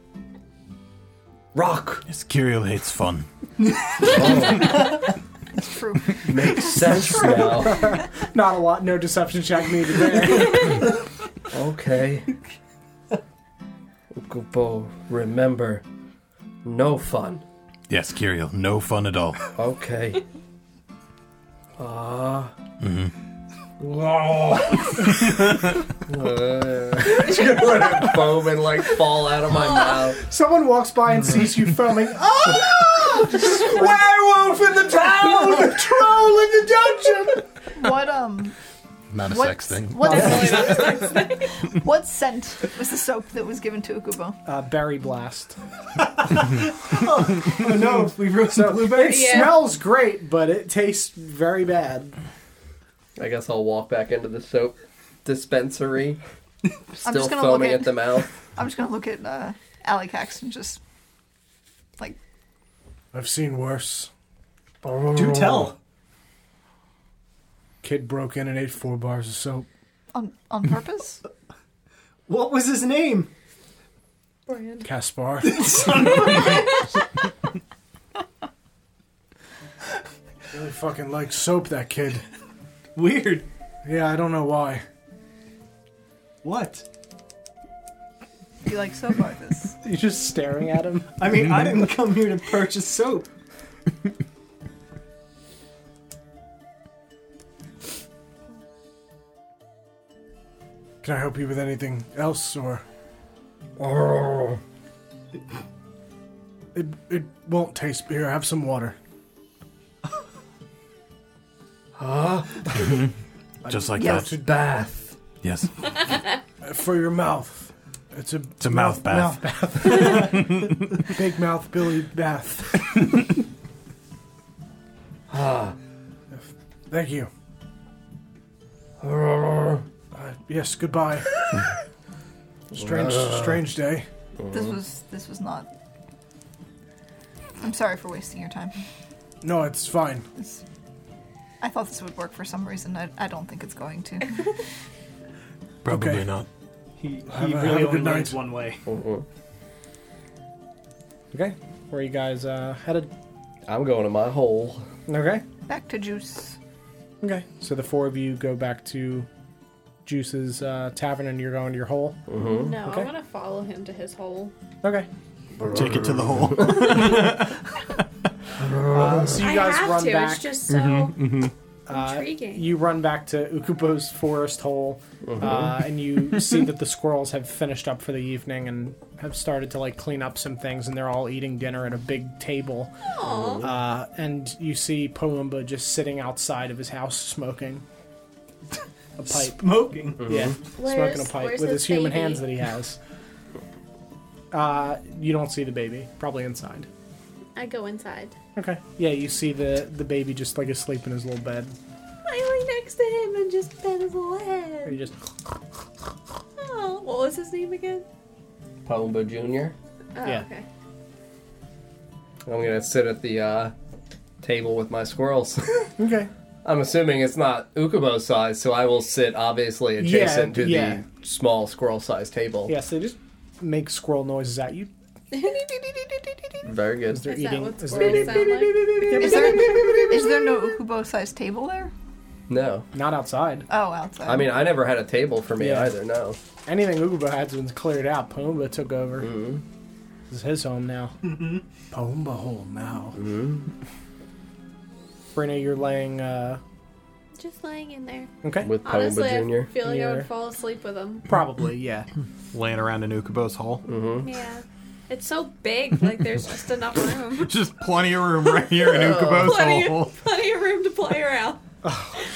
rock.
Yes, Kirill hates fun.
It's true.
Makes sense now.
Not a lot, no deception check needed there.
Okay. Ukubo, remember, no fun.
Yes, Kiriel, no fun at all.
Okay. Ah.
hmm
Mm-hmm.
Whoa. It's gonna let foam and like fall out of my mouth.
Someone walks by and sees you foaming.
Oh! Werewolf in the town! Troll in the dungeon!
What um?
Not a
what-
sex thing.
What, what scent was the soap that was given to Ukubo?
Uh, berry blast.
oh,
oh no, we ruined so, blueberry. It
Yeah.
smells great, but it tastes very bad.
I guess I'll walk back into the soap dispensary. Still
gonna look
foaming
at-
at the mouth.
I'm just gonna look at uh, Alley Cax and just like
I've seen worse.
Do tell.
Kid broke in and ate four bars of soap.
on on purpose.
What was his name?
Brian.
Caspar.
Son of
really fucking likes soap, that kid.
Weird.
Yeah, I don't know why.
What?
You like soap artists?
You're just staring at him.
I mean, I didn't come here to purchase soap.
Can I help you with anything else, or? It, it won't taste beer. Have some water. Huh?
Just like
Yes.
that.
Bath.
Yes.
For your mouth. It's a,
It's a mouth bath.
mouth bath. Big mouth Billy bath.
Ah.
Thank you. Uh, yes, goodbye. strange, strange day.
This was this was not. I'm sorry for wasting your time.
No, it's fine.
This, I thought this would work for some reason. I, I don't think it's going to.
Probably
Okay.
not.
He,
Have
he
a- have
really
a good
only learns
night.
one way.
Okay, where are you guys uh, headed?
I'm going to my hole.
Okay.
Back to juice.
Okay. So the four of you go back to Juice's uh, tavern, and you're going to your hole. Mm-hmm.
No,
Okay.
I want to follow him to his hole.
Okay.
Take it to the hole.
Uh, so you
I
guys
have
run
to,
back.
It's just so
Uh,
intriguing.
you run back to Ukubo's forest hole, uh,
Mhm.
and you see that the squirrels have finished up for the evening and have started to like clean up some things, and they're all eating dinner at a big table.
Aw.
Uh, and you see Poumba just sitting outside of his house smoking a pipe.
Smoking.
Yeah,
Where's-
smoking a pipe
where's
with
his
his human
baby?
hands that he has. Uh, you don't see the baby, probably inside.
I go inside.
Okay. Yeah, you see the the baby just like asleep in his little bed.
I lay next to him and just pet his little
He
head.
just
Oh, what was his name again?
Palumbo Jr.
Oh,
Yeah.
okay.
I'm gonna sit at the uh, table with my squirrels.
okay.
I'm assuming it's not Ukubo size, so I will sit obviously adjacent
Yeah,
to
yeah.
the small squirrel sized table.
Yeah, so they just make squirrel noises at you.
Very good.
Is there Is that eating- what is there-
Squirrels sound like?
Is there is there no Ukubo sized table there?
No.
Not outside.
Oh, outside.
I mean, I never had a table for me
Yeah.
either, no.
Anything Uguba had's been cleared out. Pumbaa took over. This is his home now. Mm-hmm.
Mm-hmm.
Pumbaa home now. Brina, you're laying. Uh,
Just lying in there.
okay.
With
Honestly,
Palumbo
I feel like I
You're-
would fall asleep with him.
Probably, yeah.
Laying around in Ukubo's hole.
Mm-hmm.
Yeah. It's so big, like there's just enough room.
Just plenty of room right here in Ukubo's
plenty,
Oh.
hole.
plenty of room to play around.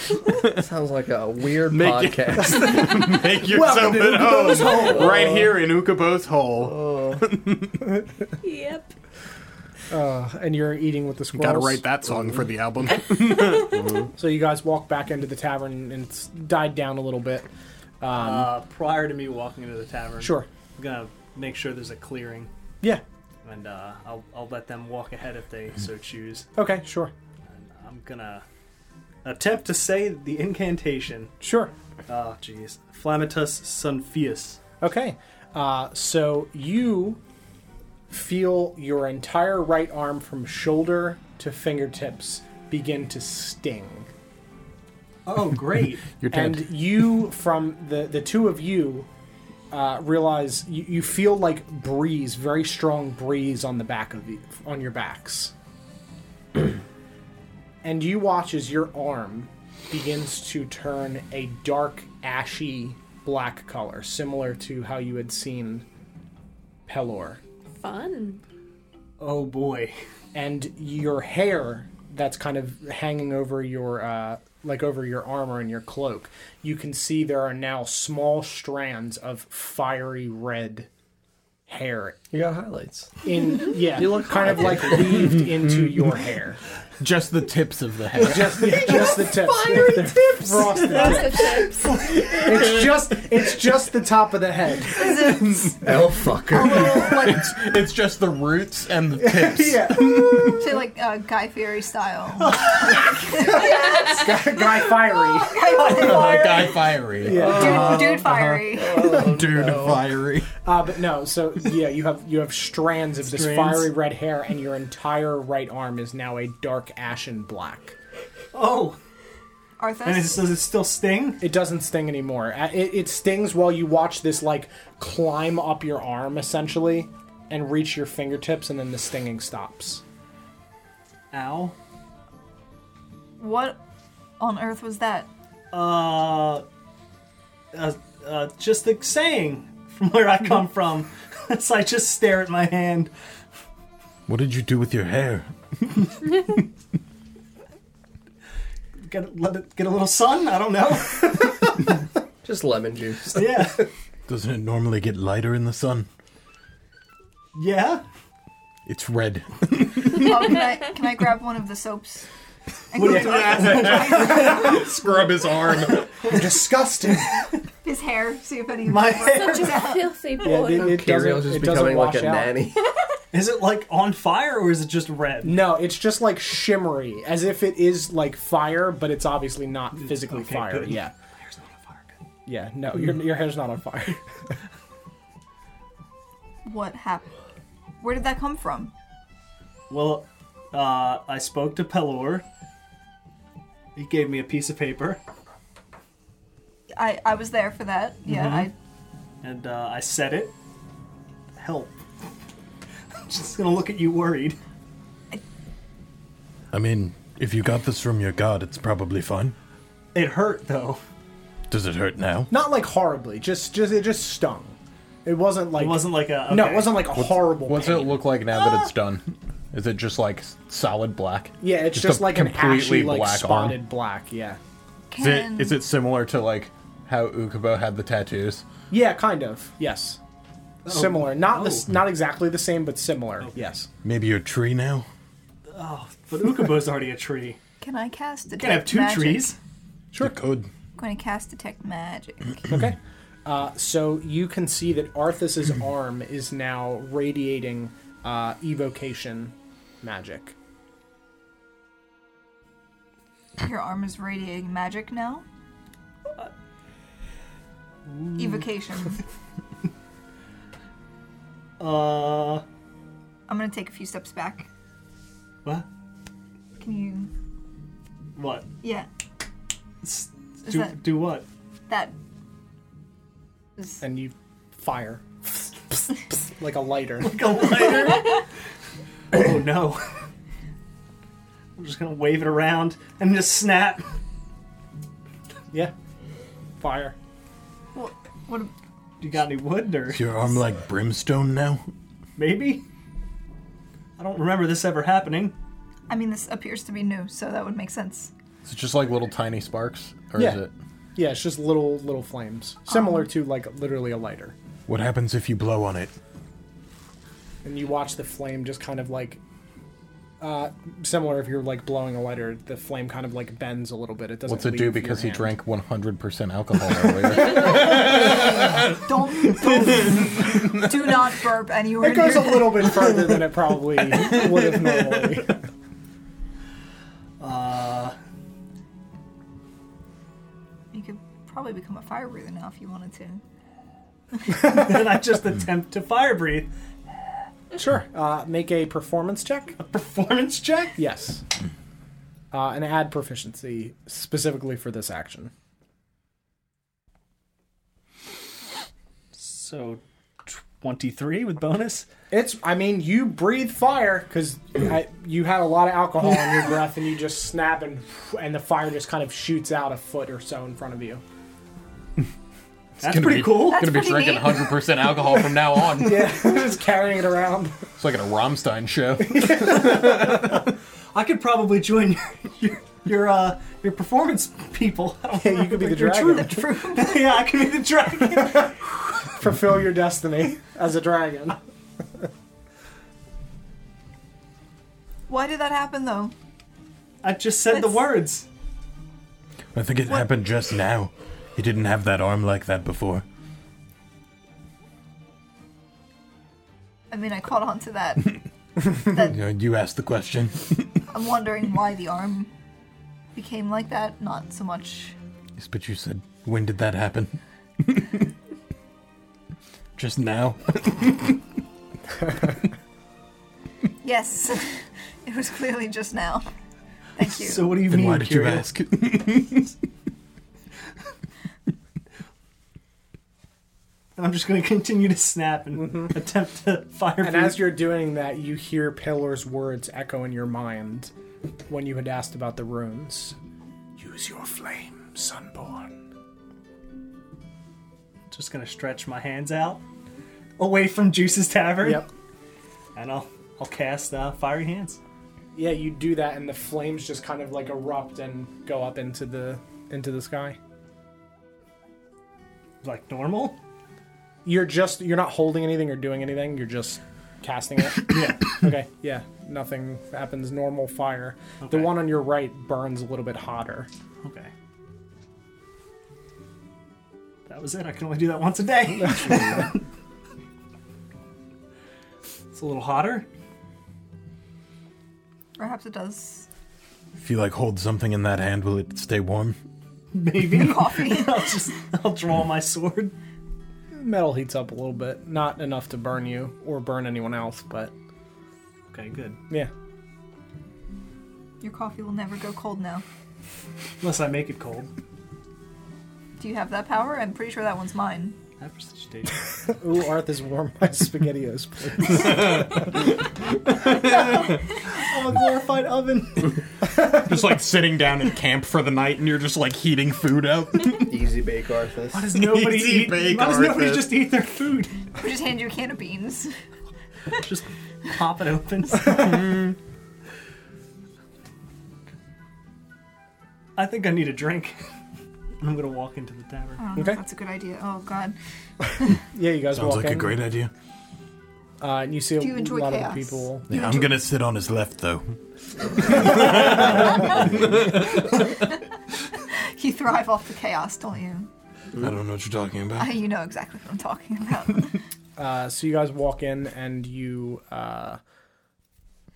Jr. Sounds like a weird
Make it-
podcast.
Make
Welcome
yourself
to
at
Ukubo's
home.
hole.
Right here in Ukubo's hole.
Oh.
Yep.
Uh, and you're eating with the squirrels.
Gotta write that song for the album.
So you guys walk back into the tavern and it's died down a little bit. Um,
Uh, prior to me walking into the tavern,
Sure.
I'm gonna make sure there's a clearing,
yeah.
and uh, I'll I'll let them walk ahead if they so choose.
Okay. Sure.
And I'm gonna attempt to say the incantation.
Sure.
Oh, jeez, Flammatus Sunfius.
Okay. Uh, so you feel your entire right arm from shoulder to fingertips begin to sting.
Oh, great!
You're
And you, from the, the two of you, uh, realize you, you feel like breeze, very strong breeze on the back of the, on your backs, and you watch as your arm begins to turn a dark, ashy black color, similar to how you had seen Pelor.
Fun.
Oh boy. And your hair that's kind of hanging over your uh like over your armor and your cloak, you can see there are now small strands of fiery red hair.
You got highlights.
In yeah,
You look
kind of like
hot.
weaved into your hair.
Just the tips of the hair.
Just yeah, just the tips. They're frosted. It's just it's just the top of the head.
El fucker.
it's, it's just the roots and the tips.
Say like uh, Guy Fieri style.
Guy, guy fiery.
Guy fiery.
Dude, dude fiery.
Dude fiery.
Uh, but no, so yeah, you have you have strands of this
Strands.
fiery red hair, and your entire right arm is now a dark ashen black.
Oh, and
Arthas.
it's, does it still sting?
It doesn't sting anymore. Uh, It, it stings while you watch this like climb up your arm essentially, and reach your fingertips, and then the stinging stops.
Ow.
What on earth was that?
Uh, uh, uh, just the saying from where I come from. so I just stare at my hand.
What did you do with your hair?
Get let it get a little sun. I don't know.
Just lemon juice.
yeah,
Doesn't it normally get lighter in the sun?
yeah.
It's red.
Oh, can, I, can I grab one of the soaps? And go to
Scrub his arm.
You're disgusting.
his hair, see if any.
My hair.
Such a filthy boy.
Yeah, it, it
Kirill
doesn't.
just
It doesn't
becoming like
wash
a
out.
nanny.
Is it like on fire or is it just red?
No, it's just like shimmery, as if it is like fire, but it's obviously not physically
Mm, okay,
fire.
good.
Yeah,
My hair's not on fire. Good.
yeah. No, your your hair's not on fire.
What happened? Where did that come from?
Well, uh, I spoke to Pelor. He gave me a piece of paper,
I, I was there for that. Yeah, I
and uh, I said it. Help. I'm just gonna look at you worried.
I mean, if you got this from your god, it's probably fine.
It hurt though.
Does it hurt now?
not like horribly. Just just it just stung. It wasn't like
It wasn't like a
no. It
okay.
wasn't like a horrible.
What's it
pain.
look like now that it's done? Is it just like s- solid black?
Yeah, it's just,
a
like an
completely
ashy, like
black arm?
spotted black. Yeah,
Is
can.
it,
Mm-hmm.
is it similar to like how Ukubo had the tattoos?
yeah, kind of. Yes, similar. Not the s
Oh.
not exactly the same, but similar. Yes.
Maybe you're a tree now?
But Ukubo's already a tree.
Can I cast detect
Can I have two
magic?
trees?
Sure. You could.
I'm going to cast detect magic.
Okay. Uh, so you can see that Arthas's arm is now radiating uh, evocation magic.
Your arm is radiating magic now. Evocation.
Uh,
I'm going to take a few steps back.
what?
Can you?
What?
Yeah,
S-
Is
Do,
that-
do what?
that.
And you fire like a lighter.
Go lighter. oh no. I'm just gonna wave it around and just snap.
Yeah, fire.
What? What?
You got any wood or
Is your arm like brimstone now?
maybe? I don't remember this ever happening.
I mean, this appears to be new, so that would make sense.
Is it just like little tiny sparks? Or
Yeah.
is it?
Yeah, it's just little little flames, similar
Um.
to like literally a lighter.
What happens if you blow on it?
and you watch the flame just kind of like uh, similar if you're like blowing a lighter the flame kind of like bends a little bit it doesn't
What's it
leave
do
your
because he
hand.
drank 100% alcohol earlier?
Don't, don't do not burp anywhere
it goes a
near
little bit further than it probably would have normally
You could probably become a fire breather now if you wanted to.
then I just attempt to fire breathe.
sure uh, make a performance check
Performance check?
yes uh, and add proficiency specifically for this action
So 23 with bonus?
It's, I mean, you breathe fire because you had a lot of alcohol in your breath and you just snap and, and the fire just kind of shoots out a foot or so in front of you.
That's pretty cool.
Gonna be
That's pretty
drinking
neat.
100 percent alcohol from now on.
Yeah, just carrying it around.
It's like at a Rammstein show.
I could probably join your your your, uh, your performance people. I don't
yeah, you could be the dragon.
yeah, I could be the dragon.
Fulfill your destiny as a dragon.
Why did that happen though?
I just said the words.
I think it happened just now. He didn't have that arm like that before.
I mean, I caught on to that.
You know, you asked the question.
I'm wondering why the arm became like that. Not so much.
Yes, but you said, when did that happen? just now.
Yes, it was clearly just now. Thank you.
So what do you
Then
mean?
why did you
Kyriel?
ask?
And I'm just going to continue to snap and attempt to fire.
Mm-hmm. And as you're doing that, you hear Pillar's words echo in your mind when you had asked about the runes. Use your flame, Sunborn.
just going to stretch my hands out away from Juice's Tavern.
Yep.
And I'll I'll cast uh, fiery hands.
Yeah, you do that, and the flames just kind of like erupt and go up into the into the sky.
Like normal.
You're just you're not holding anything or doing anything. You're just casting it. yeah. Okay. Yeah. Nothing happens. Normal fire. The one on your right burns a little bit hotter.
Okay. That was it. I can only do that once a day. it's a little hotter.
Perhaps it does.
If you like hold something in that hand, will it stay warm?
Maybe
coffee.
I'll just I'll draw my sword.
Metal heats up a little bit, not enough to burn you or burn anyone else, but
Okay, good.
yeah.
Your coffee will never go cold now.
Unless I make it cold.
Do you have that power? I'm pretty sure that one's mine.
I have prestidigitation.
Ooh, Arth is warm by spaghettios,
I'm a glorified oven.
just like sitting down in camp for the night, and you're just like heating food up.
Easy bake, Arthas.
Why does nobody
Easy
eat?
bake,
why does nobody
Arthas.
just eat their food?
We just hand you a can of beans.
just pop it open. I think I need a drink. I'm gonna walk into the tavern.
I don't know if that's a good idea. Oh god.
Yeah, you guys
Sounds
walk
like a
in.
great idea.
Uh, and you see a
Do you enjoy
lot
chaos?
of people.
Yeah, I'm gonna sit on his left though.
You thrive off the chaos, don't you?
I don't know what you're talking about.
Ah, you know exactly what I'm talking about.
Uh, so you guys walk in and you uh,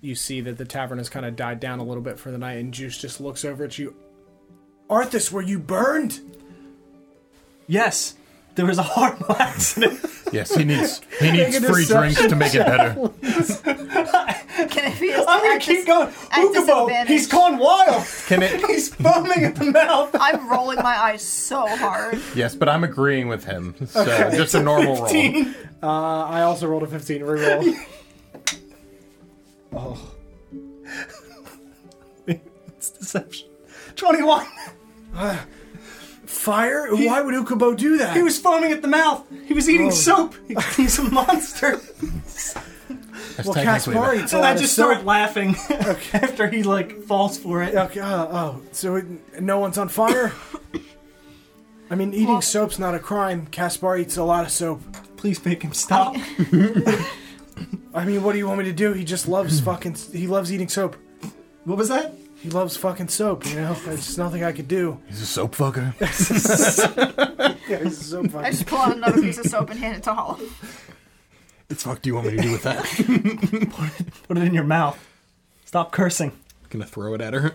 you see that the tavern has kind of died down a little bit for the night, and Juice just looks over at you. Arthas, were you burned?
Yes, there was a horrible accident.
Yes, he needs he needs
Make a
free drinks to make it better.
Can it be?
I'm gonna keep going. Ukubo, he's gone wild.
Can it?
He's foaming at the mouth.
I'm rolling my eyes so hard.
Yes, but I'm agreeing with him. So just a normal roll.
Uh, I also rolled a 15 reroll. oh.
it's deception. 21.
Fire? Why would Ukubo do that?
He was foaming at the mouth. He was eating
Oh.
soap. He- He's a monster.
Well, Kaspar eats a
and
lot
I
of
just start
soap.
laughing after he like falls for it.
Okay, uh, oh, so it, no one's on fire? I mean, eating soap's not a crime. Kaspar eats a lot of soap.
Please make him stop.
I mean, what do you want me to do? He just loves fucking. He loves eating soap.
What was that?
He loves fucking soap. You know, there's just nothing I could do.
He's a soap fucker.
Yeah, he's a soap
I
fucking.
just pull out another piece of soap and hand it to Hollow.
the fuck do you want me to do with that?
Put it in your mouth. Stop cursing.
Gonna throw it at her.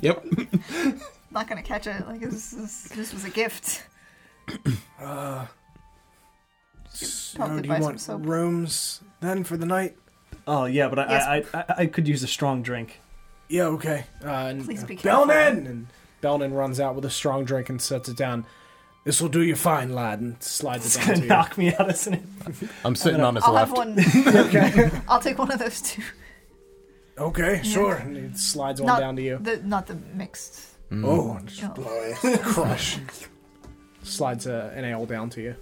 yep.
I'm not gonna catch it. Like this, is, this was a gift.
Uh, so
Probably
do
buy
you
some
want
soap.
rooms then for the night?
Oh yeah, but I
Yes.
I, I I could use a strong drink.
Yeah, okay. Uh, and,
Please be
uh,
careful.
Belnan!
And Belnan runs out with a strong drink and sets it down. This will do you fine, lad. And slides
It's
it down
gonna
to you.
knock me out, isn't it?
I'm sitting on his
I'll
left.
have one. I'll take one of those two.
Okay,
Yeah.
sure. And it slides one
not
down to you.
The, not the mixed.
Oh, and just
No.
blow it. Crush. Slides uh, an ale down to you.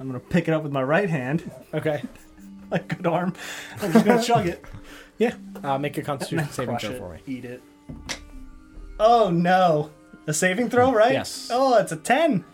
I'm gonna pick it up with my right hand.
Okay.
like good arm. I'm just gonna chug it.
Yeah. Uh, make a Constitution saving
Crush
throw
it,
for me.
Eat it. Oh no. A saving throw, right?
Yes.
Oh, it's a 10.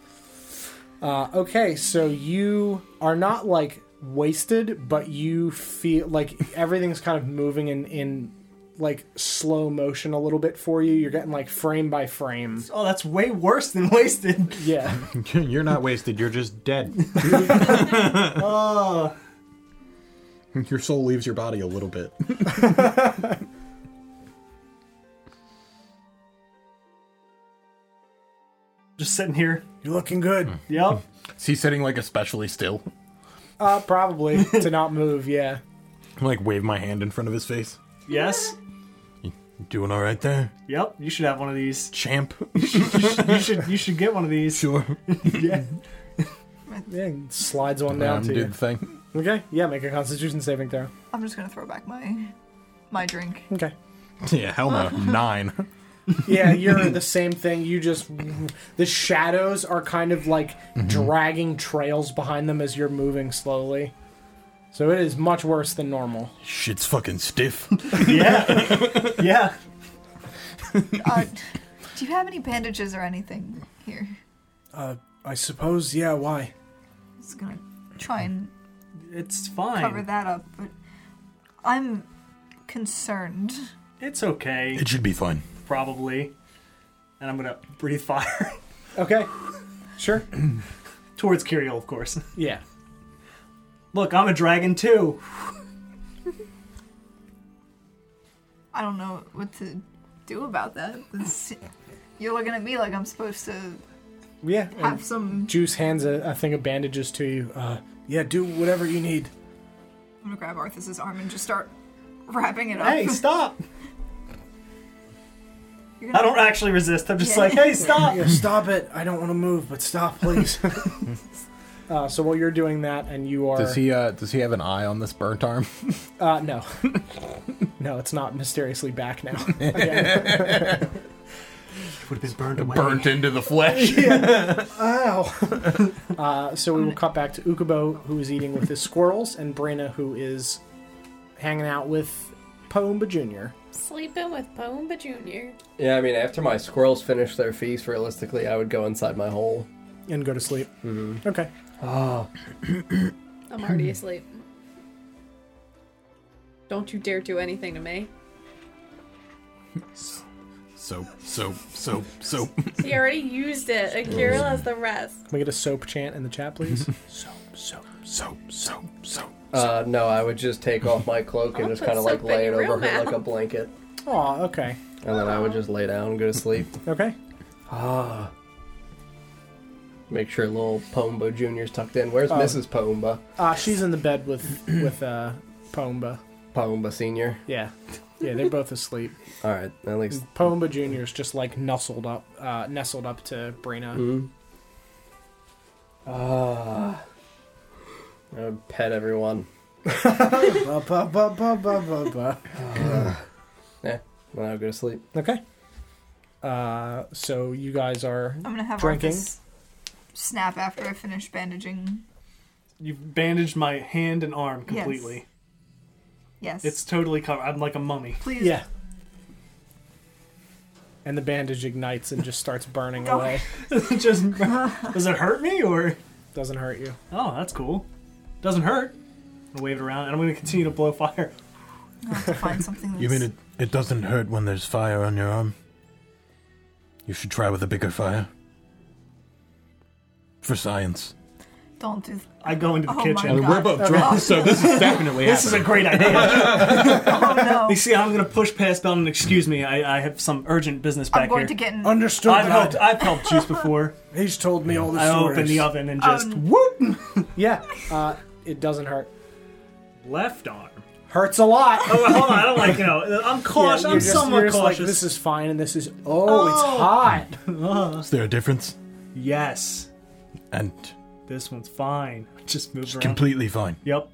Uh, okay, so you are not like wasted, but you feel like everything's kind of moving in in like slow motion a little bit for you. You're getting like frame by frame.
Oh, that's way worse than wasted.
Yeah.
You're not wasted. You're just dead.
oh.
Your soul leaves your body a little bit.
Just sitting here.
You're looking good.
Yep.
Is he sitting like especially still?
Uh, probably to not move. Yeah.
Like wave my hand in front of his face.
Yes.
Doing all right there,
Yep. You should have one of these.
champ.
you should you should get one of these.
Sure.
yeah.
Yeah. Slides one down
Um,
to
do
you.
the thing.
Okay. Yeah. Make a Constitution saving throw.
I'm just gonna throw back my my drink.
Okay.
Yeah, hell no. Nine.
yeah, you're the same thing. You just the shadows are kind of like
Mm-hmm.
dragging trails behind them as you're moving slowly. So it is much worse than normal.
Shit's fucking stiff.
Yeah.
Uh, do you have any bandages or anything here?
Uh, I suppose, yeah, why?
It's gonna try and
It's fine.
cover that up, but I'm concerned.
It's okay.
It should be fine.
Probably. And I'm gonna breathe fire.
okay. Sure.
Towards Kiriel, of course.
Yeah.
Look, I'm a dragon too.
I don't know what to do about that. This- you're looking at me like I'm supposed to
Yeah.
have some.
Juice hands a, a thing of bandages to you. Uh, yeah, do whatever you need.
I'm gonna grab Arthas's arm and just start wrapping it up.
Hey, stop!
You're
I
gonna-
don't actually resist. I'm just
Yeah.
like, hey, stop!
Yeah, stop it. I don't want to move, but stop, please.
Uh, so while you're doing that, and you are
Does he? uh Does he have an eye on this burnt arm?
Uh, no, no, it's not mysteriously back now.
Would have been burned away. Burnt into the flesh.
Ow. uh, so we will cut back to Ukubo, who is eating with his squirrels, and Brina, who is hanging out with Poomba Jr.
Sleeping with Pomba Jr.
Yeah, I mean, after my squirrels finish their feast, realistically, I would go inside my hole.
and go to sleep.
Mm-hmm.
Okay.
Oh.
I'm already asleep. Don't you dare do anything to me.
So, so, so, so.
He already used it. Akira has the rest.
Can we get a soap chant in the chat, please?
so, so, so, so, so.
Uh, no, I would just take off my cloak and
I'll
just
put
kind of like
soap in
lay it
your
over
real
her like
mouth.
a blanket.
Aw, okay.
And then I would just lay down and go to sleep.
Okay.
Ah. Make sure little Pomba Jr.'s tucked in. Where's
Oh.
Mrs. Pomba?
Uh, she's in the bed with with uh, Poomba.
Pomba Sr.
Yeah. Yeah, they're both asleep.
Alright, at least.
Poomba Jr. is just like nestled up, uh, nestled up to Brina.
Mhm. Ah. I would pet everyone.
ba, ba, ba, ba, ba, ba, ba.
Yeah, then I would go to sleep.
Okay. Uh, so you guys are
I'm gonna have
drinking.
Arthas snap after I finish bandaging.
You've bandaged my hand and arm completely.
Yes.
It's totally covered. I'm like a mummy.
Please.
Yeah. And the bandage ignites and just starts burning
Don't-
away.
Just does it hurt me or?
Doesn't hurt you.
Oh, that's cool. Doesn't hurt. I wave it around, and I'm going to continue to blow fire.
I'll have to find something. That's...
You mean it? It doesn't hurt when there's fire on your arm. You should try with a bigger fire. For science.
Don't do.
I go into the
Oh my
kitchen.
God. We're both drunk, Okay. so
this is definitely
this is a great idea.
Oh no!
you see, I'm going to push past Bell and excuse me. I, I have some urgent business back
I'm going
here.
to get in.
Understood.
I've
lad.
helped. I've helped juice before.
He's told me all the
I
stories.
open the oven and just
Um,
whoop
Yeah, uh, it doesn't hurt.
left arm.
Hurts a lot.
Oh, hold on, I don't like, you know, I'm cautious-
you're
I'm somewhat
you're like,
cautious.
this is fine, and this is. Oh,
Oh.
it's hot.
Is there a difference?
Yes.
And
This one's fine. Just move around.
completely fine.
Yep.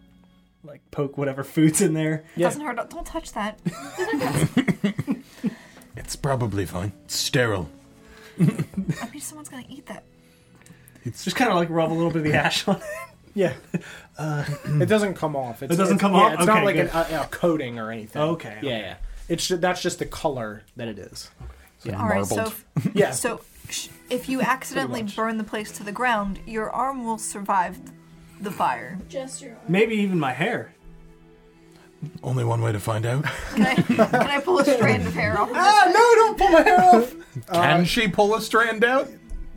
Like poke whatever food's in there.
Doesn't hurt. Don't touch that.
It's probably fine. It's sterile.
I mean, someone's gonna eat that.
It's just kind of like rub a little bit of the ash on it.
Yeah. it doesn't come off.
Uh, It doesn't come
yeah,
off?
It's not
Okay,
like
good.
an, a, a coating or anything.
Okay,
Yeah,
okay.
yeah. It's ju- that's just the color that it is. Yeah.
All right, so
yeah.
so sh- if you accidentally burn the place to the ground, your arm will survive the fire.
Just your arm.
Maybe even my hair.
Only one way to find out.
Can I pull a strand of hair off? of
Ah, no, don't pull my hair off.
Can she pull a strand out?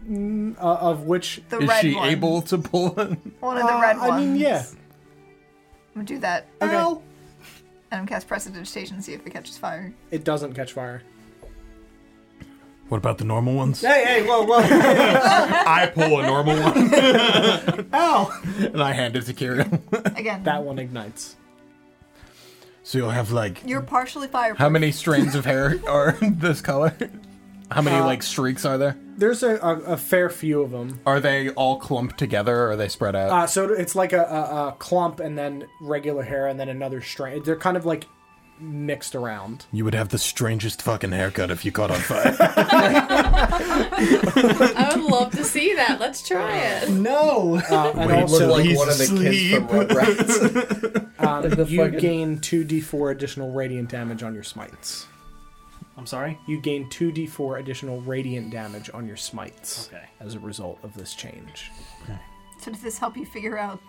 Mm, uh, of which
The Is red she one.
able to pull it?
One of the red ones.
Uh, I mean, yeah.
I'm gonna do that.
Okay. Ow.
And I'm cast prestidigitation to see if it catches fire.
It doesn't catch fire.
What about the normal ones?
hey, whoa, whoa.
I pull a normal one.
Ow!
and I hand it to Kirill.
Again.
That one ignites.
So you'll have like
You're partially fireproof.
How many strands of hair are this color? How many
Uh,
like streaks are there?
There's a, a, a fair few of them.
Are they all clumped together or are they spread out?
Uh, so it's like a, a, a clump and then regular hair and then another strand. They're kind of like mixed around.
you would have the strangest fucking haircut if you caught on fire.
I would love to see that. Let's try it.
No. Uh, and
Wait
also,
till Like he's one of the
kids from Rugrats.
um,
Like the
you
fucking-
gain two d4 additional radiant damage on your smites.
I'm sorry.
You gain two d4 additional radiant damage on your smites.
Okay.
As a result of this change.
So does this help you figure out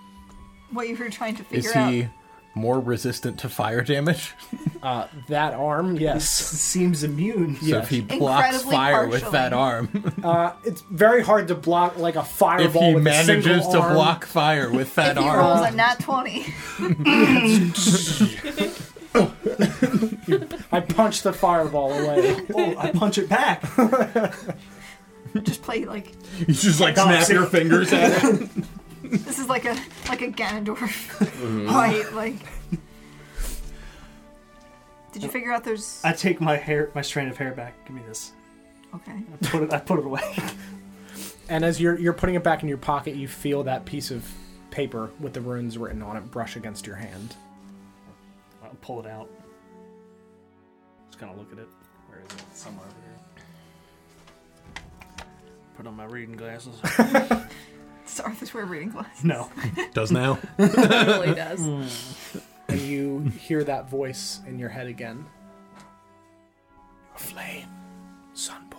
what you were trying to figure
Is
out?
he more resistant to fire damage?
Uh, that arm, yes,
seems immune.
So if he blocks
Incredibly
fire with that
partially.
arm,
Uh, it's very hard to block like a
if
fireball.
he
with a
manages
single
to
arm.
block fire with that
If he
arm,
rolls a nat twenty.
I punch the fireball away.
oh, I punch it back.
Just play like
you just like snap your fingers at it.
this is like a like a
Mm-hmm.
Ganondorf fight. Like, did you figure out there's
I take my hair, my strand of hair back. Give me this.
okay?
I put it. I put it away.
And as you're you're putting it back in your pocket, you feel that piece of paper with the runes written on it brush against your hand.
I'll pull it out. Just kind of look at it. Where is it? Somewhere over here. Put on my reading glasses.
Does Arthur's wear reading glasses?
No.
Does now?
really does.
And you hear that voice in your head again.
A flame. Sunborn.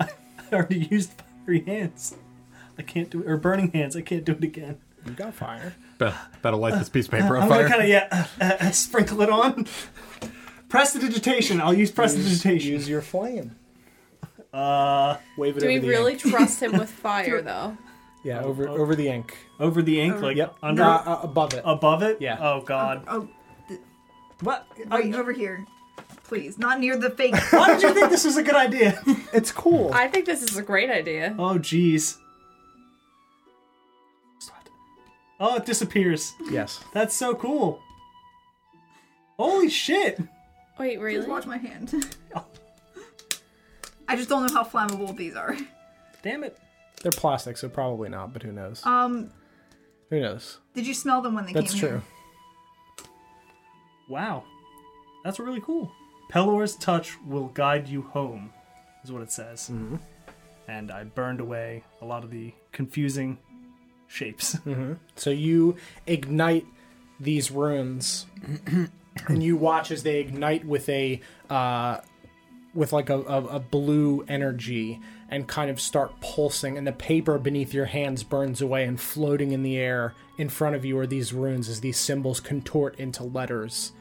I already used fiery hands. I can't do it. Or burning hands. I can't do it again.
You got fire.
That'll light this piece of paper
I'm
on fire.
gonna kind of yeah, uh, uh, sprinkle it on. Prestidigitation. I'll use prestidigitation.
Use your flame.
Uh,
Wave it
Do we
over the
really
ink.
trust him with fire, though?
Yeah, over over the ink.
over the ink, like
Yep.
under
Uh, uh, above it.
above it.
Yeah.
Oh God.
Oh,
What?
wait, over here, please. Not near the fake.
Why did you think this was a good idea?
It's cool.
I think this is a great idea.
Oh jeez. Oh, it disappears.
yes.
That's so cool. Holy shit!
Wait, really?
Please watch my hand. I just don't know how flammable these are.
Damn it.
They're plastic, so probably not, but who knows?
Uh,
Um,
Who knows?
did you smell them when they
That's
came
true.
here?
Wow. That's really cool. Pelor's touch will guide you home, is what it says. Mm-hmm. And I burned away a lot of the confusing shapes.
So you ignite these runes, and you watch as they ignite with a uh, with like a, a, a blue energy and kind of start pulsing. And the paper beneath your hands burns away, and floating in the air in front of you are these runes as these symbols contort into letters,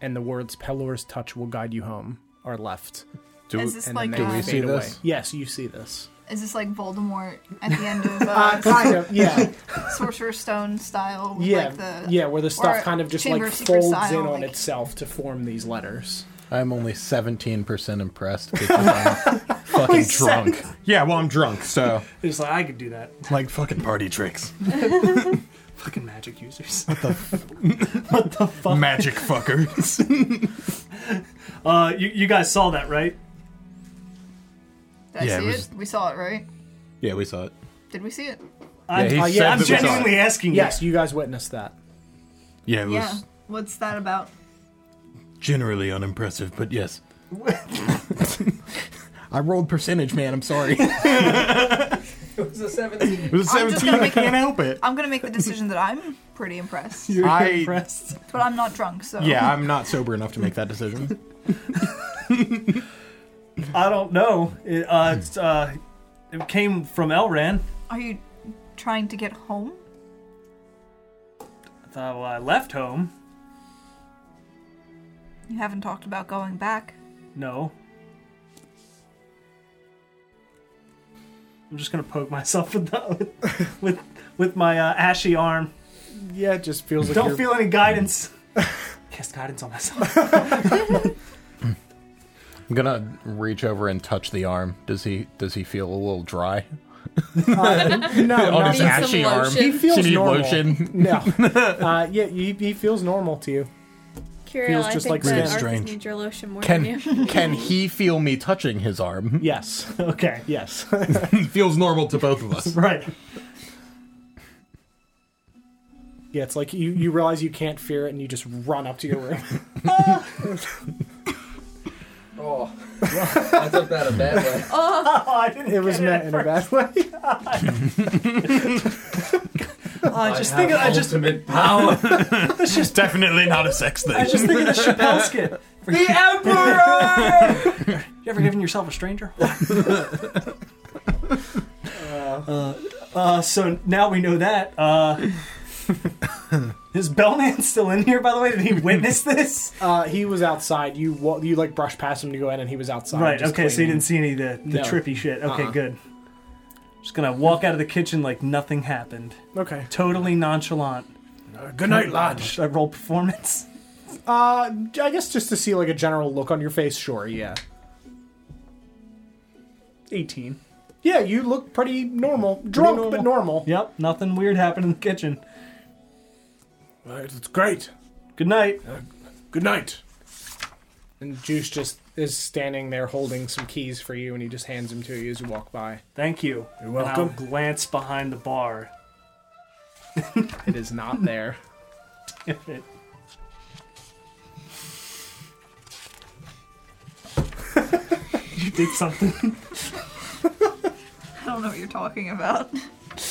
and the words "Pelor's touch will guide you home" are left.
Do,
Is this
And
like
then they
uh,
we see
fade away.
this?
Yes, you see this.
is this like Voldemort at the end of uh,
Uh, kind of, yeah.
Sorcerer's Stone style? With
Yeah,
like the,
yeah, where the
or
stuff kind of just
Chamber
like
of Secrets
folds in
style,
on
like-
itself to form these letters.
I'm only 17% impressed because I'm fucking drunk. Yeah, well, I'm drunk, so.
It's like, I could do that.
Like fucking party tricks.
Fucking magic users.
What the f-
what the fuck?
Magic fuckers.
uh, you, you guys saw that, right?
Did I
Yeah,
see
it
it,
was-
We saw it, right?
Yeah, we saw it.
Did we see it?
I'm-
he
uh,
said
yeah, I'm
that we saw it.
genuinely asking
Yes, you guys witnessed that.
Yeah, it was
yeah. What's that about?
generally unimpressive, but yes. I rolled percentage, man. I'm sorry.
It was a 17.
It was a
I'm just
17,
gonna
I
make-
can't help it.
I'm gonna make the decision that I'm pretty impressed.
You're I- impressed.
But I'm not drunk, so
yeah, I'm not sober enough to make that decision.
I don't know. It, uh, it's, uh, it came from Elran.
Are you trying to get home?
I thought, well, I left home.
You haven't talked about going back.
No. I'm just gonna poke myself with the, with with my uh, ashy arm.
Yeah, it just feels like
Don't
you're-
feel any guidance. Cast guidance on myself.
I'm gonna reach over and touch the arm. Does he? Does he feel a little dry?
no,
on
no.
his ashy arm.
He feels
Does he need
normal.
lotion?
No, uh, yeah, he, he feels normal to you.
Curiel, I think that
Really
Arthas
strange.
needs your lotion more
Can
than you.
can he feel me touching his arm?
Yes.
Okay.
Yes.
Feels normal to both of us.
Right.
Yeah, it's like you, you realize you can't fear it and you just run up to your room.
Oh, I took that a bad way.
oh,
I didn't
it was meant in a bad way.
I just think I just
power. it's just definitely not a sex thing.
I was just think of the Chappelle skit. The Emperor. you ever given yourself a stranger? uh, uh, so now we know that. Uh, is Bellman still in here? By the way, did he witness this?
Uh, he was outside. You wa- you like brushed past him to go in, and he was outside.
right.
just
Okay. So you
cleaning.
didn't see any of the, the
No.
trippy shit. Okay.
Uh-uh.
Good. Just gonna walk out of the kitchen like nothing happened.
Okay.
Totally nonchalant.
Uh, good night, lad.
Should I roll performance?
Uh, I guess just to see like a general look on your face. Sure. Yeah.
18.
Yeah, you look pretty normal. Drunk, but normal.
Yep, nothing weird happened in the kitchen.
Right, it's great.
Good night.
Good night.
And Juice just is standing there holding some keys for you, and he just hands them to you as you walk by.
Thank you. You're
welcome.
I'll glance behind the bar.
it is not there.
Damn it. you did something.
I don't know what you're talking about.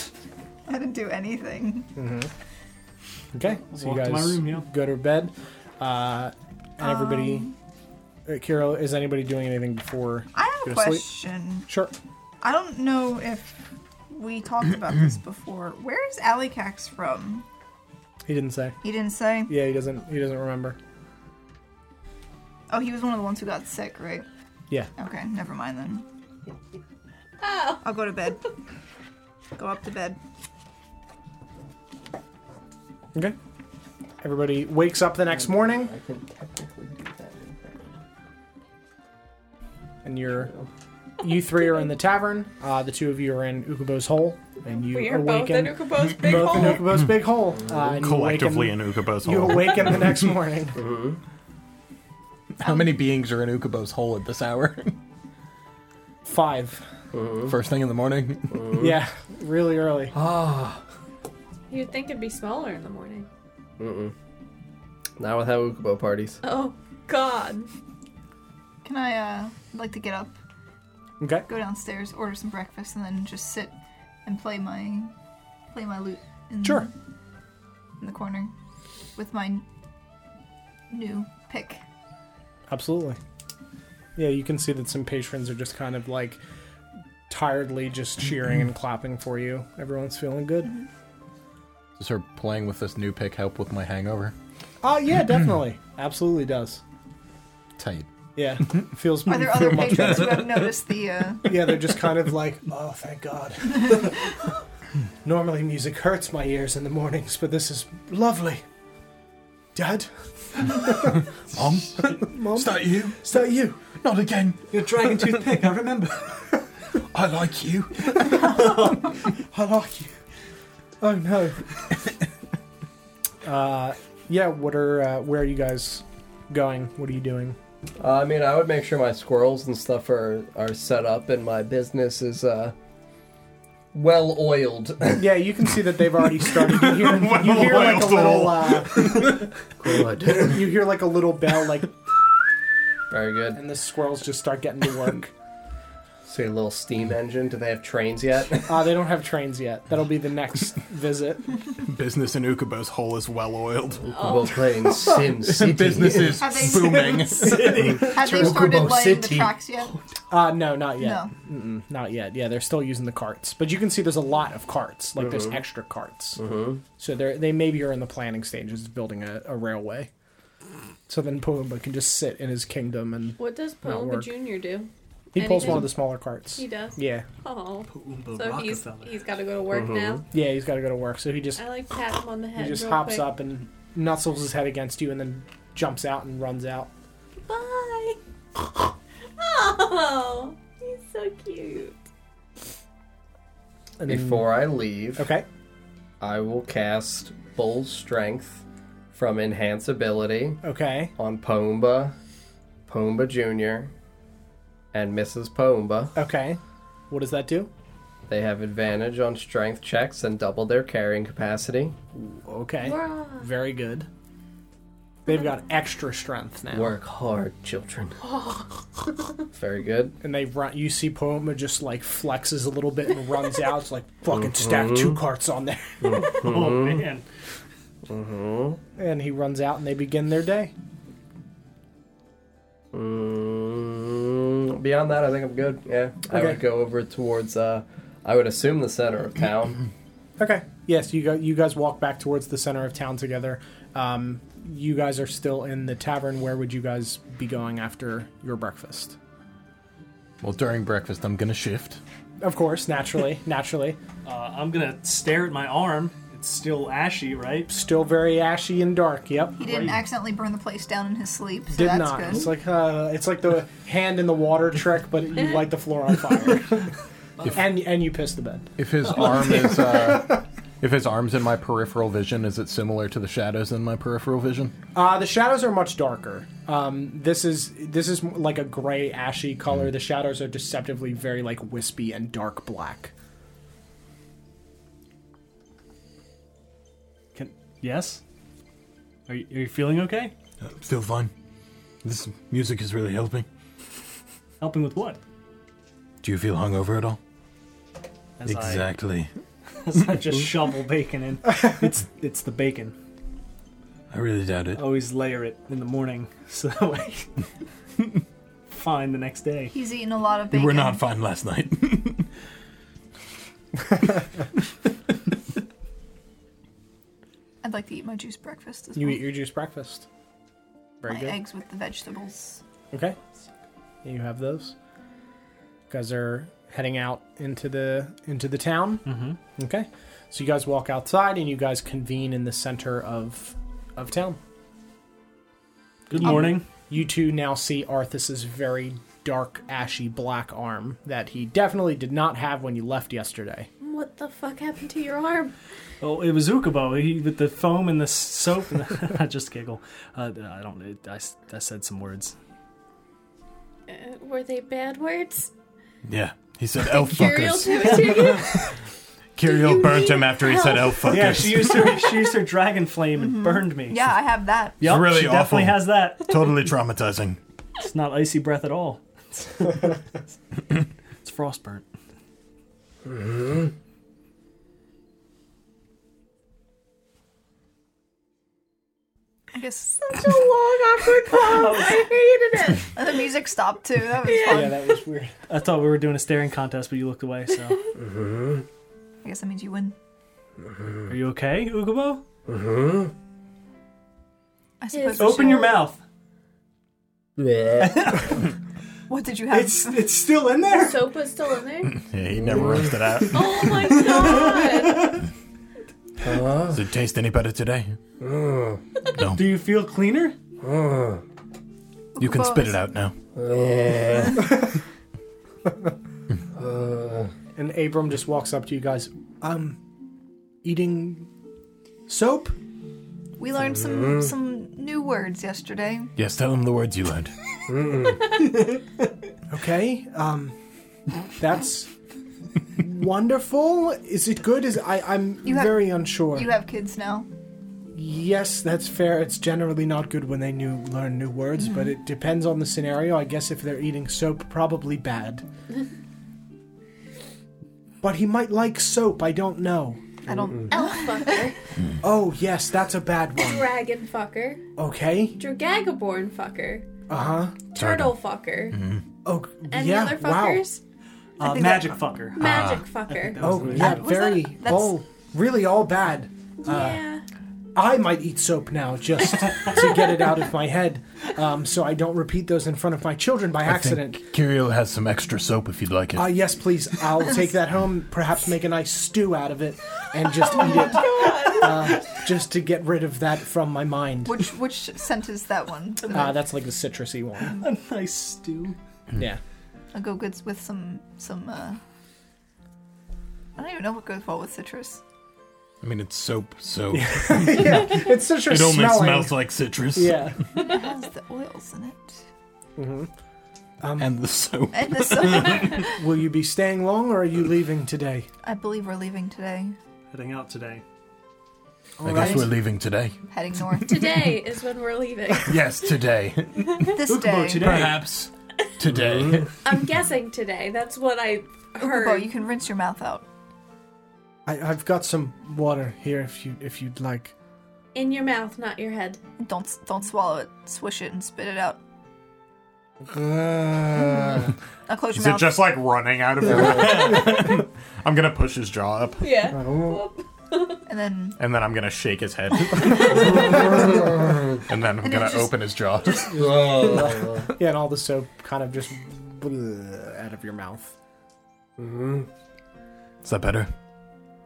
I didn't do anything.
Okay, so you
Walk
guys
to my room, yeah.
go to bed. Uh, and everybody, uh, Kiro, is anybody doing anything before?
I have
you
a
go to sleep?
question.
Sure.
I don't know if we talked about this before. Where is Alicax from?
He didn't say.
He didn't say.
Yeah, he doesn't. He doesn't remember.
Oh, he was one of the ones who got sick, right?
Yeah.
Okay, never mind then. Oh. I'll go to bed. go up to bed.
Okay. Everybody wakes up the next morning. And you're, you three are in the tavern. Uh, the two of you are in Ukubo's hole, and you
We are both
awaken.
in Ukubo's big
both in
hole.
Ukubo's big hole. Uh, and you
Collectively
awaken-
in Ukubo's
You
hole.
awaken the next morning.
How many beings are in Ukubo's hole at this hour?
Five.
First thing in the morning.
Yeah, really early.
Ah.
You'd think it'd be smaller in the morning.
Mm-mm. Not with how Ukubo parties.
Oh, God.
Can I, uh, I'd like to get up,
Okay.
go downstairs, order some breakfast, and then just sit and play my, play my lute. In
Sure.
in the corner with my new pick.
Absolutely. Yeah, you can see that some patrons are just kind of like tiredly just cheering and clapping for you. Everyone's feeling good.
Does her playing with this new pick help with my hangover?
Oh yeah, definitely, absolutely does.
Tight.
Yeah, feels.
Are there
feel
other
much
patrons who
better.
have noticed the? Uh...
Yeah, they're just kind of like, oh, thank God. Normally, music hurts my ears in the mornings, but this is lovely. Dad,
Mom?
Mom?
Is that you?
Is that you?
Not again.
Your dragon tooth pick, I remember.
I like you.
I like you. Oh no. Uh, yeah, what are uh, where are you guys going? What are you doing?
Uh, I mean, I would make sure my squirrels and stuff are are set up, and my business is uh, well oiled.
yeah, you can see that they've already started. You hear, you hear like a little. Uh, you hear like a little bell, like.
Very good.
And the squirrels just start getting to work.
See a little steam engine. Do they have trains yet?
Uh, they don't have trains yet. That'll be the next visit.
Business in Ukubo's hole is well oiled.
Ukubo playing Sim City.
Business is
Have they-
booming.
Have they started laying the tracks yet?
Uh, no, not yet. Mm-mm, not yet. Yeah, they're still using the carts, but you can see there's a lot of carts. Like there's
Mhm.
extra carts.
Mhm.
So they are they maybe are in the planning stages of building a, a railway. So then Pumbaa can just sit in his kingdom and
What does
not
Paloma
work.
Jr. do?
He pulls
Anything?
one of the smaller carts.
He does.
Yeah.
Oh.
Pumbaa
So he's
Rockefeller.
he's got to go to work now.
Yeah, he's got to go to work. So he just
I like pat him on the head.
he just
Uh, real
hops
quick.
up and nuzzles his head against you, and then jumps out and runs out.
Bye. Oh, he's so cute.
And then-
Before I leave,
okay,
I will cast Bull Strength from Enhance Ability.
Okay.
On Pomba, Pomba Junior, and Mrs. Pomba.
Okay. What does that do?
They have advantage on strength checks and double their carrying capacity.
Okay. Very good. They've got extra strength now.
Work hard, children. Very good.
And they run. You see, Poma just like flexes a little bit and runs out. It's like fucking stack
Mhm.
two carts on there.
Oh, man. Mm-hmm.
And he runs out, and they begin their day.
Mm, beyond that, I think I'm good. Yeah, I
Okay.
would go over towards. Uh, I would assume the center of town.
Okay. Yes, you go, you guys walk back towards the center of town together. Um, you guys are still in the tavern. Where would you guys be going after your breakfast?
Well, during breakfast, I'm gonna shift.
Of course, naturally, naturally.
Uh, I'm gonna stare at my arm. It's still ashy, right?
Still very ashy and dark. Yep.
He didn't accidentally burn the place down in his sleep, so
Did
that's
not.
good.
It's like uh, it's like the hand in the water trick, but you light the floor on fire, and and you piss the bed.
If his arm is, uh, if his arm's in my peripheral vision, is it similar to the shadows in my peripheral vision?
Uh, the shadows are much darker. Um, this is this is m- like a gray ashy color. The shadows are deceptively very like wispy and dark black.
Can, yes. Are you, are you feeling okay?
Uh, feel fine. This music is really helping.
Helping with what?
Do you feel hungover at all?
As I-
exactly.
I just shovel bacon in. It's it's the bacon.
I really doubt it.
I always layer it in the morning so that way fine the next day.
He's eaten a lot of
We
bacon.
were not fine last night.
I'd like to eat my juice breakfast as
You
well.
eat your juice breakfast. Very
my
good.
eggs with the vegetables.
Okay. Yeah, you have those. You guys are heading out into the into the town. Mm-hmm. Okay. So you guys walk outside and you guys convene in the center of of town.
Good
You-
morning.
You two now see Arthas's very dark, ashy black arm that he definitely did not have when you left yesterday.
What the fuck happened to your arm?
Oh, it was Ukubo he, with the foam and the soap. And I just giggle. Uh, I don't. It, I, s- I said some words.
Uh, were they bad words?
yeah, he said
"Oh,
elf
Curiel
fuckers.
do it to you?
Kiriel burnt him after he said
Oh
elf fuckers.
Yeah, she used her she used her dragon flame and burned me.
Yeah, I have that.
It's really
she
awful.
definitely has that.
Totally traumatizing.
It's not icy breath at all. it's frostburnt.
I guess
Such a long, awkward pause. I hated it.
the music stopped too. That was fun.
Yeah,
that was weird.
I thought we were doing a staring contest, but you looked away. So,
I guess that means you win.
are you okay, Ukubo?
I suppose.
Open your mouth.
What did you have?
It's- it's still in there.
Soap was still in there.
Yeah, he never rinsed it out.
Oh my god!
Does it taste any better today? no.
Do you feel cleaner?
You can spit it out now.
And Abram just walks up to you guys. Um, eating soap?
We learned some
Mm.
Mhm.
some new words yesterday.
Yes, tell him the words you learned.
Okay. Um, that's wonderful. Is it good? Is I I'm
You have-
very unsure.
You have kids now.
Yes, that's fair. It's generally not good when they new learn new words, but it depends on the scenario. I guess if they're eating soap, probably bad. But he might like soap. I don't know.
I don't.
Elf fucker.
Oh yes, that's a bad one.
Dragon fucker.
Okay.
Dragaborn fucker.
Uh huh.
Turtle fucker.
Mm-hmm.
Oh
And
yeah.
the other
wow.
fuckers?
Uh, magic fucker.
Ah.
Magic
I think
fucker.
that was
Oh
the-
yeah,
Was that-
very
that's-
all really all bad.
Ah.
Yeah.
I might eat soap now just to get it out of my head, um, so I don't repeat those in front of my children by accident.
I think Kirill has some extra soap if you'd like it.
Uh, yes, please. I'll take that home. Perhaps make a nice stew out of it and just eat it, uh, just to get rid of that from my mind.
Which which scent is that one?
Uh, that's like the citrusy one.
A nice stew.
Yeah.
I'll go good with some some. uh I don't even know what goes well with citrus.
I mean, it's soap, so
yeah, it's citrus
It only
smelling.
smells like citrus.
Yeah.
it has the oils in it.
Mm-hmm. Um,
and the soap.
And the soap.
Will you be staying long, or are you leaving today?
I believe we're leaving today,
Heading out today.
I guess we're leaving today.
heading north.
Today is when we're leaving.
Yes, today.
This day.
Perhaps today.
I'm guessing today. That's what I
Ukubo,
heard.
you can rinse your mouth out.
I, I've got some water here, if you if you'd like.
In your mouth, not your head.
Don't don't swallow it. Swish it and spit it out.
Uh,
Now close your
is
mouth.
it just like running out of your head? I'm gonna push his jaw up,
Yeah.
Oh.
and then
and then I'm gonna shake his head, and then I'm
And
gonna
it's just-
open his jaw.
yeah, and all the soap kind of just bleh, out of your mouth.
Mm-hmm.
Is that better?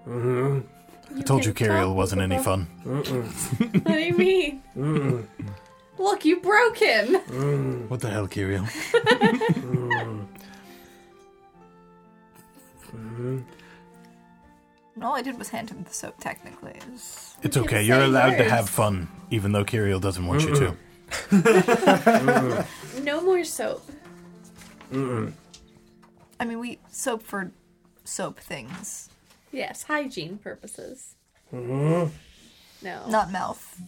Mm-hmm.
I told you Kirill wasn't any fun.
What do you mean?
Mm-mm.
Look, you broke him.
What the hell, Kirill?
And all I did was hand him the soap. Technically, It was-
It's okay. You're allowed to have fun, even though Kirill doesn't want you to.
No more soap.
I mean, we soap for soap things,
Yes, hygiene purposes.
Mm-hmm.
No.
not mouth.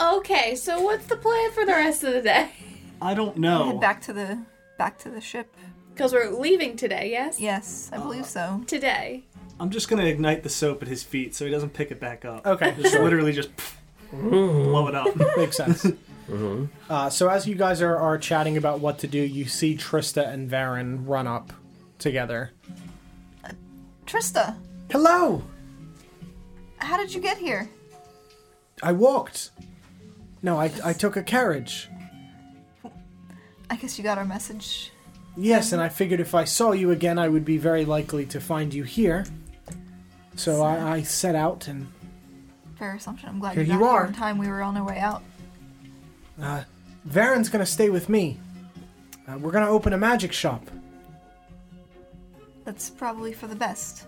Okay, so what's the plan for the rest of the day?
I don't
We
Oh.
head
know.
back to the back to the ship.
Because we're leaving today, yes?
Yes, I believe so.
Today.
I'm just gonna ignite the soap at his feet so he doesn't pick it back up.
Okay,
Just
sure.
literally just blow it up.
Makes sense. Uh, so as you guys are, are chatting about what to do, you see Trista and Varen run up together.
Trista,
Hello!
how did you get here?
I walked. No, I, I took a carriage.
I guess you got our message.
Yes, and I figured if I saw you again, I would be very likely to find you here. So I, I set out, and
Fair assumption. I'm glad
Here
you got
you
here
are.
in time. We were on our way out.
uh, Varen's gonna stay with me. Uh, we're gonna open a magic shop.
That's probably for the best.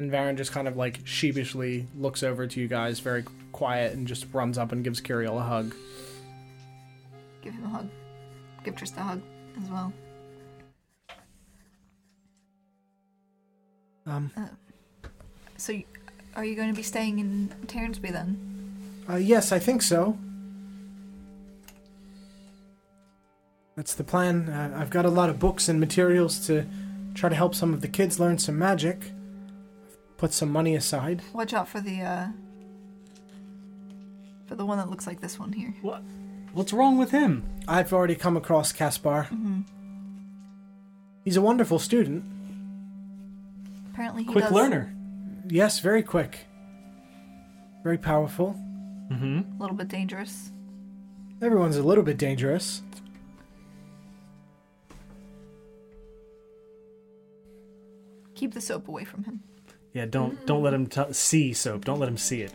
And Varen just kind of like sheepishly looks over to you guys, very quiet, and just runs up and gives Kirill a hug.
Give him a hug. Give Trista a hug as well.
Um,
Uh, So, you, are you going to be staying in Tarnsby then?
Uh, yes, I think so. That's the plan. Uh, I've got a lot of books and materials to try to help some of the kids learn some magic. Put some money aside.
Watch out for the uh, for the one that looks like this one here.
What? What's wrong with him?
I've already come across Caspar. He's a wonderful student.
Apparently, he
Quick
does
learner.
Yes, very quick. Very powerful.
Mm-hmm.
A little bit dangerous.
Everyone's a little bit dangerous.
Keep the soap away from him.
Yeah, don't don't let him t- see soap. Don't let him see it.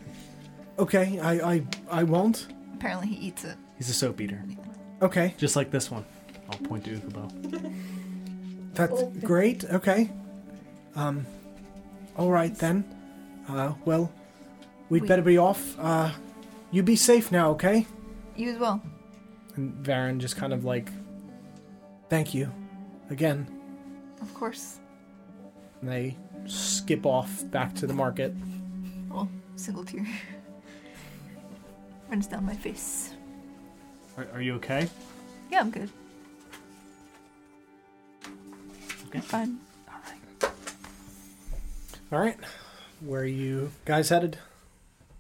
Okay, I I, I won't.
Apparently, he eats it.
He's a soap eater,
Okay,
just like this one. I'll point to Ukubo.
that's great. Okay. Um all right then. Uh, well, we'd better be off. Uh, you be safe now, okay?
You as well.
And Varen just kind of like, thank you, again.
Of course.
And they skip off back to the market.
Well, single tear runs down my face.
Are, are you okay?
Yeah, I'm good. I'm fine.
All right, where are you guys headed?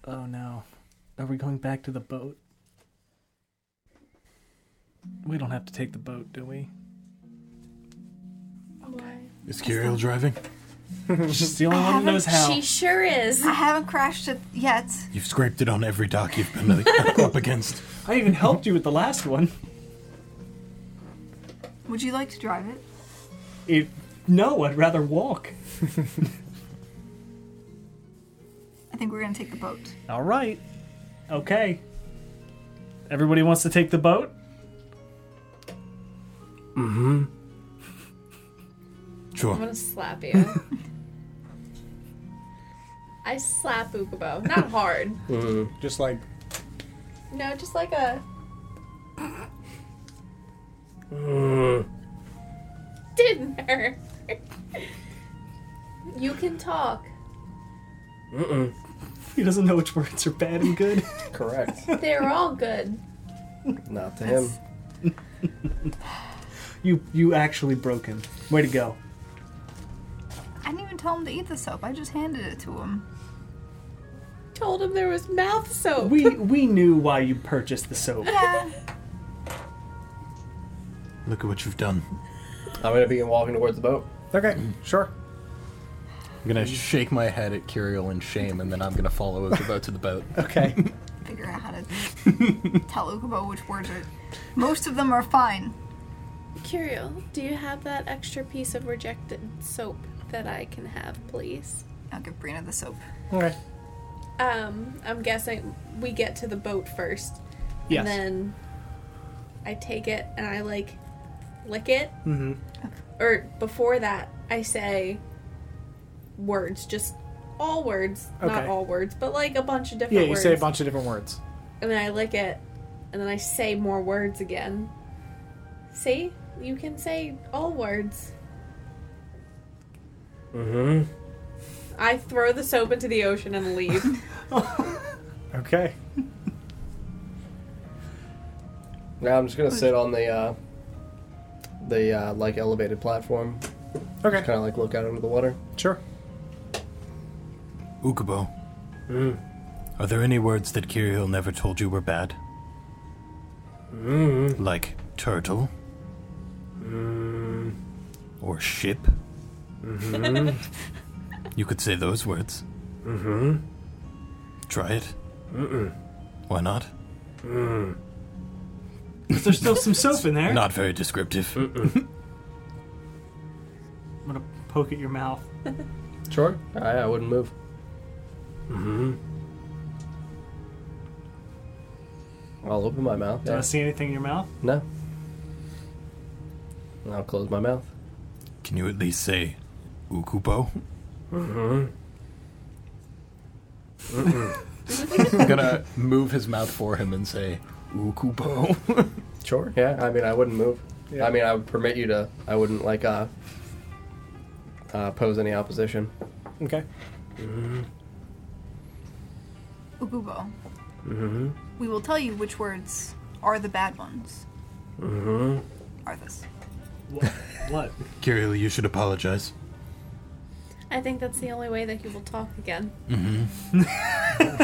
Oh no, are we going back to the boat? We don't have to take the boat, do we?
Is Kiriel driving?
She's the only
I
one who
haven't-
knows how.
she
sure is.
I haven't crashed it yet.
You've scraped it on every dock you've been up against.
I even helped you with the last one.
Would you like to drive it?
If no, I'd rather walk.
I think we're gonna take the boat.
All right. Okay. Everybody wants to take the boat?
Mm-hmm. Sure.
I'm gonna slap you. I slap Ukubo. Not hard.
Just like,
No, just like a.
Mm.
Didn't hurt. you can talk.
Mm-mm. He doesn't know which words are bad and good.
Correct.
They're all good.
Not
to him. You you actually broke him. Way to go.
I didn't even tell him to eat the soap. I just handed it to him.
Told him there was mouth soap.
We we knew why you purchased the soap.
Yeah.
Look at what you've done.
I'm gonna begin walking towards the boat.
Okay, sure.
I'm gonna shake my head at Kiriel in shame, and then I'm gonna follow Ukubo to the boat.
Okay.
Figure out how to tell Ukubo which words are. Most of them are fine.
Curiel, do you have that extra piece of rejected soap that I can have, please?
I'll give Brina the soap.
Okay.
Um, I'm guessing we get to the boat first. And
Yes.
then I take it and I like lick it.
Mm-hmm.
Or before that, I say words, just all words, not
Okay.
all words, but like a bunch of
Yeah,
different
you
words.
say a bunch of different words.
and then I lick it, and then I say more words again. See? You can say all words.
Mm-hmm.
I throw the soap into the ocean and leave.
Okay.
Now I'm just gonna sit on the uh, the uh, like elevated platform.
Okay.
Just kind of like look out into the water.
Sure.
Ukubo, are there any words that Kiriel never told you were bad? Like turtle? Or ship?
Mhm.
you could say those words.
Mm-hmm.
Try it.
Mm-mm.
Why not?
Mm.
Is there still some soap in there?
Not very descriptive.
I'm gonna poke at your mouth.
Sure. Ah, I, I wouldn't move.
Mm-hmm.
I'll open my mouth.
Do
yeah.
I see anything in your mouth?
No. And I'll close my mouth.
Can you at least say Ukubo?
Mm-hmm. I'm Mm-hmm. gonna move his mouth for him and say, Ukubo.
Sure. Yeah. I mean, I wouldn't move.
Yeah.
I mean, I would permit you to. I wouldn't like uh, uh pose any opposition.
Okay.
Mm-hmm.
Ukubo,
Mm-hmm.
we will tell you which words are the bad ones.
Mm-hmm.
Are this?
What?
Kiriel, you should apologize.
I think that's the only way that you will talk again.
Mm-hmm.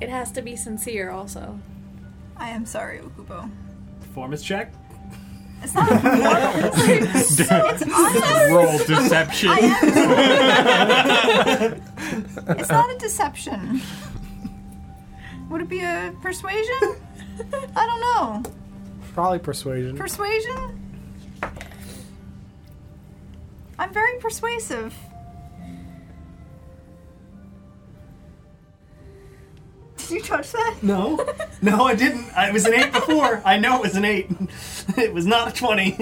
It has to be sincere, also.
I am sorry, Ukubo.
Performance check?
It's not a performance. it's honest.
Roll deception.
It's not a deception. Would it be a persuasion? I don't know.
Probably persuasion.
Persuasion? I'm very persuasive. Did you touch that?
No. No, I didn't. I was an eight before. I know it was an eight. It was not a twenty.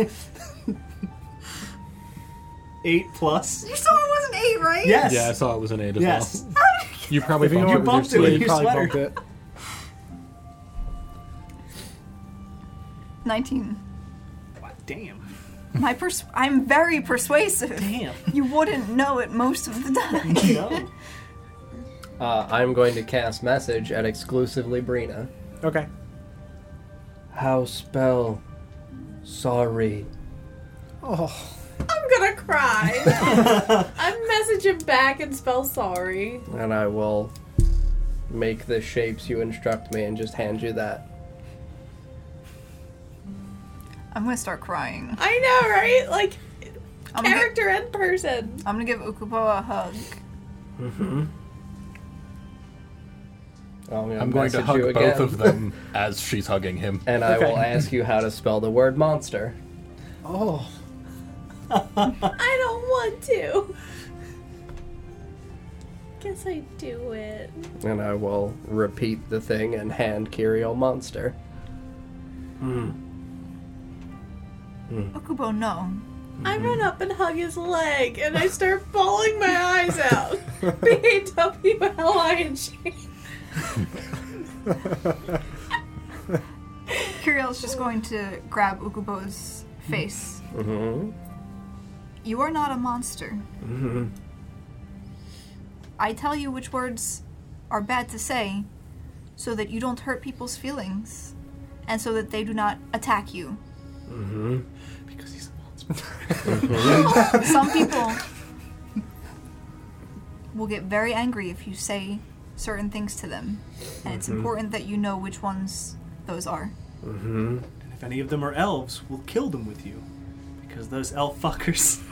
Eight plus.
You saw it wasn't eight, right?
Yeah, I saw it was an eight as
Yes.
well. You probably
If you
bumped,
know
it with
it was
your sleeve.
your sleeve. Probably bumped
it.
19.
Damn.
My pers- I'm very persuasive. Damn. You wouldn't know it most of the time.
Uh, I'm going to cast message at exclusively Brina.
Okay.
How spell sorry?
Oh.
I'm gonna cry. I'm messaging back and spell sorry.
And I will make the shapes you instruct me and just hand you that.
I'm gonna start crying.
I know, right? Like
I'm gonna-
character and person.
I'm gonna give Ukubo a hug.
Mm-hmm. I'm,
I'm going to
message
hug
you
both
again.
of them as she's hugging him.
And I will ask you how to spell the word monster.
Oh.
I don't want to. Guess I do it.
And I will repeat the thing and hand Kiriel monster. Hmm.
Ukubo, no.
I run up and hug his leg, and I start bawling my eyes out. B A W L I N G.
Kiriel's just going to grab Ukubo's face.
Mm-hmm.
You are not a monster.
Mm-hmm.
I tell you which words are bad to say so that you don't hurt people's feelings and so that they do not attack you.
Mm-hmm.
Mm-hmm. Some people will get very angry if you say certain things to them, and it's
Mhm.
important that you know which ones those are.
Mm-hmm.
And if any of them are elves, we'll kill them with you. Because those elf fuckers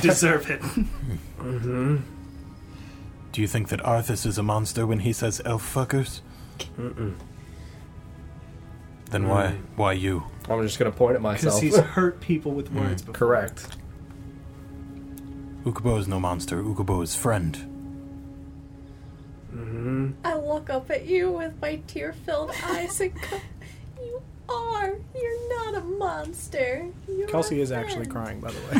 deserve it.
Mm-hmm.
Do you think that Arthas is a monster when he says elf fuckers?
Mm-mm.
Then
Mm.
why why you?
I'm just gonna point at
Because he's hurt people with
Mm,
words before.
Correct.
Ukubo is no monster. Ukubo is friend.
Mm-hmm.
I look up at you with my tear filled eyes and go, You are. You're not a monster. You're
Kelsey
a
is actually
friend."
crying, by the way.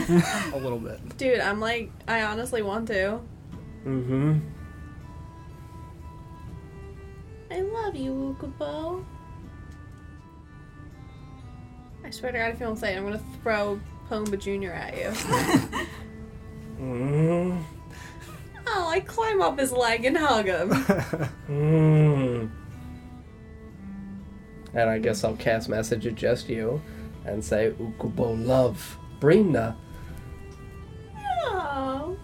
a little bit.
Dude, I'm like, I honestly want to.
Mm-hmm.
I love you, Ukubo. I swear to God, if you don't say it, I'm gonna throw Pomba Jr. at you.
Mm-hmm.
oh, I climb up his leg and hug him.
Mm. And I guess I'll cast message at just you and say, Ukubo love, Brina.
oh.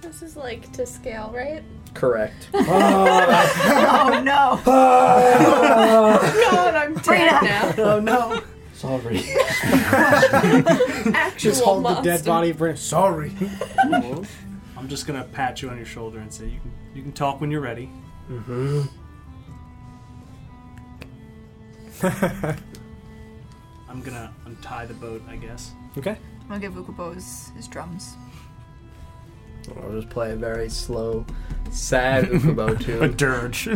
This is like to scale, right?
Correct.
oh no!
God, I'm dead now.
Oh no.
Sorry.
Actual
Just hold the dead
monster.
body of Brent. Sorry.
I'm just gonna pat you on your shoulder and say you can you can talk when you're ready.
Mm-hmm.
I'm gonna untie the boat, I guess.
Okay.
I'm gonna give Ukubo his, his drums.
I'll just play a very slow, sad Ukubo tune.
A dirge.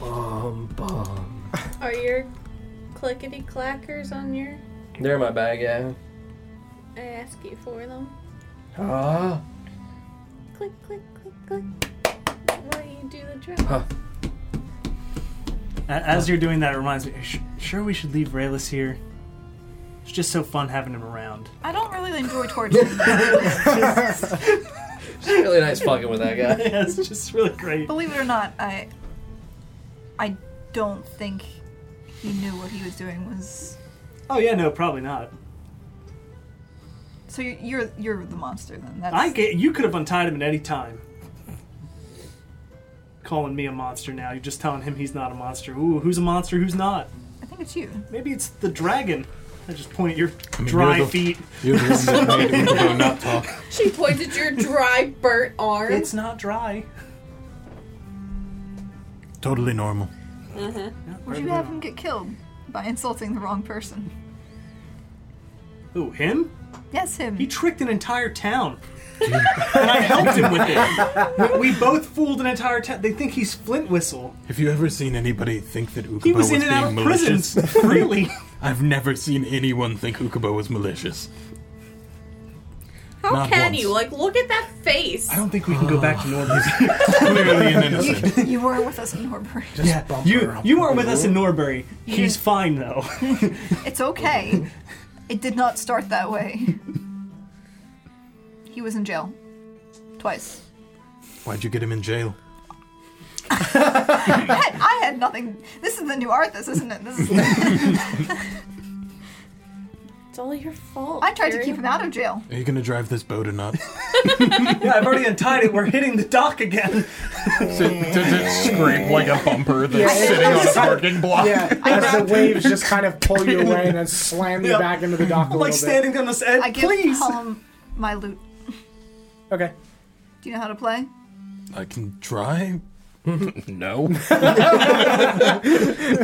Bum, bum.
Are your clickety clackers on your.
They're my bag, yeah.
I ask you for them.
Ah.
Click, click, click, click. Why you do the drum?
A- As you're doing that, it reminds me. sh- Sure, we should leave Rayless here. It's just so fun having him around.
I don't really enjoy torture.
It's really nice fucking with that guy.
yeah, it's just really great.
Believe it or not, I I don't think he knew what he was doing was.
Oh yeah, no, probably not.
So you- you're you're the monster then. That's,
I get you could have untied him at any time. Calling me a monster now. You're just telling him he's not a monster. Ooh, who's a monster? Who's not?
I think it's you.
Maybe it's the dragon. I just point at your
mean,
dry
you're the-
feet.
You're the one that made Ukubo not talk.
She points at your dry, burnt arm.
It's not dry.
Totally normal.
Uh-huh.
Would you have him get killed by insulting the wrong person?
Ooh, him?
Yes, him.
He tricked an entire town. and I helped him with it. We, we both fooled an entire town. They think he's Flint Whistle.
Have you ever seen anybody think that Ukubo
He was in and
being
out of prisons
malicious?
freely.
I've never seen anyone think Ukubo was malicious.
How
Not
can
once.
you? Like, look at that face.
I don't think we can go back to normal.
Clearly an innocent.
You, you were with us in Norbury.
yeah, you you weren't with us in Norbury.
You
He's
didn't-
fine though.
It's okay. It did not start that way. He was in jail. Twice.
Why'd you get him in jail?
I had, I had nothing. This is the new Arthas, isn't it? This is
it's all your fault.
I tried to keep him out of jail.
Are you gonna drive this boat or not?
yeah, I've already untied it. We're hitting the dock again.
Does it, does it scrape like a bumper
Yeah,
that's
it
sitting on a
does.
parking block?
Yeah, as the waves just kind of pull you away and then slam you
Yeah.
back into the dock a
I'm, like,
little
standing on this edge.
I give Colum my loot.
Okay.
Do you know how to play?
I can try. no.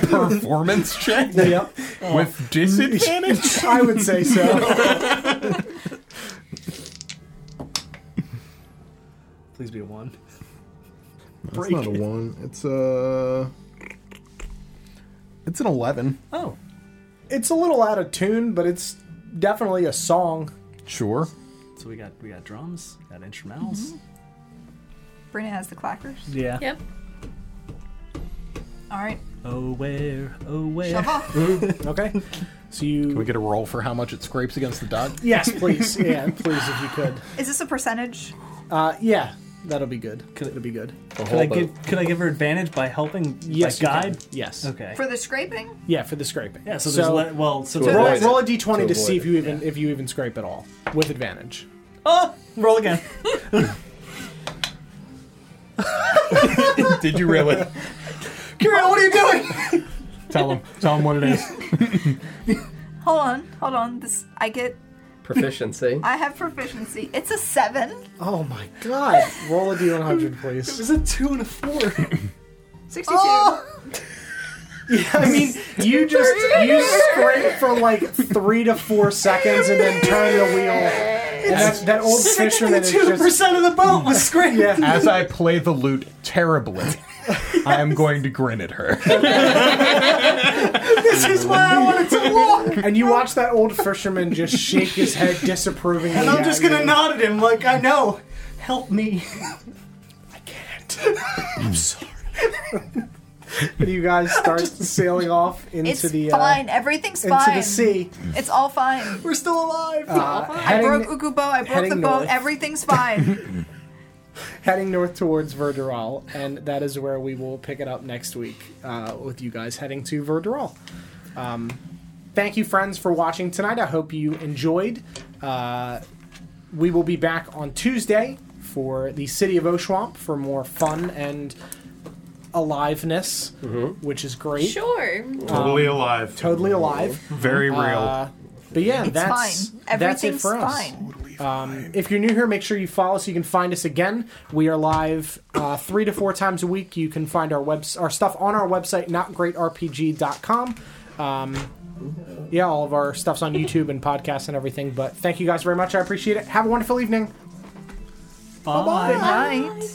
Performance check?
Yep.
With disadvantage?
bit. I would say so.
Please be a one.
That's not a one. It's uh, a.
It's an 11.
Oh.
It's a little out of tune, but it's definitely a song.
Sure.
So we got we got drums, got instrumentals.
Brina has the clackers.
Mm-hmm. Yeah.
Yep.
All right.
Oh where, oh where.
Shove off.
okay. So you. Can
we get a roll for how much it scrapes against the dock?
Yes, please. Yeah, please if you could.
Is this a percentage?
Uh, yeah, that'll be good. It'll be good.
Could I give could I give her advantage by helping
Yes,
by
you
guide?
can. Yes.
Okay.
For the scraping?
Yeah, for the scraping.
Yeah, so there's le- well, so To there's-
roll,
avoid it.
roll a d20 to,
To avoid
see if you even if you even scrape at all with advantage.
Oh, roll again.
Did you really?
Kira, what are you doing?
tell him. Tell him what it is.
Hold on, hold on. This I get.
Proficiency.
I have proficiency. It's a seven.
Oh my god. Roll a d100, please.
It was a two and a four.
62. Oh,
I mean, you just you scrape for like three to four seconds and then turn the wheel. And that, that old fisherman is just
percent of the boat was scraped.
As I play the lute terribly, I am going to grin at her.
this is why I wanted to walk.
and you watch that old fisherman just shake his head disapprovingly.
And I'm
at
just
you.
gonna nod at him like I know. Help me.
I'm sorry. and you guys start sailing off into
It's
the
fine.
Uh,
Everything's
into
fine.
the sea.
It's all fine.
We're still alive.
I
uh, heading-
broke Ukubo. I broke the
heading
boat.
north.
Everything's fine.
heading north towards Verderal, and that is where we will pick it up next week uh, with you guys heading to Verderal. Um, thank you, friends, for watching tonight. I hope you enjoyed. Uh, we will be back on Tuesday for the City of Oshwamp for more fun and aliveness, which is great.
Sure.
Totally
Um,
alive.
Totally alive.
Very real.
Uh, but yeah,
It's
that's
fine.
that's it
Everything's
for us.
fine.
Um, if you're new here, make sure you follow so you can find us again. We are live uh, three to four times a week. You can find our webs- our stuff on our website, notgreatrpg.com. Um, yeah, all of our stuff's on YouTube and podcasts and everything. But thank you guys very much. I appreciate it. Have a wonderful evening.
啊
Bye.
Good night.